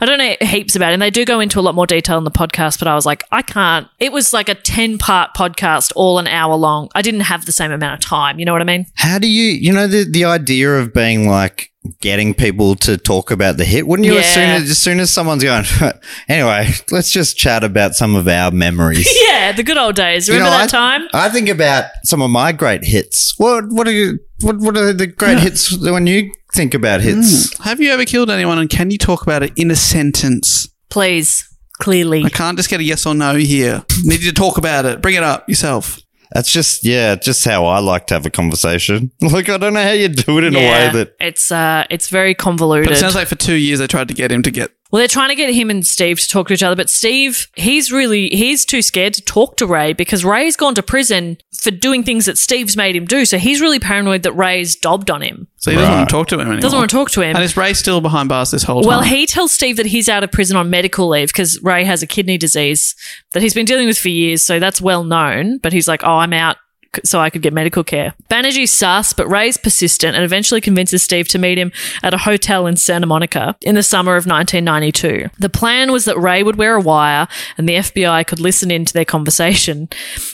[SPEAKER 1] I don't know heaps about it. And they do go into a lot more detail in the podcast, but I was like, I can't. It was like a 10 part podcast, all an hour long. I didn't have the same amount of time. You know what I mean?
[SPEAKER 2] How do you, you know, the, the idea of being like getting people to talk about the hit? Wouldn't you as soon
[SPEAKER 1] Yeah.
[SPEAKER 2] as, as soon as someone's going, anyway, let's just chat about some of our memories.
[SPEAKER 1] Yeah, the good old days.
[SPEAKER 2] You know,
[SPEAKER 1] Remember that
[SPEAKER 2] I-
[SPEAKER 1] time?
[SPEAKER 2] I think about some of my great hits. What what are you what what are the great hits when you think about
[SPEAKER 1] Mm.
[SPEAKER 2] hits?
[SPEAKER 4] Have you ever killed anyone? And can you talk about it in a sentence?
[SPEAKER 1] Please, clearly.
[SPEAKER 4] I can't just get a yes or no here. Need you to talk about it. Bring it up yourself.
[SPEAKER 2] That's just yeah, just how I like to have a conversation. Like I don't know how you do it in a way that
[SPEAKER 1] it's uh, it's very convoluted.
[SPEAKER 4] But it sounds like for two years they tried to get him to get.
[SPEAKER 1] Well, they're trying to get him and Steve to talk to each other, but Steve, he's really he's too scared to talk to Ray because Ray's gone to prison for doing things that Steve's made him do. So he's really paranoid that Ray's dobbed on him.
[SPEAKER 4] So he doesn't want to talk to him anymore.
[SPEAKER 1] Doesn't want to talk to him.
[SPEAKER 4] And is Ray still behind bars this whole time?
[SPEAKER 1] Well, he tells Steve that he's out of prison on medical leave because Ray has a kidney disease that he's been dealing with for years. So that's well known. But he's like, oh, I'm out c- so I could get medical care. Banerjee's sus, but Ray's persistent and eventually convinces Steve to meet him at a hotel in Santa Monica in the summer of 1992. The plan was that Ray would wear a wire and the FBI could listen in to their conversation.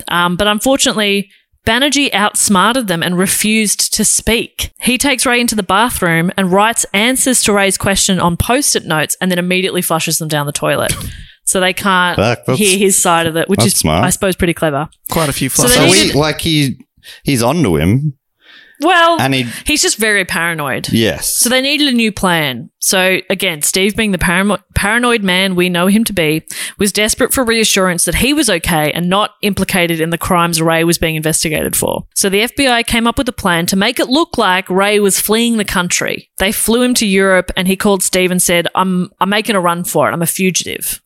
[SPEAKER 1] Um, but unfortunately, Banerjee outsmarted them and refused to speak. He takes Ray into the bathroom and writes answers to Ray's question on post it notes and then immediately flushes them down the toilet. So they can't
[SPEAKER 2] Fuck, that's-
[SPEAKER 1] hear his side of it, which
[SPEAKER 2] that's
[SPEAKER 1] is,
[SPEAKER 2] smart.
[SPEAKER 1] I suppose, pretty clever.
[SPEAKER 4] Quite a few
[SPEAKER 1] So
[SPEAKER 4] flushes.
[SPEAKER 1] they
[SPEAKER 2] so
[SPEAKER 1] needed-
[SPEAKER 2] he like he he's onto him.
[SPEAKER 1] Well,
[SPEAKER 2] And he-
[SPEAKER 1] he's just very paranoid.
[SPEAKER 2] Yes.
[SPEAKER 1] So they needed a new plan. So again, Steve, being the parano- paranoid man we know him to be, was desperate for reassurance that he was okay and not implicated in the crimes Ray was being investigated for. So the FBI came up with a plan to make it look like Ray was fleeing the country. They flew him to Europe, and he called Steve and said, "I'm I'm making a run for it. I'm a fugitive."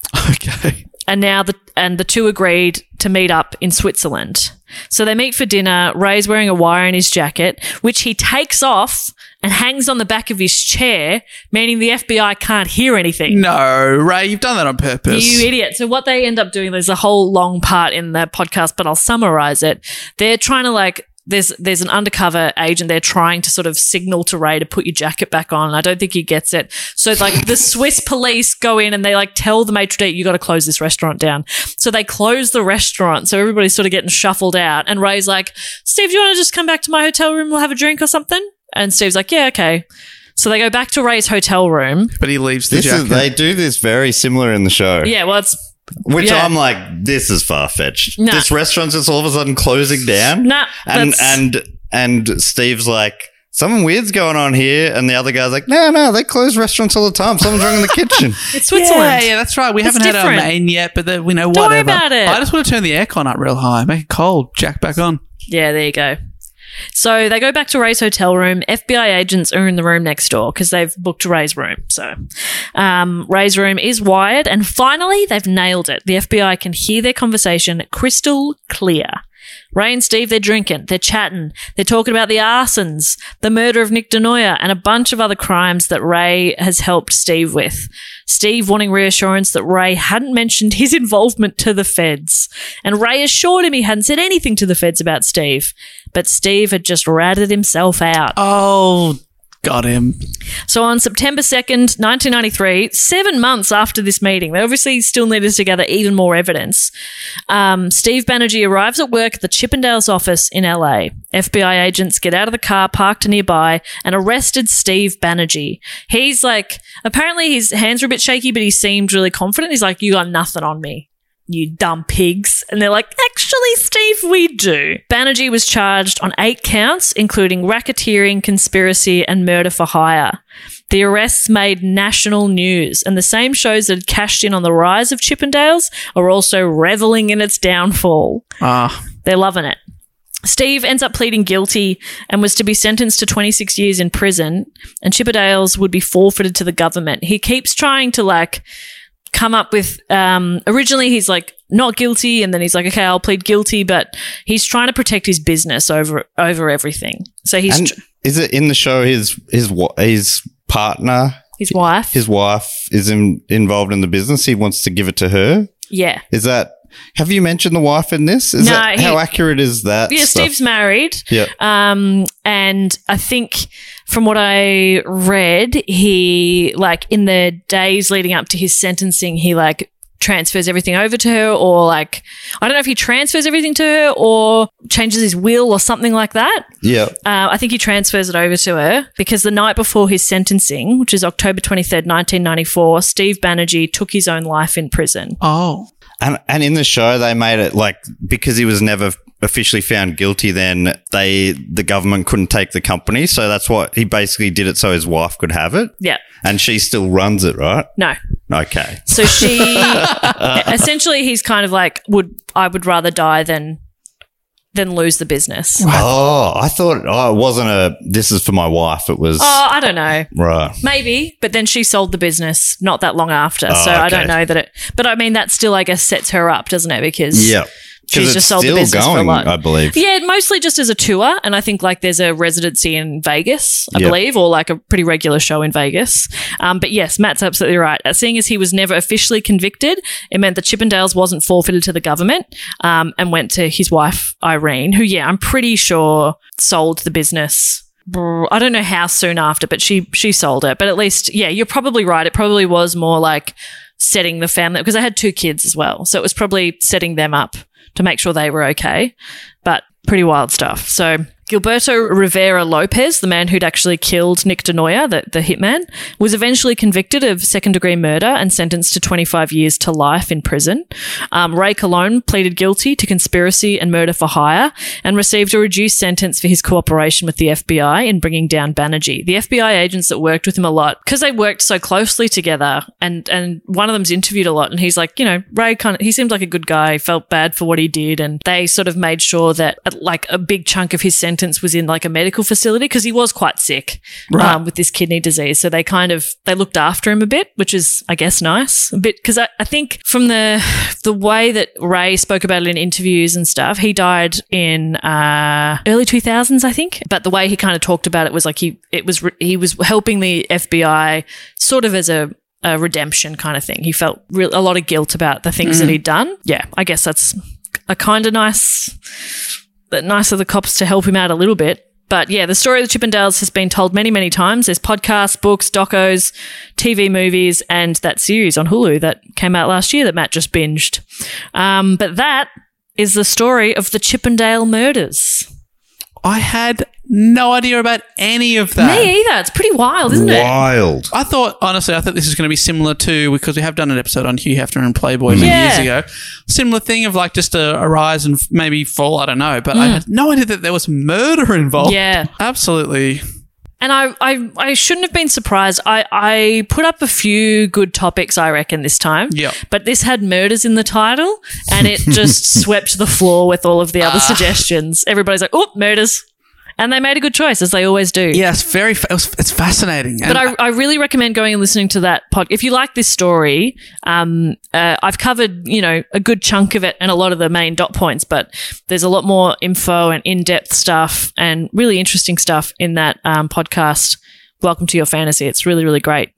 [SPEAKER 1] and now the and the two agreed to meet up in Switzerland. So they meet for dinner. Ray's wearing a wire in his jacket, which he takes off and hangs on the back of his chair, meaning the FBI can't hear anything.
[SPEAKER 4] no, Ray, you've done that on purpose.
[SPEAKER 1] You idiot. So what they end up doing, there's a whole long part in the podcast, but I'll summarize it. They're trying to like there's there's an undercover agent they're trying to sort of signal to Ray to put your jacket back on. I don't think he gets it. So like the Swiss police go in and they like tell the maitre d' you got to close this restaurant down. So they close the restaurant. So everybody's sort of getting shuffled out and Ray's like, "Steve, do you want to just come back to my hotel room? We'll have a drink or something?" And Steve's like, "Yeah, okay." So they go back to Ray's hotel room.
[SPEAKER 4] But he leaves the
[SPEAKER 2] This
[SPEAKER 4] jacket.
[SPEAKER 2] is, they do this very similar in the show.
[SPEAKER 1] Yeah, well, it's
[SPEAKER 2] Which
[SPEAKER 1] yeah.
[SPEAKER 2] I'm like, this is far fetched.
[SPEAKER 1] Nah.
[SPEAKER 2] This restaurant's just all of a sudden closing down.
[SPEAKER 1] Nah,
[SPEAKER 2] and
[SPEAKER 1] that's-
[SPEAKER 2] and and Steve's like, something weird's going on here, and the other guy's like, no, no, they close restaurants all the time. Something's wrong in the kitchen.
[SPEAKER 1] It's Switzerland.
[SPEAKER 4] Yeah, yeah, that's right. We
[SPEAKER 1] That's
[SPEAKER 4] haven't had
[SPEAKER 1] different.
[SPEAKER 4] our main yet, but the, we know
[SPEAKER 1] Don't
[SPEAKER 4] whatever.
[SPEAKER 1] worry about it.
[SPEAKER 4] I just want to turn the aircon up real high, make it cold, jack back on.
[SPEAKER 1] Yeah, there you go. So they go back to Ray's hotel room. FBI agents are in the room next door because they've booked Ray's room. So um, Ray's room is wired, and finally they've nailed it. The FBI can hear their conversation crystal clear. Ray and Steve, they're drinking, they're chatting, they're talking about the arsons, the murder of Nick DeNoia, and a bunch of other crimes that Ray has helped Steve with. Steve wanting reassurance that Ray hadn't mentioned his involvement to the feds. And Ray assured him he hadn't said anything to the feds about Steve. But Steve had just ratted himself out.
[SPEAKER 4] Oh, got him.
[SPEAKER 1] So on September 2nd, 1993, seven months after this meeting, they obviously still needed to gather even more evidence. Um, Steve Banerjee arrives at work at the Chippendales office in LA. FBI agents get out of the car parked nearby and arrested Steve Banerjee. He's like, apparently his hands were a bit shaky, but he seemed really confident. He's like, You got nothing on me you dumb pigs. And they're like, actually, Steve, we do. Banerjee was charged on eight counts, including racketeering, conspiracy, and murder for hire. The arrests made national news, and the same shows that had cashed in on the rise of Chippendales are also reveling in its downfall.
[SPEAKER 4] Ah,
[SPEAKER 1] They're loving it. Steve ends up pleading guilty and was to be sentenced to 26 years in prison, and Chippendales would be forfeited to the government. He keeps trying to like come up with. Um, originally, he's like not guilty, and then he's like, okay, I'll plead guilty, but he's trying to protect his business over over everything. So he's
[SPEAKER 2] and
[SPEAKER 1] tr-
[SPEAKER 2] is it in the show his his wa- his partner,
[SPEAKER 1] his wife,
[SPEAKER 2] his wife is in, involved in the business. He wants to give it to her.
[SPEAKER 1] yeah.
[SPEAKER 2] Is that have you mentioned the wife in this? Is
[SPEAKER 1] No,
[SPEAKER 2] that,
[SPEAKER 1] he-
[SPEAKER 2] how accurate is that?
[SPEAKER 1] Yeah,
[SPEAKER 2] stuff?
[SPEAKER 1] Steve's married.
[SPEAKER 2] Yeah.
[SPEAKER 1] Um, and I think from what I read, he like in the days leading up to his sentencing, he like transfers everything over to her or like I don't know if he transfers everything to her or changes his will or something like that.
[SPEAKER 2] Yeah.
[SPEAKER 1] Uh, I think he transfers it over to her because the night before his sentencing, which is October 23rd, 1994, Steve Banerjee took his own life in prison.
[SPEAKER 4] oh.
[SPEAKER 2] And and in the show they made it like because he was never officially found guilty then they the government couldn't take the company so that's what he basically did it so his wife could have it
[SPEAKER 1] Yeah.
[SPEAKER 2] and she still runs it right
[SPEAKER 1] No.
[SPEAKER 2] okay
[SPEAKER 1] So she essentially he's kind of like would I would rather die than then lose the business.
[SPEAKER 2] Oh, I thought oh, it wasn't a. This is for my wife. It was
[SPEAKER 1] Oh, I don't know.
[SPEAKER 2] right.
[SPEAKER 1] Maybe, but then she sold the business not that long after.
[SPEAKER 2] Oh,
[SPEAKER 1] so I
[SPEAKER 2] okay.
[SPEAKER 1] don't know that it. But I mean, that still, I guess, sets her up, doesn't it? Because
[SPEAKER 2] Yeah, 'Cause
[SPEAKER 1] she's
[SPEAKER 2] it's
[SPEAKER 1] just sold the
[SPEAKER 2] still
[SPEAKER 1] business for a
[SPEAKER 2] going,
[SPEAKER 1] lot.
[SPEAKER 2] I believe.
[SPEAKER 1] Yeah, mostly just as a tour, and I think like there's a residency in Vegas, I
[SPEAKER 2] Yep.
[SPEAKER 1] believe, or like a pretty regular show in Vegas. Um, but yes, Matt's absolutely right. Uh, Seeing as he was never officially convicted, it meant that Chippendales wasn't forfeited to the government um, and went to his wife Irene, who yeah, I'm pretty sure sold the business. Brr, I don't know how soon after, but she she sold it. But at least, yeah, you're probably right. It probably was more like setting the family because I had two kids as well, so it was probably setting them up to make sure they were okay. But pretty wild stuff. So Gilberto Rivera Lopez, the man who'd actually killed Nick DeNoia, the, the hitman, was eventually convicted of second degree murder and sentenced to 25 years to life in prison. Um, Ray Colon pleaded guilty to conspiracy and murder for hire and received a reduced sentence for his cooperation with the FBI in bringing down Banerjee. The FBI agents that worked with him a lot, because they worked so closely together, and, and one of them's interviewed a lot, and he's like, you know, Ray kind of, he seemed like a good guy, felt bad for what he did, and they sort of made sure that uh, like a big chunk of his sentence was in like a medical facility because he was quite sick
[SPEAKER 5] Right.
[SPEAKER 1] um, with this kidney disease. So they kind of they looked after him a bit, which is I guess nice. A bit because I, I think from the the way that Ray spoke about it in interviews and stuff, he died in uh, early two thousands, I think. But the way he kind of talked about it was like he it was re- he was helping the FBI sort of as a a redemption kind of thing. He felt real, a lot of guilt about the things that
[SPEAKER 5] Mhm.
[SPEAKER 1] he'd done. Yeah, I guess that's a kind of nice, but nice of the cops to help him out a little bit. But yeah, the story of the Chippendales has been told many, many times. There's podcasts, books, docos, TV movies, and that series on Hulu that came out last year that Matt just binged. Um, but that is the story of the Chippendale murders.
[SPEAKER 4] I had no idea about any of that.
[SPEAKER 1] Me either. It's pretty wild, isn't it?
[SPEAKER 2] Wild.
[SPEAKER 4] I thought, honestly, I thought this is going to be similar to because we have done an episode on Hugh Hefner and Playboy many
[SPEAKER 1] Yeah.
[SPEAKER 4] years ago. Similar thing of like just a, a rise and f- maybe fall. I don't know, but I
[SPEAKER 1] Mm.
[SPEAKER 4] had no idea that there was murder involved.
[SPEAKER 1] Yeah.
[SPEAKER 4] absolutely.
[SPEAKER 1] And I, I, I shouldn't have been surprised. I, I put up a few good topics, I reckon, this time.
[SPEAKER 4] Yep.
[SPEAKER 1] But this had murders in the title and it just swept the floor with all of the other
[SPEAKER 4] Ah.
[SPEAKER 1] suggestions. Everybody's like, oh, murders. And they made a good choice, as they always do.
[SPEAKER 4] Yeah, it's very. Fa- it was- it's fascinating.
[SPEAKER 1] But I, I really recommend going and listening to that pod. If you like this story, um, uh, I've covered you know a good chunk of it and a lot of the main dot points, but there's a lot more info and in depth stuff and really interesting stuff in that um, podcast. Welcome to your fantasy. It's really really great.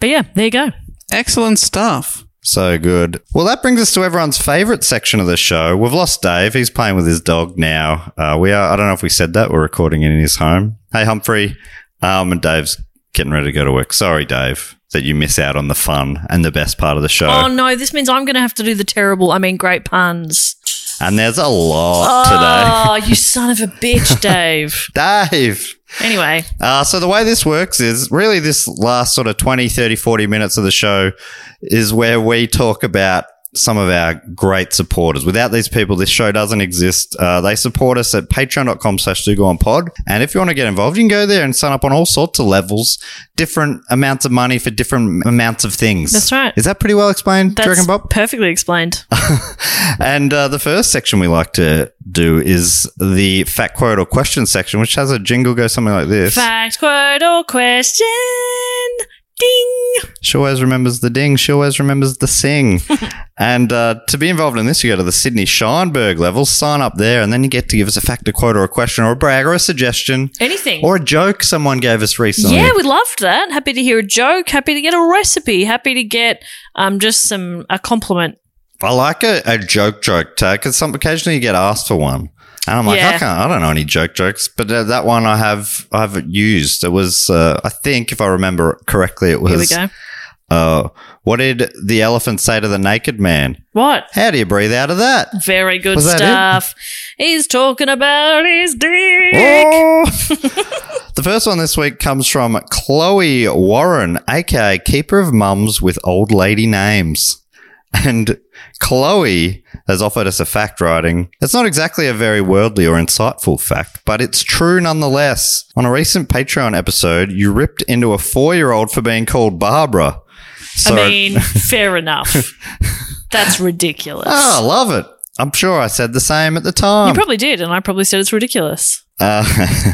[SPEAKER 1] But yeah, there you go.
[SPEAKER 4] Excellent stuff.
[SPEAKER 2] So good. Well, that brings us to everyone's favorite section of the show. We've lost Dave. He's playing with his dog now. Uh, we are, I don't know if we said that, we're recording it in his home. Hey, Humphrey. Um, and Dave's getting ready to go to work. Sorry, Dave, that you miss out on the fun and the best part of the show.
[SPEAKER 1] Oh no, this means I'm going to have to do the terrible. I mean, great puns.
[SPEAKER 2] and there's a lot
[SPEAKER 1] Oh, you son of a bitch, Dave.
[SPEAKER 2] today. Dave.
[SPEAKER 1] Anyway,
[SPEAKER 2] Uh, so the way this works is really this last sort of 20, 30, 40 minutes of the show is where we talk about some of our great supporters. Without these people, this show doesn't exist. Uh, they support us at patreon.com slash do go on pod. And if you want to get involved, you can go there and sign up on all sorts of levels, different amounts of money for different amounts of things.
[SPEAKER 1] That's right.
[SPEAKER 2] Is that pretty well explained, do you
[SPEAKER 1] that's
[SPEAKER 2] reckon, Bob?
[SPEAKER 1] perfectly explained.
[SPEAKER 2] And uh, the first section we like to do is the fact quote or question section, which has a jingle go something like this.
[SPEAKER 1] Fact, quote, or question.
[SPEAKER 2] She always remembers the ding. She always remembers the sing. and uh, to be involved in this, you go to the Sydney Scheinberg level, sign up there, and then you get to give us a fact, a quote, or a question, or a brag, or a suggestion,
[SPEAKER 1] Anything.
[SPEAKER 2] or a joke someone gave us recently.
[SPEAKER 1] Yeah, we loved that. Happy to hear a joke. Happy to get a recipe. Happy to get um, just some a compliment.
[SPEAKER 2] I like a, a joke joke tag because some occasionally you get asked for one, and I'm like,
[SPEAKER 1] Yeah.
[SPEAKER 2] I can't, I don't know any joke jokes, but uh, that one I have I've used. It was, uh, I think, if I remember correctly, it was.
[SPEAKER 1] Here we go.
[SPEAKER 2] Uh, what did the elephant say to the naked man?
[SPEAKER 1] What?
[SPEAKER 2] How do you breathe out of that?
[SPEAKER 1] Very good
[SPEAKER 2] Was that it?
[SPEAKER 1] stuff. He's talking about his dick.
[SPEAKER 2] Oh, The first one this week comes from Chloe Warren, aka Keeper of Mums with Old Lady Names. And Chloe has offered us a fact writing. It's not exactly a very worldly or insightful fact, but it's true nonetheless. On a recent Patreon episode, you ripped into a four year old for being called Barbara.
[SPEAKER 1] I mean, fair enough. That's ridiculous.
[SPEAKER 2] Ah, I love it. I'm sure I said the same at the time.
[SPEAKER 1] you probably did, and I probably said it's ridiculous.
[SPEAKER 2] Uh,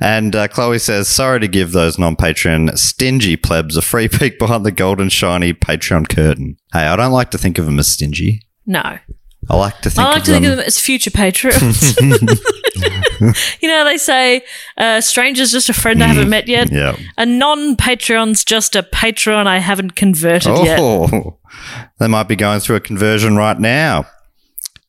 [SPEAKER 2] and uh, Chloe says, sorry to give those non Patreon stingy plebs a free peek behind the golden shiny Patreon curtain. Hey, I don't like to think of them as stingy.
[SPEAKER 1] No.
[SPEAKER 2] I like to think
[SPEAKER 1] I like
[SPEAKER 2] of
[SPEAKER 1] to
[SPEAKER 2] them.
[SPEAKER 1] think of them as future patrons. you know, they say uh, stranger's just a friend I haven't met yet.
[SPEAKER 2] Mm. Yeah.
[SPEAKER 1] A non Patreon's just a patron I haven't converted yet.
[SPEAKER 2] oh, they might be going through a conversion right now.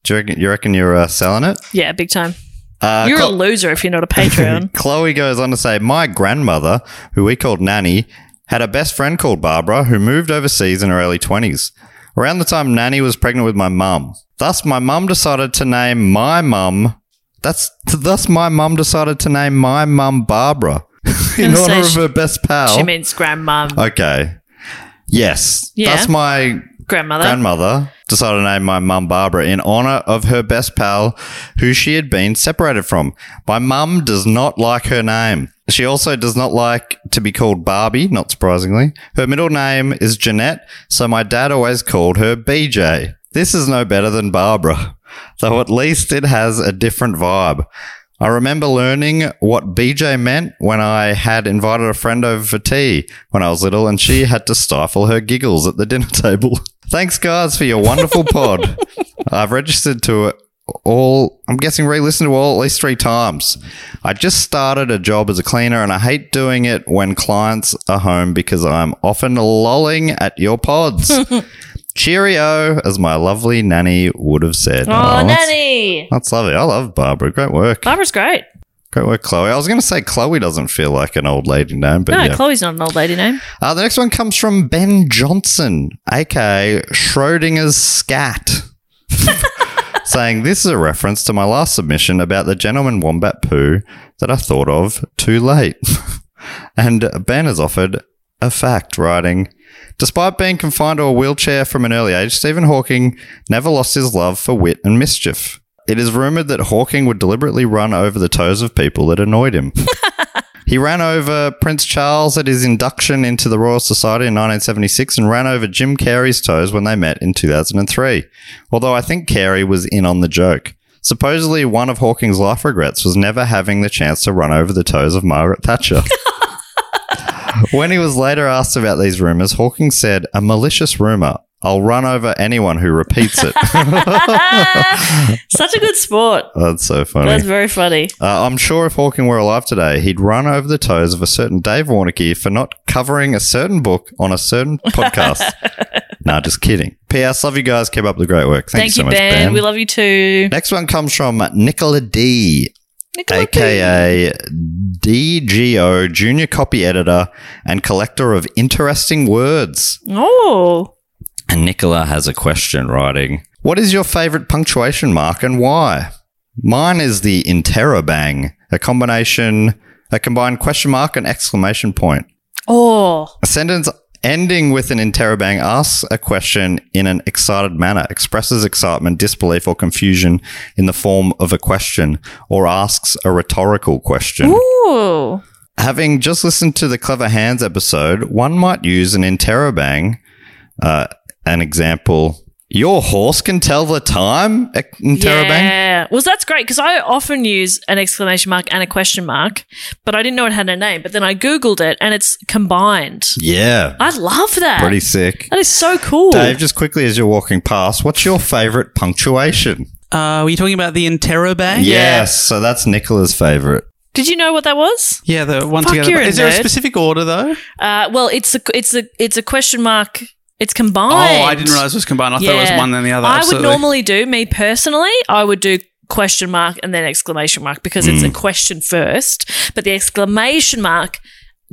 [SPEAKER 2] Do you reckon you reckon you're uh, selling it?
[SPEAKER 1] Yeah, big time.
[SPEAKER 2] Uh,
[SPEAKER 1] you're
[SPEAKER 2] Chlo-
[SPEAKER 1] a loser if you're not a Patreon.
[SPEAKER 2] Chloe goes on to say, My grandmother, who we called Nanny, had a best friend called Barbara who moved overseas in her early 20s. Around the time Nanny was pregnant with my mum. Thus, my mum decided to name my mum. That's thus my mum decided to name my mum Barbara in
[SPEAKER 1] And so
[SPEAKER 2] honor of
[SPEAKER 1] she-
[SPEAKER 2] her best pal.
[SPEAKER 1] she means grandma,
[SPEAKER 2] okay. Yes,
[SPEAKER 1] Yeah.
[SPEAKER 2] that's my
[SPEAKER 1] grandmother.
[SPEAKER 2] grandmother decided to name my mum Barbara in honor of her best pal, who she had been separated from. My mum does not like her name. She also does not like to be called Barbie, not surprisingly. Her middle name is Jeanette, so my dad always called her BJ. This is no better than Barbara, though at least it has a different vibe. I remember learning what BJ meant when I had invited a friend over for tea when I was little, and she had to stifle her giggles at the dinner table. Thanks, guys, for your wonderful pod. I've registered to it all, I'm guessing, re listened to all at least three times. I just started a job as a cleaner, and I hate doing it when clients are home because I'm often lolling at your pods. Cheerio, as my lovely nanny would have said.
[SPEAKER 1] Oh,
[SPEAKER 2] that's-
[SPEAKER 1] nanny.
[SPEAKER 2] That's lovely. I love Barbara. Great work.
[SPEAKER 1] Barbara's great.
[SPEAKER 2] Great work, Chloe. I was going to say Chloe doesn't feel like an old lady name, but
[SPEAKER 1] no,
[SPEAKER 2] yeah.
[SPEAKER 1] Chloe's not an old lady name.
[SPEAKER 2] Uh, the next one comes from Ben Johnson, aka Schrodinger's scat, saying this is a reference to my last submission about the gentleman wombat poo that I thought of too late. and Ben has offered a fact, writing. Despite being confined to a wheelchair from an early age, Stephen Hawking never lost his love for wit and mischief. It is rumored that Hawking would deliberately run over the toes of people that annoyed him. He ran over Prince Charles at his induction into the Royal Society in 1976 and ran over Jim Carrey's toes when they met in 2003. Although I think Carrey was in on the joke. Supposedly, one of Hawking's life regrets was never having the chance to run over the toes of Margaret Thatcher. when he was later asked about these rumors, Hawking said, A malicious rumor. I'll run over anyone who repeats it.
[SPEAKER 1] Such a good sport.
[SPEAKER 2] That's so funny.
[SPEAKER 1] That's very funny.
[SPEAKER 2] Uh, I'm sure if Hawking were alive today, he'd run over the toes of a certain Dave Warnicky for not covering a certain book on a certain podcast. nah, just kidding. P.S. Love you guys. Keep up the great work. Thank,
[SPEAKER 1] Thank,
[SPEAKER 2] you so
[SPEAKER 1] you,
[SPEAKER 2] much,
[SPEAKER 1] ben.
[SPEAKER 2] Ben.
[SPEAKER 1] We love you too.
[SPEAKER 2] Next one comes from Nicola D, aka DGO, junior copy editor and collector of interesting words.
[SPEAKER 1] Oh.
[SPEAKER 2] And Nicola has a question writing What is your favorite punctuation mark and why? Mine is the interrobang, a combination, a combined question mark and exclamation point.
[SPEAKER 1] Oh.
[SPEAKER 2] A sentence ending with an interrobang asks a question in an excited manner, expresses excitement, disbelief, or confusion in the form of a question, or asks a rhetorical question.
[SPEAKER 1] Ooh.
[SPEAKER 2] Having just listened to the Clever Hands episode, one might use an interrobang, uh, an example. Your horse can tell the time, e- interrobang.
[SPEAKER 1] Yeah. Well, that's great because I often use an exclamation mark and a question mark, but I didn't know it had a name. But then I Googled it and it's combined.
[SPEAKER 2] Yeah.
[SPEAKER 1] I love that.
[SPEAKER 2] Pretty sick.
[SPEAKER 1] That is so cool.
[SPEAKER 2] Dave, just quickly as you're walking past, what's your favorite punctuation?
[SPEAKER 4] Uh, were you talking about the interrobang?
[SPEAKER 2] Yes. So that's Nicola's favorite.
[SPEAKER 1] Did you know what that was?
[SPEAKER 4] Yeah, the one
[SPEAKER 1] Fuck,
[SPEAKER 4] together.
[SPEAKER 1] you're a
[SPEAKER 4] Is there a
[SPEAKER 1] nerd.
[SPEAKER 4] specific order though?
[SPEAKER 1] Uh, well, it's a it's a it's a question mark. It's combined.
[SPEAKER 4] Oh, I didn't realize it was combined. I thought it was one then the other.
[SPEAKER 1] I
[SPEAKER 4] Absolutely.
[SPEAKER 1] would normally do me personally. I would do question mark and then exclamation mark because it's
[SPEAKER 4] Mm.
[SPEAKER 1] a question first, but the exclamation mark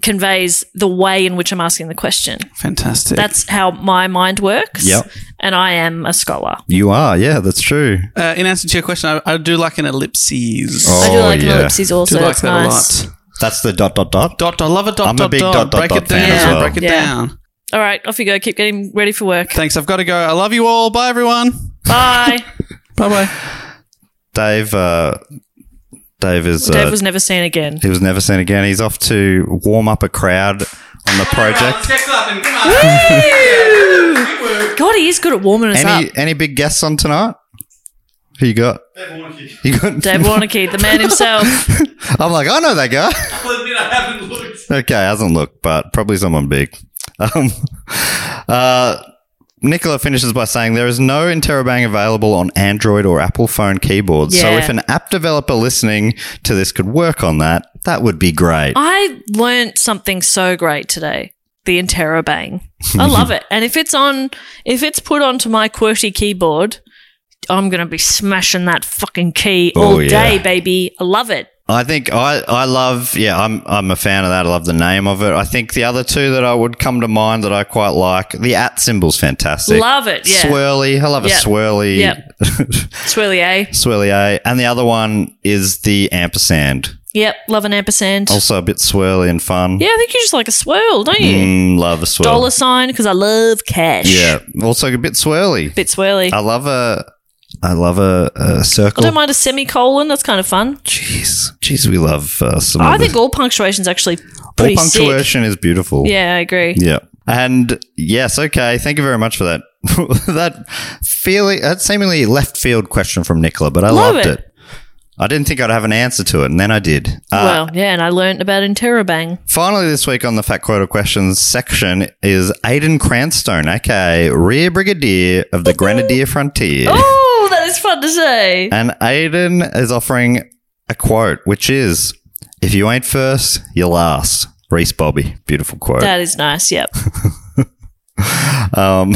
[SPEAKER 1] conveys the way in which I'm asking the question.
[SPEAKER 4] Fantastic.
[SPEAKER 1] That's how my mind works.
[SPEAKER 2] Yep.
[SPEAKER 1] And I am a scholar.
[SPEAKER 2] You are. Yeah, that's true.
[SPEAKER 4] Uh, in answer to your question, I, I do like an ellipses.
[SPEAKER 2] I do Oh, like an yeah. ellipses
[SPEAKER 1] also,
[SPEAKER 4] Do like
[SPEAKER 1] it's
[SPEAKER 4] that
[SPEAKER 1] nice.
[SPEAKER 4] a lot.
[SPEAKER 2] That's the dot, dot, dot.
[SPEAKER 4] Dot. I love a dot.
[SPEAKER 2] I'm a
[SPEAKER 4] dot,
[SPEAKER 2] big dot, dot,
[SPEAKER 4] Break
[SPEAKER 2] dot
[SPEAKER 4] it
[SPEAKER 2] fan
[SPEAKER 4] down.
[SPEAKER 2] as well.
[SPEAKER 4] Break it
[SPEAKER 1] Yeah.
[SPEAKER 4] down.
[SPEAKER 1] All right, off you go. Keep getting ready for work.
[SPEAKER 4] Thanks. I've got to go. I love you all. Bye, everyone.
[SPEAKER 1] Bye.
[SPEAKER 4] Bye, bye.
[SPEAKER 2] Dave, uh, Dave is.
[SPEAKER 1] Dave
[SPEAKER 2] uh,
[SPEAKER 1] was never seen again.
[SPEAKER 2] He was never seen again. He's off to warm up a crowd on the project.
[SPEAKER 1] Woo! God, he is good at warming us up.
[SPEAKER 2] Any any big guests on tonight? Who you got? You got
[SPEAKER 1] Dave Warnocky, the man himself.
[SPEAKER 2] I'm like, I know that guy. okay, hasn't looked, but probably someone big. Um, uh, Nicola finishes by saying there is no Interrobang available on Android or Apple phone keyboards. So
[SPEAKER 1] Yeah.
[SPEAKER 2] if an app developer listening to this could work on that, that would be great.
[SPEAKER 1] I learnt something so great today. The Interrobang. I love it. And if it's on if it's put onto my QWERTY keyboard, I'm gonna be smashing that fucking key
[SPEAKER 2] Oh,
[SPEAKER 1] all day,
[SPEAKER 2] yeah.
[SPEAKER 1] baby. I love it.
[SPEAKER 2] I think I, I love yeah I'm I'm a fan of that I love the name of it I think the other two that I would come to mind that I quite like the at symbol's fantastic
[SPEAKER 1] Love it, yeah.
[SPEAKER 2] swirly I love
[SPEAKER 1] Yep.
[SPEAKER 2] a swirly
[SPEAKER 1] Yep. Swirly eh? A.
[SPEAKER 2] swirly A and the other one is the ampersand
[SPEAKER 1] Yep, love an ampersand.
[SPEAKER 2] also a bit swirly and fun
[SPEAKER 1] Yeah, I think you just like a swirl, don't you?
[SPEAKER 2] Mm, love a swirl
[SPEAKER 1] Dollar sign because I love cash.
[SPEAKER 2] yeah also a bit swirly
[SPEAKER 1] bit swirly.
[SPEAKER 2] I love a I love a, a
[SPEAKER 1] I
[SPEAKER 2] circle
[SPEAKER 1] don't mind a semicolon. That's kind of fun.
[SPEAKER 2] jeez jeez we love uh, some
[SPEAKER 1] I
[SPEAKER 2] of the-
[SPEAKER 1] think all punctuation's actually
[SPEAKER 2] All
[SPEAKER 1] pretty sick.
[SPEAKER 2] punctuation is beautiful
[SPEAKER 1] Yeah, I agree.
[SPEAKER 2] Yeah. And yes, okay. Thank you very much for that. that feeling, that seemingly left field question from Nicola, but I
[SPEAKER 1] Love
[SPEAKER 2] loved
[SPEAKER 1] it.
[SPEAKER 2] it. I didn't think I'd have an answer to it, and then I did. Uh,
[SPEAKER 1] well, yeah, and I learned about Interrobang.
[SPEAKER 2] Finally, this week on the Fat Quota Questions section is Aidan Cranstone, aka Rear Brigadier of the Grenadier Frontier.
[SPEAKER 1] Oh, that is fun to say.
[SPEAKER 2] And Aidan is offering a quote, which is If you ain't first, you're last. Reese Bobby. Beautiful quote.
[SPEAKER 1] That is nice. Yep.
[SPEAKER 2] Um,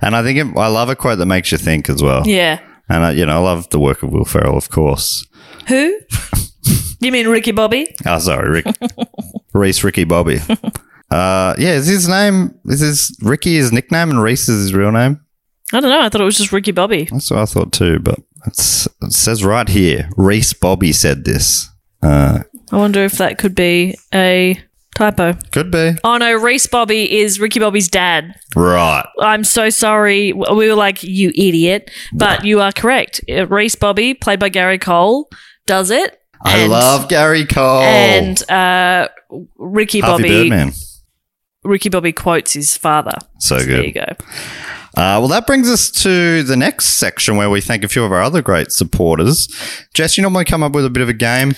[SPEAKER 2] and I think it, I love a quote that makes you think as well.
[SPEAKER 1] Yeah.
[SPEAKER 2] And I, you know, I love the work of Will Ferrell, of course.
[SPEAKER 1] Who? you mean Ricky Bobby?
[SPEAKER 2] Oh, sorry, Rick, Reese, Ricky, Bobby. Uh, yeah, is his name? Is his Ricky his nickname, and Reese is his real name?
[SPEAKER 1] I don't know. I thought it was just Ricky Bobby.
[SPEAKER 2] That's what I thought too. But it's, it says right here, Reese Bobby said this. Uh,
[SPEAKER 1] I wonder if that could be a typo.
[SPEAKER 2] could be
[SPEAKER 1] Oh no, Reese Bobby is Ricky Bobby's dad.
[SPEAKER 2] right.
[SPEAKER 1] I'm so sorry. We were like, you idiot. But you are correct. Uh, Reese Bobby, played by Gary Cole, does it.
[SPEAKER 2] I
[SPEAKER 1] And-
[SPEAKER 2] love Gary Cole
[SPEAKER 1] And uh, Ricky
[SPEAKER 2] Harvey
[SPEAKER 1] Bobby.
[SPEAKER 2] Birdman.
[SPEAKER 1] Ricky Bobby quotes his father.
[SPEAKER 2] So good.
[SPEAKER 1] There you go.
[SPEAKER 2] Uh, well, that brings us to the next section where we thank a few of our other great supporters. Jess, you normally come up with a bit of a game.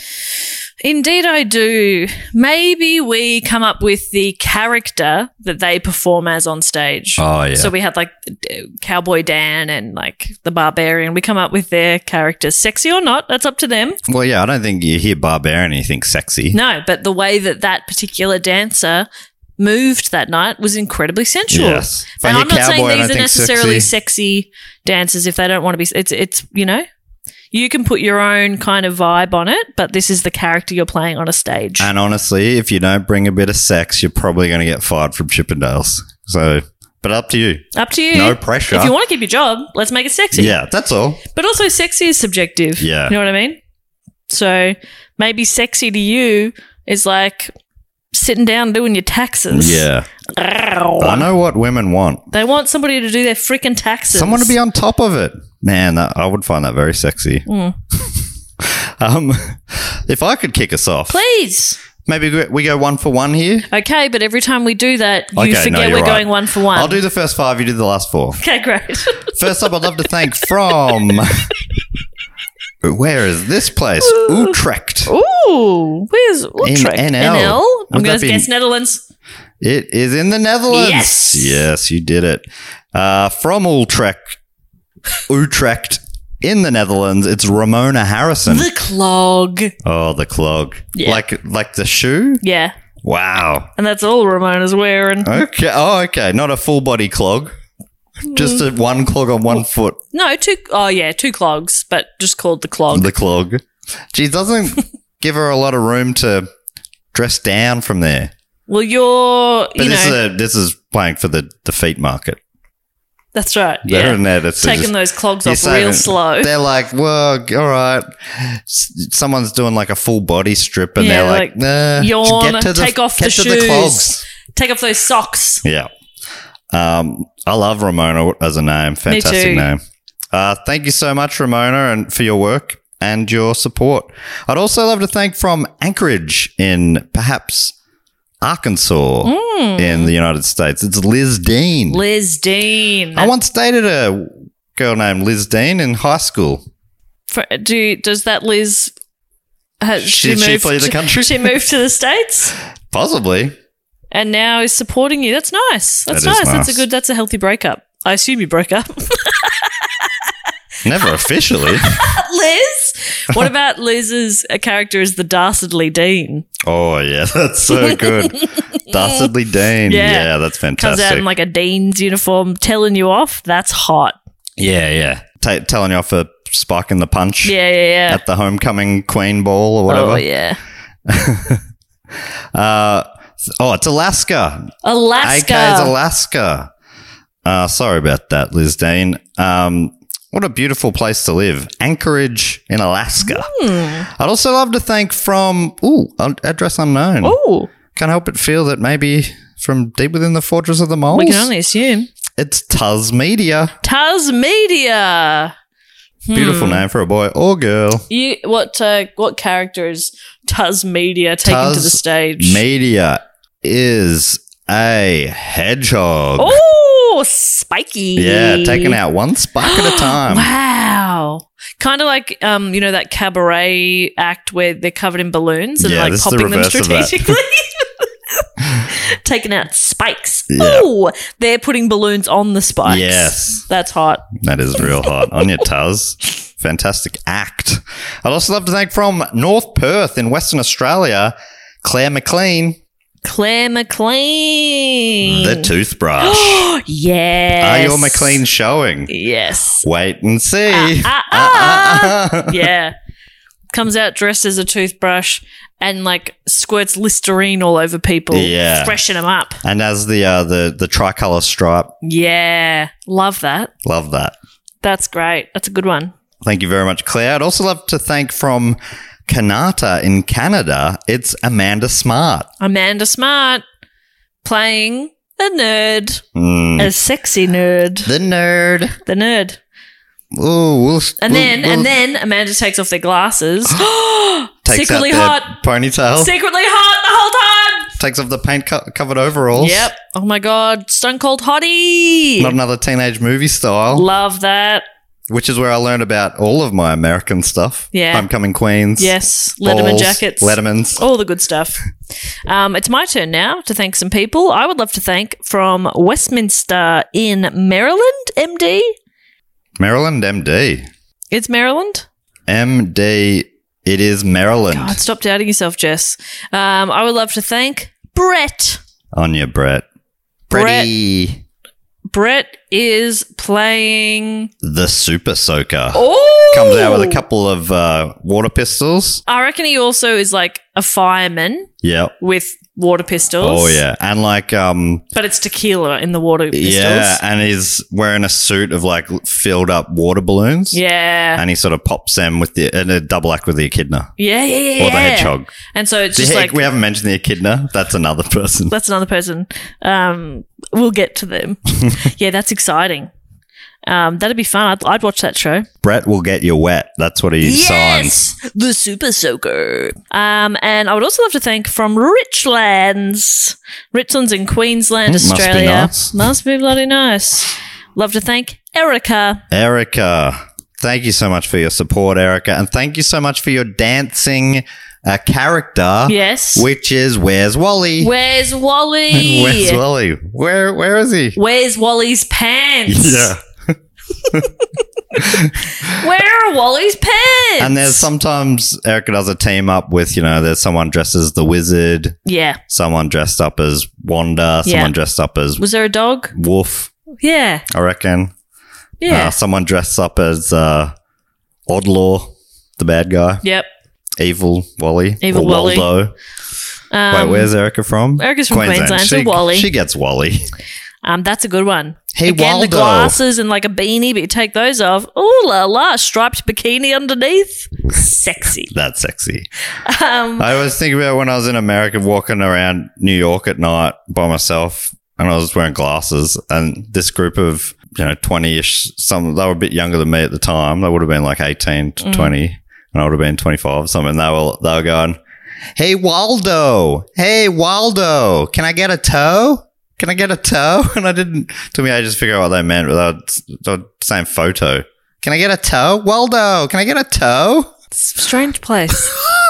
[SPEAKER 1] Indeed, I do. Maybe we come up with the character that they perform as on stage.
[SPEAKER 2] Oh, yeah.
[SPEAKER 1] So we had like uh, Cowboy Dan and like the Barbarian. We come up with their characters, sexy or not. That's up to them.
[SPEAKER 2] Well, yeah, I don't think you hear barbarian and you think sexy.
[SPEAKER 1] No, but the way that that particular dancer moved that night was incredibly sensual.
[SPEAKER 2] Yes. If I
[SPEAKER 1] And
[SPEAKER 2] hear
[SPEAKER 1] I'm not
[SPEAKER 2] cowboy, I
[SPEAKER 1] saying
[SPEAKER 2] don't
[SPEAKER 1] these are
[SPEAKER 2] think
[SPEAKER 1] necessarily sexy. dancers if they don't want to be. It's it's you know. You can put your own kind of vibe on it, but this is the character you're playing on a stage.
[SPEAKER 2] And honestly, if you don't bring a bit of sex, you're probably going to get fired from Chippendales. So, but up to you.
[SPEAKER 1] Up to you.
[SPEAKER 2] No pressure.
[SPEAKER 1] If you want to keep your job, let's make it sexy.
[SPEAKER 2] Yeah, that's all.
[SPEAKER 1] But also, sexy is subjective.
[SPEAKER 2] Yeah.
[SPEAKER 1] You know what I mean? So maybe sexy to you is like sitting down doing your taxes.
[SPEAKER 2] Yeah. I know what women want.
[SPEAKER 1] They want somebody to do their freaking taxes.
[SPEAKER 2] Someone to be on top of it. Man, that, I would find that very sexy.
[SPEAKER 1] Mm.
[SPEAKER 2] Um, if I could kick us off,
[SPEAKER 1] Please.
[SPEAKER 2] maybe we- we go one for one here.
[SPEAKER 1] Okay, but every time we do that, you
[SPEAKER 2] Okay, no,
[SPEAKER 1] forget
[SPEAKER 2] you're
[SPEAKER 1] we're
[SPEAKER 2] right.
[SPEAKER 1] going one for one.
[SPEAKER 2] I'll do the first five. You do the last four.
[SPEAKER 1] Okay, great.
[SPEAKER 2] First up, I'd love to thank from. Where is this place? Utrecht.
[SPEAKER 1] Ooh, where's Utrecht?
[SPEAKER 2] In
[SPEAKER 1] I'm
[SPEAKER 2] NL. Would
[SPEAKER 1] going
[SPEAKER 2] that
[SPEAKER 1] to
[SPEAKER 2] be-
[SPEAKER 1] guess Netherlands.
[SPEAKER 2] It is in the Netherlands.
[SPEAKER 1] Yes.
[SPEAKER 2] Yes, you did it. Uh, from Utrecht, Utrecht in the Netherlands, it's Ramona Harrison.
[SPEAKER 1] The clog.
[SPEAKER 2] oh, the clog.
[SPEAKER 1] Yeah.
[SPEAKER 2] Like like the shoe?
[SPEAKER 1] Yeah.
[SPEAKER 2] Wow.
[SPEAKER 1] And that's all Ramona's wearing.
[SPEAKER 2] Okay. Oh, okay. Not a full body clog. Just a, one clog on one foot.
[SPEAKER 1] No, two oh yeah, two clogs, but just called the clog.
[SPEAKER 2] The clog. She doesn't give her a lot of room to dress down from there.
[SPEAKER 1] well, you're,
[SPEAKER 2] But
[SPEAKER 1] you
[SPEAKER 2] this
[SPEAKER 1] know,
[SPEAKER 2] is a, this is playing for the, the feet market.
[SPEAKER 1] that's right.
[SPEAKER 2] They're
[SPEAKER 1] yeah.
[SPEAKER 2] in there, that's
[SPEAKER 1] taking
[SPEAKER 2] just-
[SPEAKER 1] those clogs
[SPEAKER 2] You're
[SPEAKER 1] off real
[SPEAKER 2] saving-
[SPEAKER 1] slow.
[SPEAKER 2] They're like, well, g- all right. S- Someone's doing like a full body strip, and
[SPEAKER 1] Yeah,
[SPEAKER 2] they're like, nah,
[SPEAKER 1] yawn,
[SPEAKER 2] get to the,
[SPEAKER 1] take off
[SPEAKER 2] get
[SPEAKER 1] the
[SPEAKER 2] to
[SPEAKER 1] shoes,
[SPEAKER 2] clogs.
[SPEAKER 1] take off those socks.
[SPEAKER 2] Yeah. Um, I love Ramona as a name.
[SPEAKER 1] too.
[SPEAKER 2] Fantastic name. Uh, thank you so much, Ramona, and for your work and your support. I'd also love to thank from Anchorage in perhaps Arkansas
[SPEAKER 1] Mm.
[SPEAKER 2] in the United States. It's Liz Dean.
[SPEAKER 1] Liz Dean,
[SPEAKER 2] I once dated a girl named Liz Dean in high school.
[SPEAKER 1] For, do does that Liz? Has
[SPEAKER 2] She- she flee the
[SPEAKER 1] to-
[SPEAKER 2] country?
[SPEAKER 1] She moved to the states
[SPEAKER 2] Possibly.
[SPEAKER 1] and now is supporting you. That's nice. That's
[SPEAKER 2] That is
[SPEAKER 1] nice. That's a
[SPEAKER 2] nice.
[SPEAKER 1] good. That's a healthy breakup. I assume you broke up,
[SPEAKER 2] Never officially.
[SPEAKER 1] Liz. What about Liz's uh character is the dastardly dean?
[SPEAKER 2] Oh, yeah. That's so good. Dastardly Dean.
[SPEAKER 1] Yeah.
[SPEAKER 2] Yeah. that's
[SPEAKER 1] Comes out
[SPEAKER 2] fantastic.
[SPEAKER 1] in like a dean's uniform, telling you off. That's hot.
[SPEAKER 2] yeah, yeah. Ta telling you off for spiking the punch.
[SPEAKER 1] Yeah, yeah, yeah.
[SPEAKER 2] At the homecoming queen ball or whatever.
[SPEAKER 1] Oh yeah,
[SPEAKER 2] Uh, oh, it's Alaska.
[SPEAKER 1] Alaska.
[SPEAKER 2] AK's Alaska. Uh, sorry about that, Liz Dean. Um, what a beautiful place to live. Anchorage in Alaska.
[SPEAKER 1] Hmm.
[SPEAKER 2] I'd also love to thank from, ooh, un- address unknown.
[SPEAKER 1] Ooh.
[SPEAKER 2] Can't help but feel that maybe from deep within the fortress of the moles.
[SPEAKER 1] We can only assume
[SPEAKER 2] It's Tuz Media.
[SPEAKER 1] Tasmedia. Hmm.
[SPEAKER 2] Beautiful name for a boy or girl.
[SPEAKER 1] You what? Uh, what character is Tasmedia taken to the stage?
[SPEAKER 2] Media is a hedgehog.
[SPEAKER 1] Oh, spiky.
[SPEAKER 2] Yeah, taking out one spike at a time.
[SPEAKER 1] Wow. Kind of like um, you know, that cabaret act where they're covered in balloons and
[SPEAKER 2] Yeah,
[SPEAKER 1] like
[SPEAKER 2] this is the
[SPEAKER 1] popping them
[SPEAKER 2] reverse of that.
[SPEAKER 1] strategically. taking out spikes.
[SPEAKER 2] Yeah.
[SPEAKER 1] Oh, they're putting balloons on the spikes.
[SPEAKER 2] Yes.
[SPEAKER 1] That's hot.
[SPEAKER 2] That is real hot. On your toes. Fantastic act. I'd also love to thank from North Perth in Western Australia, Claire McLean,
[SPEAKER 1] Claire McLean.
[SPEAKER 2] the toothbrush.
[SPEAKER 1] Mm. yes.
[SPEAKER 2] Are your McLean showing?
[SPEAKER 1] Yes.
[SPEAKER 2] Wait and see.
[SPEAKER 1] Ah, ah, ah. yeah. Comes out dressed as a toothbrush and like squirts Listerine all over people.
[SPEAKER 2] Yeah.
[SPEAKER 1] Freshen them up.
[SPEAKER 2] And as the uh, the the tricolor stripe,
[SPEAKER 1] Yeah. Love that.
[SPEAKER 2] love that.
[SPEAKER 1] That's great. That's a good one.
[SPEAKER 2] Thank you very much, Claire. I'd also love to thank from Kanata in Canada. It's Amanda Smart.
[SPEAKER 1] Amanda Smart playing a nerd.
[SPEAKER 2] Mm.
[SPEAKER 1] A sexy nerd.
[SPEAKER 2] The nerd.
[SPEAKER 1] The nerd.
[SPEAKER 2] Ooh, we'll,
[SPEAKER 1] And
[SPEAKER 2] we'll-
[SPEAKER 1] then
[SPEAKER 2] we'll-
[SPEAKER 1] and then Amanda takes off their glasses.
[SPEAKER 2] takes
[SPEAKER 1] Secretly
[SPEAKER 2] out their
[SPEAKER 1] hot.
[SPEAKER 2] ponytail.
[SPEAKER 1] Secretly hot the whole time.
[SPEAKER 2] takes off the paint co- covered overalls.
[SPEAKER 1] Yep. Oh my god. Stone Cold Hottie.
[SPEAKER 2] Not another teenage movie style,
[SPEAKER 1] Love that.
[SPEAKER 2] which is where I learned about all of my American stuff.
[SPEAKER 1] Yeah.
[SPEAKER 2] Homecoming Queens.
[SPEAKER 1] Yes, Letterman
[SPEAKER 2] Balls,
[SPEAKER 1] jackets, Oh.
[SPEAKER 2] Lettermans.
[SPEAKER 1] all the good stuff. Um, it's my turn now to thank some people. I would love to thank from Westminster in Maryland, MD.
[SPEAKER 2] Maryland MD.
[SPEAKER 1] It's Maryland.
[SPEAKER 2] MD. It is Maryland.
[SPEAKER 1] God, stop doubting yourself, Jess. Um, I would love to thank Brett.
[SPEAKER 2] On your Brett.
[SPEAKER 1] Brett.
[SPEAKER 2] Pretty.
[SPEAKER 1] Brett is playing.
[SPEAKER 2] The Super Soaker.
[SPEAKER 1] Oh!
[SPEAKER 2] Comes out with a couple of uh, water pistols.
[SPEAKER 1] I reckon he also is like a fireman
[SPEAKER 2] Yep.
[SPEAKER 1] with water pistols.
[SPEAKER 2] Oh, yeah. And like, um,
[SPEAKER 1] But it's tequila in the water pistols.
[SPEAKER 2] yeah. And he's wearing a suit of like filled up water balloons.
[SPEAKER 1] Yeah.
[SPEAKER 2] And he sort of pops them with the, and a double act with the echidna.
[SPEAKER 1] Yeah, yeah, yeah.
[SPEAKER 2] Or the
[SPEAKER 1] yeah.
[SPEAKER 2] hedgehog.
[SPEAKER 1] And so it's
[SPEAKER 2] The
[SPEAKER 1] just
[SPEAKER 2] heck,
[SPEAKER 1] like
[SPEAKER 2] we haven't mentioned the echidna. That's another person.
[SPEAKER 1] that's another person. Um, we'll get to them. yeah, that's exciting. Um, that'd be fun. I'd, I'd watch that show.
[SPEAKER 2] Brett will get you wet. That's what he signs.
[SPEAKER 1] the Super Soaker. Um, and I would also love to thank from Richlands, Richlands in Queensland,
[SPEAKER 2] Mm, must be
[SPEAKER 1] Australia.
[SPEAKER 2] nice.
[SPEAKER 1] Must be bloody nice. Love to thank Erica.
[SPEAKER 2] Erica, thank you so much for your support, Erica, and thank you so much for your dancing uh, character.
[SPEAKER 1] Yes.
[SPEAKER 2] which is where's Wally?
[SPEAKER 1] Where's Wally?
[SPEAKER 2] Where's Wally? Where Where is he?
[SPEAKER 1] Where's Wally's pants?
[SPEAKER 2] Yeah,
[SPEAKER 1] Where are Wally's pants?
[SPEAKER 2] and there's sometimes Erica does a team up with you know there's someone dressed as the wizard,
[SPEAKER 1] yeah.
[SPEAKER 2] someone dressed up as Wanda,
[SPEAKER 1] Yeah.
[SPEAKER 2] someone dressed up as
[SPEAKER 1] Was there a dog?
[SPEAKER 2] Wolf,
[SPEAKER 1] Yeah.
[SPEAKER 2] I reckon.
[SPEAKER 1] Yeah.
[SPEAKER 2] Uh, someone dressed up as uh, Oddlaw, the bad guy.
[SPEAKER 1] Yep.
[SPEAKER 2] Evil Wally.
[SPEAKER 1] Evil
[SPEAKER 2] or
[SPEAKER 1] Wally.
[SPEAKER 2] Waldo.
[SPEAKER 1] Um,
[SPEAKER 2] Wait, where's Erica from?
[SPEAKER 1] Erica's from Queensland, so
[SPEAKER 2] She,
[SPEAKER 1] Wally.
[SPEAKER 2] She gets Wally.
[SPEAKER 1] Um, that's a good one.
[SPEAKER 2] Hey,
[SPEAKER 1] Again, the
[SPEAKER 2] Waldo.
[SPEAKER 1] glasses and like a beanie, but you take those off. Ooh la la, striped bikini underneath. Sexy.
[SPEAKER 2] That's sexy.
[SPEAKER 1] Um,
[SPEAKER 2] I was thinking about when I was in America walking around New York at night by myself and I was wearing glasses and this group of, you know, 20 ish, some, they were a bit younger than me at the time. They would have been like 18 to
[SPEAKER 1] Mm.
[SPEAKER 2] 20 and I would have been 25 or something. They were, they were going, Hey, Waldo. Hey, Waldo. Can I get a toe? Can I get a toe? And I didn't. Took me ages to figure out what they meant without the same photo. Can I get a toe? Waldo, can I get a toe?
[SPEAKER 1] Strange place.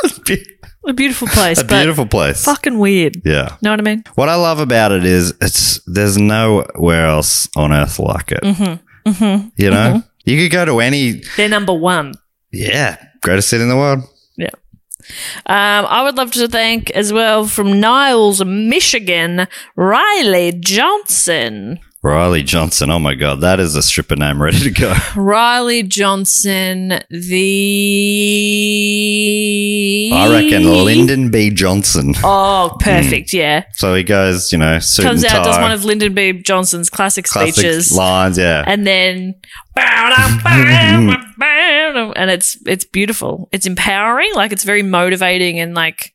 [SPEAKER 1] a beautiful place.
[SPEAKER 2] A
[SPEAKER 1] but
[SPEAKER 2] beautiful place.
[SPEAKER 1] Fucking weird.
[SPEAKER 2] Yeah.
[SPEAKER 1] Know what I mean?
[SPEAKER 2] What I love about it is it's there's nowhere else on earth like it.
[SPEAKER 1] Mm-hmm. Mm-hmm.
[SPEAKER 2] You know, you could go to any
[SPEAKER 1] They're number one.
[SPEAKER 2] yeah greatest city in the world.
[SPEAKER 1] Yeah. Um, I would love to thank as well from Niles, Michigan, Riley Johnson.
[SPEAKER 2] Riley Johnson. Oh my god, that is a stripper name ready to go.
[SPEAKER 1] Riley Johnson, the.
[SPEAKER 2] I reckon Hmm. Lyndon B. Johnson.
[SPEAKER 1] Oh, perfect. Yeah.
[SPEAKER 2] So he goes, you know, suit
[SPEAKER 1] Comes
[SPEAKER 2] and tie,
[SPEAKER 1] out, does one of Lyndon B. Johnson's classic
[SPEAKER 2] classic
[SPEAKER 1] speeches.
[SPEAKER 2] lines. Yeah,
[SPEAKER 1] And then. And it's it's beautiful. It's empowering. Like, it's very motivating and, like,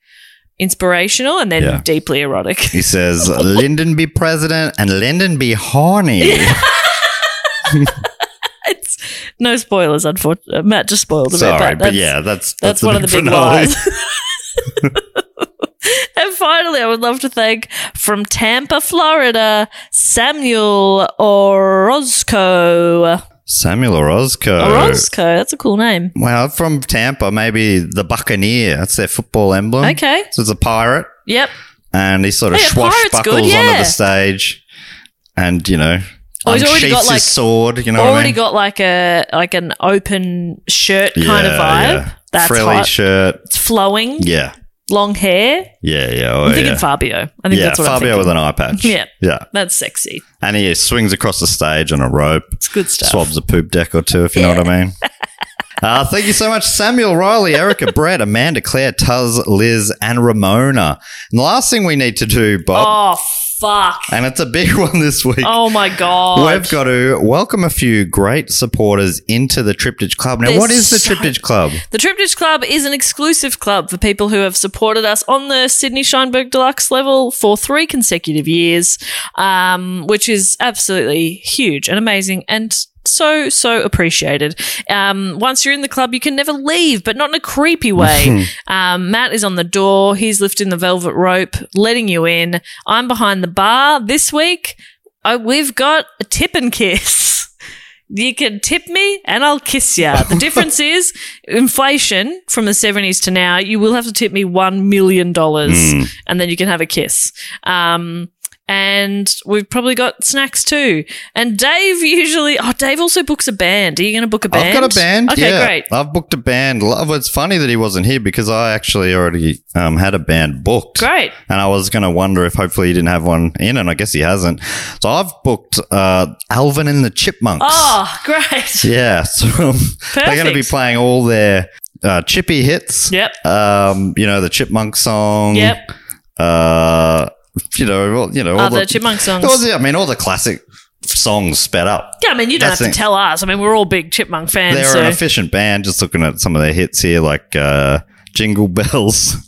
[SPEAKER 1] inspirational and then
[SPEAKER 2] Yeah.
[SPEAKER 1] deeply erotic.
[SPEAKER 2] he says, "Lyndon be president and Lyndon be horny."
[SPEAKER 1] No spoilers, unfortunately. Matt just spoiled a
[SPEAKER 2] Sorry,
[SPEAKER 1] bit.
[SPEAKER 2] but
[SPEAKER 1] that's-
[SPEAKER 2] yeah, that's-
[SPEAKER 1] that's,
[SPEAKER 2] that's the
[SPEAKER 1] one of the
[SPEAKER 2] big
[SPEAKER 1] big
[SPEAKER 2] finale.
[SPEAKER 1] lies. and finally, I would love to thank from Tampa, Florida, Samuel
[SPEAKER 2] Oh.
[SPEAKER 1] Orozco.
[SPEAKER 2] Samuel Orozco.
[SPEAKER 1] Orozco, that's a cool name.
[SPEAKER 2] Well, from Tampa, maybe the Buccaneer. That's their football emblem.
[SPEAKER 1] Okay.
[SPEAKER 2] So it's a pirate.
[SPEAKER 1] Yep.
[SPEAKER 2] And he sort of
[SPEAKER 1] Hey, a pirate's
[SPEAKER 2] swashbuckles
[SPEAKER 1] good,
[SPEAKER 2] onto
[SPEAKER 1] yeah.
[SPEAKER 2] the stage and, you know,
[SPEAKER 1] Oh, he's already
[SPEAKER 2] unsheaths
[SPEAKER 1] got, like-
[SPEAKER 2] his sword. You know
[SPEAKER 1] Already
[SPEAKER 2] what I mean?
[SPEAKER 1] got like a like an open shirt kind of
[SPEAKER 2] Yeah,
[SPEAKER 1] vibe.
[SPEAKER 2] yeah.
[SPEAKER 1] That's
[SPEAKER 2] Frilly
[SPEAKER 1] hot.
[SPEAKER 2] shirt.
[SPEAKER 1] It's flowing.
[SPEAKER 2] Yeah.
[SPEAKER 1] Long hair.
[SPEAKER 2] Yeah, yeah. Oh,
[SPEAKER 1] I'm thinking
[SPEAKER 2] yeah.
[SPEAKER 1] Fabio. I think
[SPEAKER 2] yeah,
[SPEAKER 1] that's what I'm
[SPEAKER 2] Fabio
[SPEAKER 1] thinking.
[SPEAKER 2] with an eye patch.
[SPEAKER 1] Yeah.
[SPEAKER 2] Yeah.
[SPEAKER 1] That's sexy.
[SPEAKER 2] And he swings across the stage on a rope. It's
[SPEAKER 1] good stuff.
[SPEAKER 2] Swabs a poop deck or two, if you know what I mean. Uh, thank you so much, Samuel Riley, Erica Brett, Amanda Claire, Tuz, Liz, and Ramona. And the last thing we need to do,
[SPEAKER 1] Oh
[SPEAKER 2] Bob,
[SPEAKER 1] fuck.
[SPEAKER 2] and it's a big one this week.
[SPEAKER 1] Oh my god.
[SPEAKER 2] We've got to welcome a few great supporters into the Triptych Club. Now,
[SPEAKER 1] There's
[SPEAKER 2] what is the
[SPEAKER 1] so-
[SPEAKER 2] Triptych Club?
[SPEAKER 1] The Triptych Club is an exclusive club for people who have supported us on the Sydney Scheinberg Deluxe level for three consecutive years, um, which is absolutely huge and amazing and so, so appreciated. Um, once you're in the club, you can never leave, but not in a creepy way. um, Matt is on the door. He's lifting the velvet rope, letting you in. I'm behind the bar this week. I, we've got a tip and kiss. You can tip me and I'll kiss you. The difference is inflation from the 70s to now, you will have to tip me $1 million
[SPEAKER 2] Hmm.
[SPEAKER 1] and then you can have a kiss. Um, and we've probably got snacks too. And Dave usually, oh, Dave also books a band. Are you going to book a band?
[SPEAKER 2] I've got a band.
[SPEAKER 1] Okay,
[SPEAKER 2] yeah. Uh,
[SPEAKER 1] great.
[SPEAKER 2] I've booked a band. Love. It's funny that he wasn't here because I actually already um, had a band booked.
[SPEAKER 1] Great.
[SPEAKER 2] And I was going to wonder if hopefully he didn't have one in, and I guess he hasn't. So I've booked uh, Alvin and the Chipmunks.
[SPEAKER 1] Oh, great.
[SPEAKER 2] Yeah, so um, they're going to be
[SPEAKER 1] Perfect.
[SPEAKER 2] playing all their uh, chippy hits.
[SPEAKER 1] Yep.
[SPEAKER 2] Um, you know the Chipmunk song.
[SPEAKER 1] Yep.
[SPEAKER 2] Uh, you know, all, you know, all
[SPEAKER 1] Other
[SPEAKER 2] the
[SPEAKER 1] Chipmunk songs.
[SPEAKER 2] all the- I mean, all the classic songs sped up.
[SPEAKER 1] Yeah, I mean, you don't
[SPEAKER 2] That's
[SPEAKER 1] have
[SPEAKER 2] the-
[SPEAKER 1] to tell us. I mean, we're all big Chipmunk fans.
[SPEAKER 2] They're
[SPEAKER 1] so.
[SPEAKER 2] an efficient band. Just looking at some of their hits here, like uh, "Jingle Bells."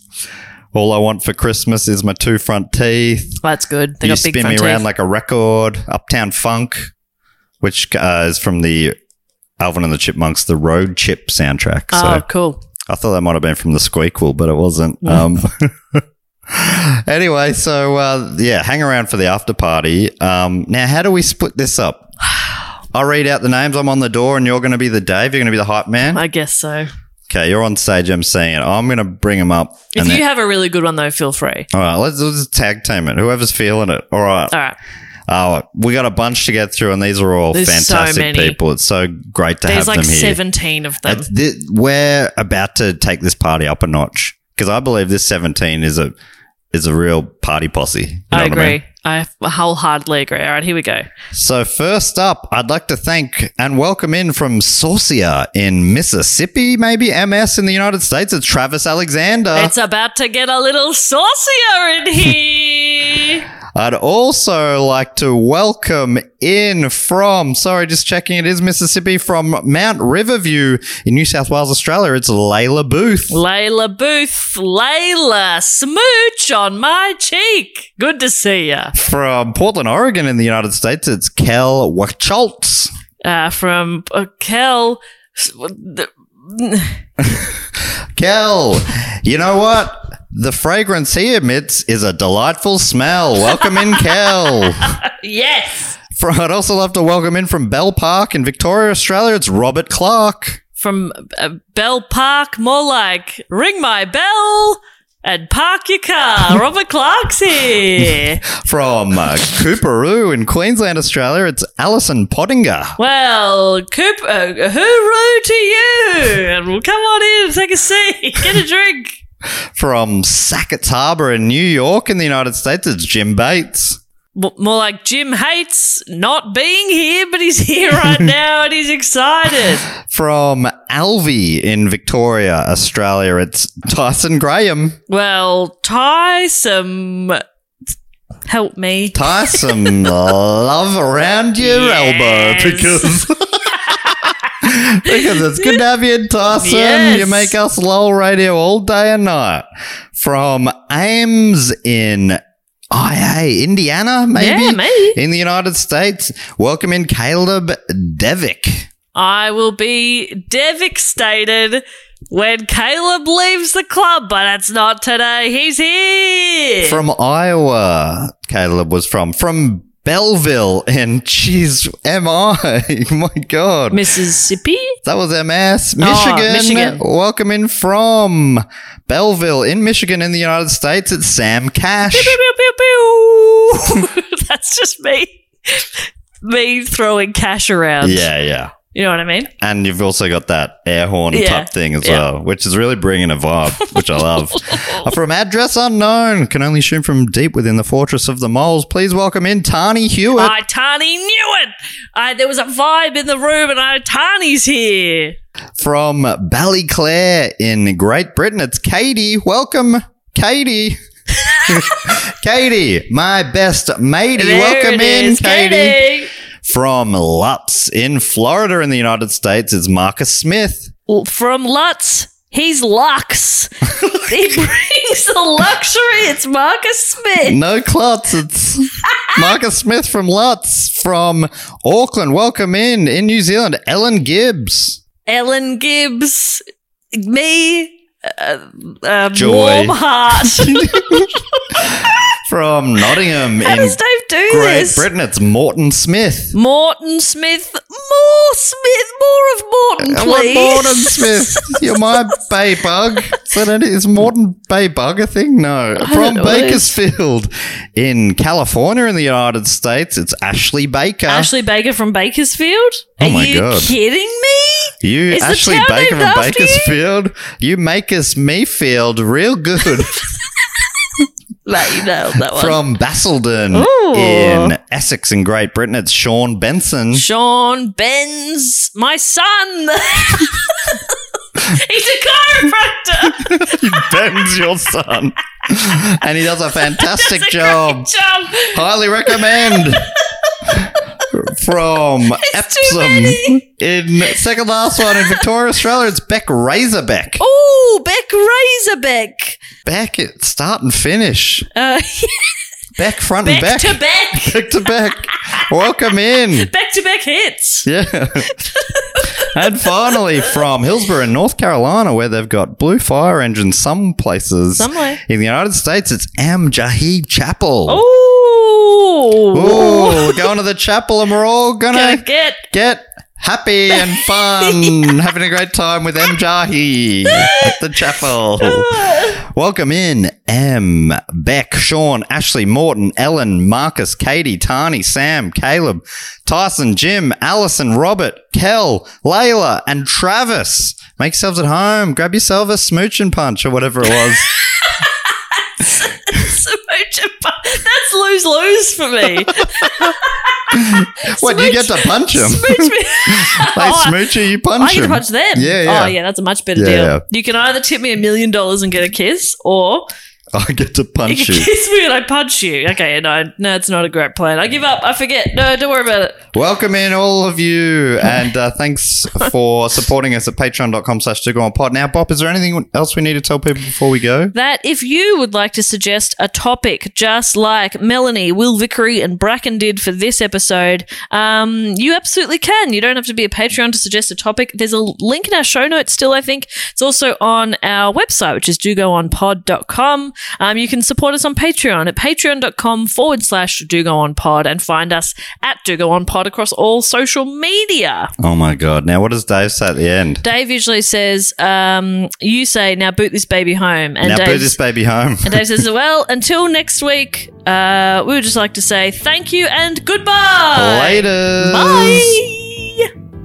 [SPEAKER 2] All I want for Christmas is my two front teeth.
[SPEAKER 1] That's good. They
[SPEAKER 2] you
[SPEAKER 1] got big
[SPEAKER 2] spin me
[SPEAKER 1] front
[SPEAKER 2] around
[SPEAKER 1] teeth.
[SPEAKER 2] like a record. Uptown Funk, which uh, is from the Alvin and the Chipmunks, the Road Chip soundtrack.
[SPEAKER 1] Oh, cool.
[SPEAKER 2] I thought that might have been from the Squeakquel, but it wasn't. Um, anyway, so uh, yeah, hang around for the after party. Um, now, how do we split this up? I'll read out the names. I'm on the door, and you're going to be the Dave. You're going to be the hype man.
[SPEAKER 1] I guess so.
[SPEAKER 2] Okay, you're on stage. I'm saying it. I'm going to bring them up.
[SPEAKER 1] If
[SPEAKER 2] and
[SPEAKER 1] you
[SPEAKER 2] then-
[SPEAKER 1] have a really good one, though, feel free.
[SPEAKER 2] all right, let's, let's tag team it. Whoever's feeling it. All right.
[SPEAKER 1] All right.
[SPEAKER 2] Uh, we got a bunch to get through, and these are all
[SPEAKER 1] There's so
[SPEAKER 2] fantastic
[SPEAKER 1] many.
[SPEAKER 2] people. It's so great to
[SPEAKER 1] There's
[SPEAKER 2] have
[SPEAKER 1] like
[SPEAKER 2] them here.
[SPEAKER 1] 17 of them.
[SPEAKER 2] It's- thi- we're about to take this party up a notch because I believe this 17 is a is a real party posse. You know
[SPEAKER 1] I
[SPEAKER 2] what
[SPEAKER 1] agree.
[SPEAKER 2] mean?
[SPEAKER 1] I, f- wholeheartedly agree. All right, here we go.
[SPEAKER 2] So first up, I'd like to thank and welcome in from Saucier in Mississippi, maybe MS in the United States. It's Travis Alexander.
[SPEAKER 1] it's about to get a little saucier in here.
[SPEAKER 2] I'd also like to welcome in from, sorry, just checking it is Mississippi, from Mount Riverview in New South Wales, Australia. It's Layla Booth.
[SPEAKER 1] Layla Booth, Layla, smooch on my cheek. Good to see ya.
[SPEAKER 2] From Portland, Oregon in the United States, it's Kel Wachholtz.
[SPEAKER 1] Uh, from uh, Kel. s- w- the-
[SPEAKER 2] Kel, you know what? The fragrance he emits is a delightful smell. Welcome in, Kel.
[SPEAKER 1] yes.
[SPEAKER 2] From, I'd also love to welcome in from Bell Park in Victoria, Australia. It's Robert Clark.
[SPEAKER 1] From uh, Bell Park, more like ring my bell and park your car. Robert Clark's here.
[SPEAKER 2] From uh, Cooperoo in Queensland, Australia, it's Alison Pottinger.
[SPEAKER 1] Well, Coop, uh, hooroo to you! And we'll come on in, take a seat, get a drink.
[SPEAKER 2] From Sackett's Harbour in New York in the United States, it's Jim Bates.
[SPEAKER 1] W- More like Jim hates not being here, but he's here right now and he's excited.
[SPEAKER 2] From Alvey in Victoria, Australia, it's Tyson Graham.
[SPEAKER 1] Well, tie some. Help me.
[SPEAKER 2] Tie some love around your
[SPEAKER 1] Yes.
[SPEAKER 2] elbow because. because it's good to have you, Tyson.
[SPEAKER 1] Yes.
[SPEAKER 2] You make us lol radio all day and night. From Ames in IA, Indiana, maybe?
[SPEAKER 1] Yeah, maybe.
[SPEAKER 2] In the United States. Welcome in Caleb Devick.
[SPEAKER 1] I will be devastated when Caleb leaves the club, but that's not today. He's here.
[SPEAKER 2] From Iowa, Caleb was from. From Belleville, and jeez, am I? My God.
[SPEAKER 1] Mississippi?
[SPEAKER 2] That was MS.
[SPEAKER 1] Oh,
[SPEAKER 2] Michigan.
[SPEAKER 1] Michigan.
[SPEAKER 2] Welcome in from Belleville in Michigan in the United States. It's Sam Cash.
[SPEAKER 1] Pew, pew, pew, pew. That's just me. me throwing cash around.
[SPEAKER 2] Yeah, yeah.
[SPEAKER 1] You know what I mean?
[SPEAKER 2] And you've also got that air horn
[SPEAKER 1] Yeah,
[SPEAKER 2] type thing as
[SPEAKER 1] yeah.
[SPEAKER 2] well, which is really bringing a vibe, which I love. Uh, from address unknown, can only assume from deep within the fortress of the moles. Please welcome in Tani Hewitt.
[SPEAKER 1] I Tani knew it. I, there was a vibe in the room, and I Tani's here.
[SPEAKER 2] From Ballyclare in Great Britain, it's Katie. Welcome, Katie. Katie, my best matey.
[SPEAKER 1] There
[SPEAKER 2] Welcome
[SPEAKER 1] it
[SPEAKER 2] in,
[SPEAKER 1] is,
[SPEAKER 2] Katie.
[SPEAKER 1] Katie.
[SPEAKER 2] From Lutz in Florida in the United States, it's Marcus Smith.
[SPEAKER 1] Well, From Lutz, he's Lux. he brings the luxury. It's Marcus Smith.
[SPEAKER 2] No Klutz, it's Marcus Smith from Lutz from Auckland. Welcome in, in New Zealand, Ellen Gibbs.
[SPEAKER 1] Ellen Gibbs, me, uh, um,
[SPEAKER 2] Joy.
[SPEAKER 1] warm heart.
[SPEAKER 2] From Nottingham
[SPEAKER 1] How
[SPEAKER 2] in
[SPEAKER 1] does Dave do
[SPEAKER 2] Great
[SPEAKER 1] this?
[SPEAKER 2] Britain, it's Morton Smith.
[SPEAKER 1] Morton Smith, more Smith, more of Morton,
[SPEAKER 2] I want
[SPEAKER 1] please.
[SPEAKER 2] Morton Smith. You're my bay bug. So that is Morton Bay Bug a thing? No.
[SPEAKER 1] I
[SPEAKER 2] From
[SPEAKER 1] don't know what it is.
[SPEAKER 2] Bakersfield in California in the United States, it's Ashley Baker.
[SPEAKER 1] Ashley Baker from Bakersfield.
[SPEAKER 2] Oh
[SPEAKER 1] Are
[SPEAKER 2] my
[SPEAKER 1] you
[SPEAKER 2] God.
[SPEAKER 1] kidding me?
[SPEAKER 2] You,
[SPEAKER 1] Is the
[SPEAKER 2] Ashley
[SPEAKER 1] town
[SPEAKER 2] Baker
[SPEAKER 1] named
[SPEAKER 2] from
[SPEAKER 1] after you?
[SPEAKER 2] Bakersfield, you? make us me field real good.
[SPEAKER 1] Like, you know that one.
[SPEAKER 2] from Basildon
[SPEAKER 1] Ooh.
[SPEAKER 2] in Essex in Great Britain, it's Sean Benson.
[SPEAKER 1] Sean Benz, my son. He's a chiropractor.
[SPEAKER 2] he bends your son. and he does a fantastic job.
[SPEAKER 1] Jump.
[SPEAKER 2] Highly recommend. From Epsom in second last one in Victoria, Australia, it's Beck Razorbeck.
[SPEAKER 1] Oh, Beck Razorbeck.
[SPEAKER 2] Beck, it start and finish.
[SPEAKER 1] Uh,
[SPEAKER 2] Beck front
[SPEAKER 1] Beck,
[SPEAKER 2] and back.
[SPEAKER 1] to Beck.
[SPEAKER 2] Back to back. Welcome in.
[SPEAKER 1] Back to back hits.
[SPEAKER 2] Yeah. and finally, from Hillsborough in North Carolina, where they've got blue fire engines some places.
[SPEAKER 1] Somewhere.
[SPEAKER 2] In the United States, it's Am Jahi Chapel.
[SPEAKER 1] Oh.
[SPEAKER 2] Ooh, we're going to the chapel and we're all gonna
[SPEAKER 1] Gonna get-
[SPEAKER 2] get happy and fun, having a great time with M Jahi at the chapel. Welcome in, M, Beck, Sean, Ashley, Morton, Ellen, Marcus, Katie, Tani, Sam, Caleb, Tyson, Jim, Allison, Robert, Kel, Layla, and Travis. Make yourselves at home. Grab yourself a smooch and punch or whatever it was.
[SPEAKER 1] Smooch and punch. That's lose lose for me.
[SPEAKER 2] what, you get to punch them?
[SPEAKER 1] Smooch me.
[SPEAKER 2] They
[SPEAKER 1] Oh,
[SPEAKER 2] smooch you, you punch
[SPEAKER 1] I get to
[SPEAKER 2] them.
[SPEAKER 1] punch them.
[SPEAKER 2] Yeah, yeah.
[SPEAKER 1] Oh, yeah, that's a much better
[SPEAKER 2] Yeah,
[SPEAKER 1] deal.
[SPEAKER 2] yeah.
[SPEAKER 1] You can either tip me a million dollars and get a kiss, or
[SPEAKER 2] I get to punch
[SPEAKER 1] You
[SPEAKER 2] you.
[SPEAKER 1] kiss me and I punch you. Okay, no, no, it's not a great plan. I give up. I forget. No, don't worry about it.
[SPEAKER 2] Welcome in all of you, and uh, thanks for supporting us at patreon.com slash to go on pod. Now, Bob, is there anything else we need to tell people before we go?
[SPEAKER 1] That if you would like to suggest a topic just like Melanie, Will Vickery, and Bracken did for this episode, um, you absolutely can. You don't have to be a Patreon to suggest a topic. There's a link in our show notes still, I think. It's also on our website, which is dogoonpod.com. Um, you can support us on Patreon at patreon.com forward slash dogoonpod and find us at dogoonpod across all social media.
[SPEAKER 2] Oh my God. Now, what does Dave say at the end?
[SPEAKER 1] Dave usually says, um, you say, now boot this baby home. And
[SPEAKER 2] now,
[SPEAKER 1] Uh, Dave's-
[SPEAKER 2] boo this baby home.
[SPEAKER 1] and Dave says, well, until next week, uh, we would just like to say thank you and goodbye.
[SPEAKER 2] Later.
[SPEAKER 1] Bye.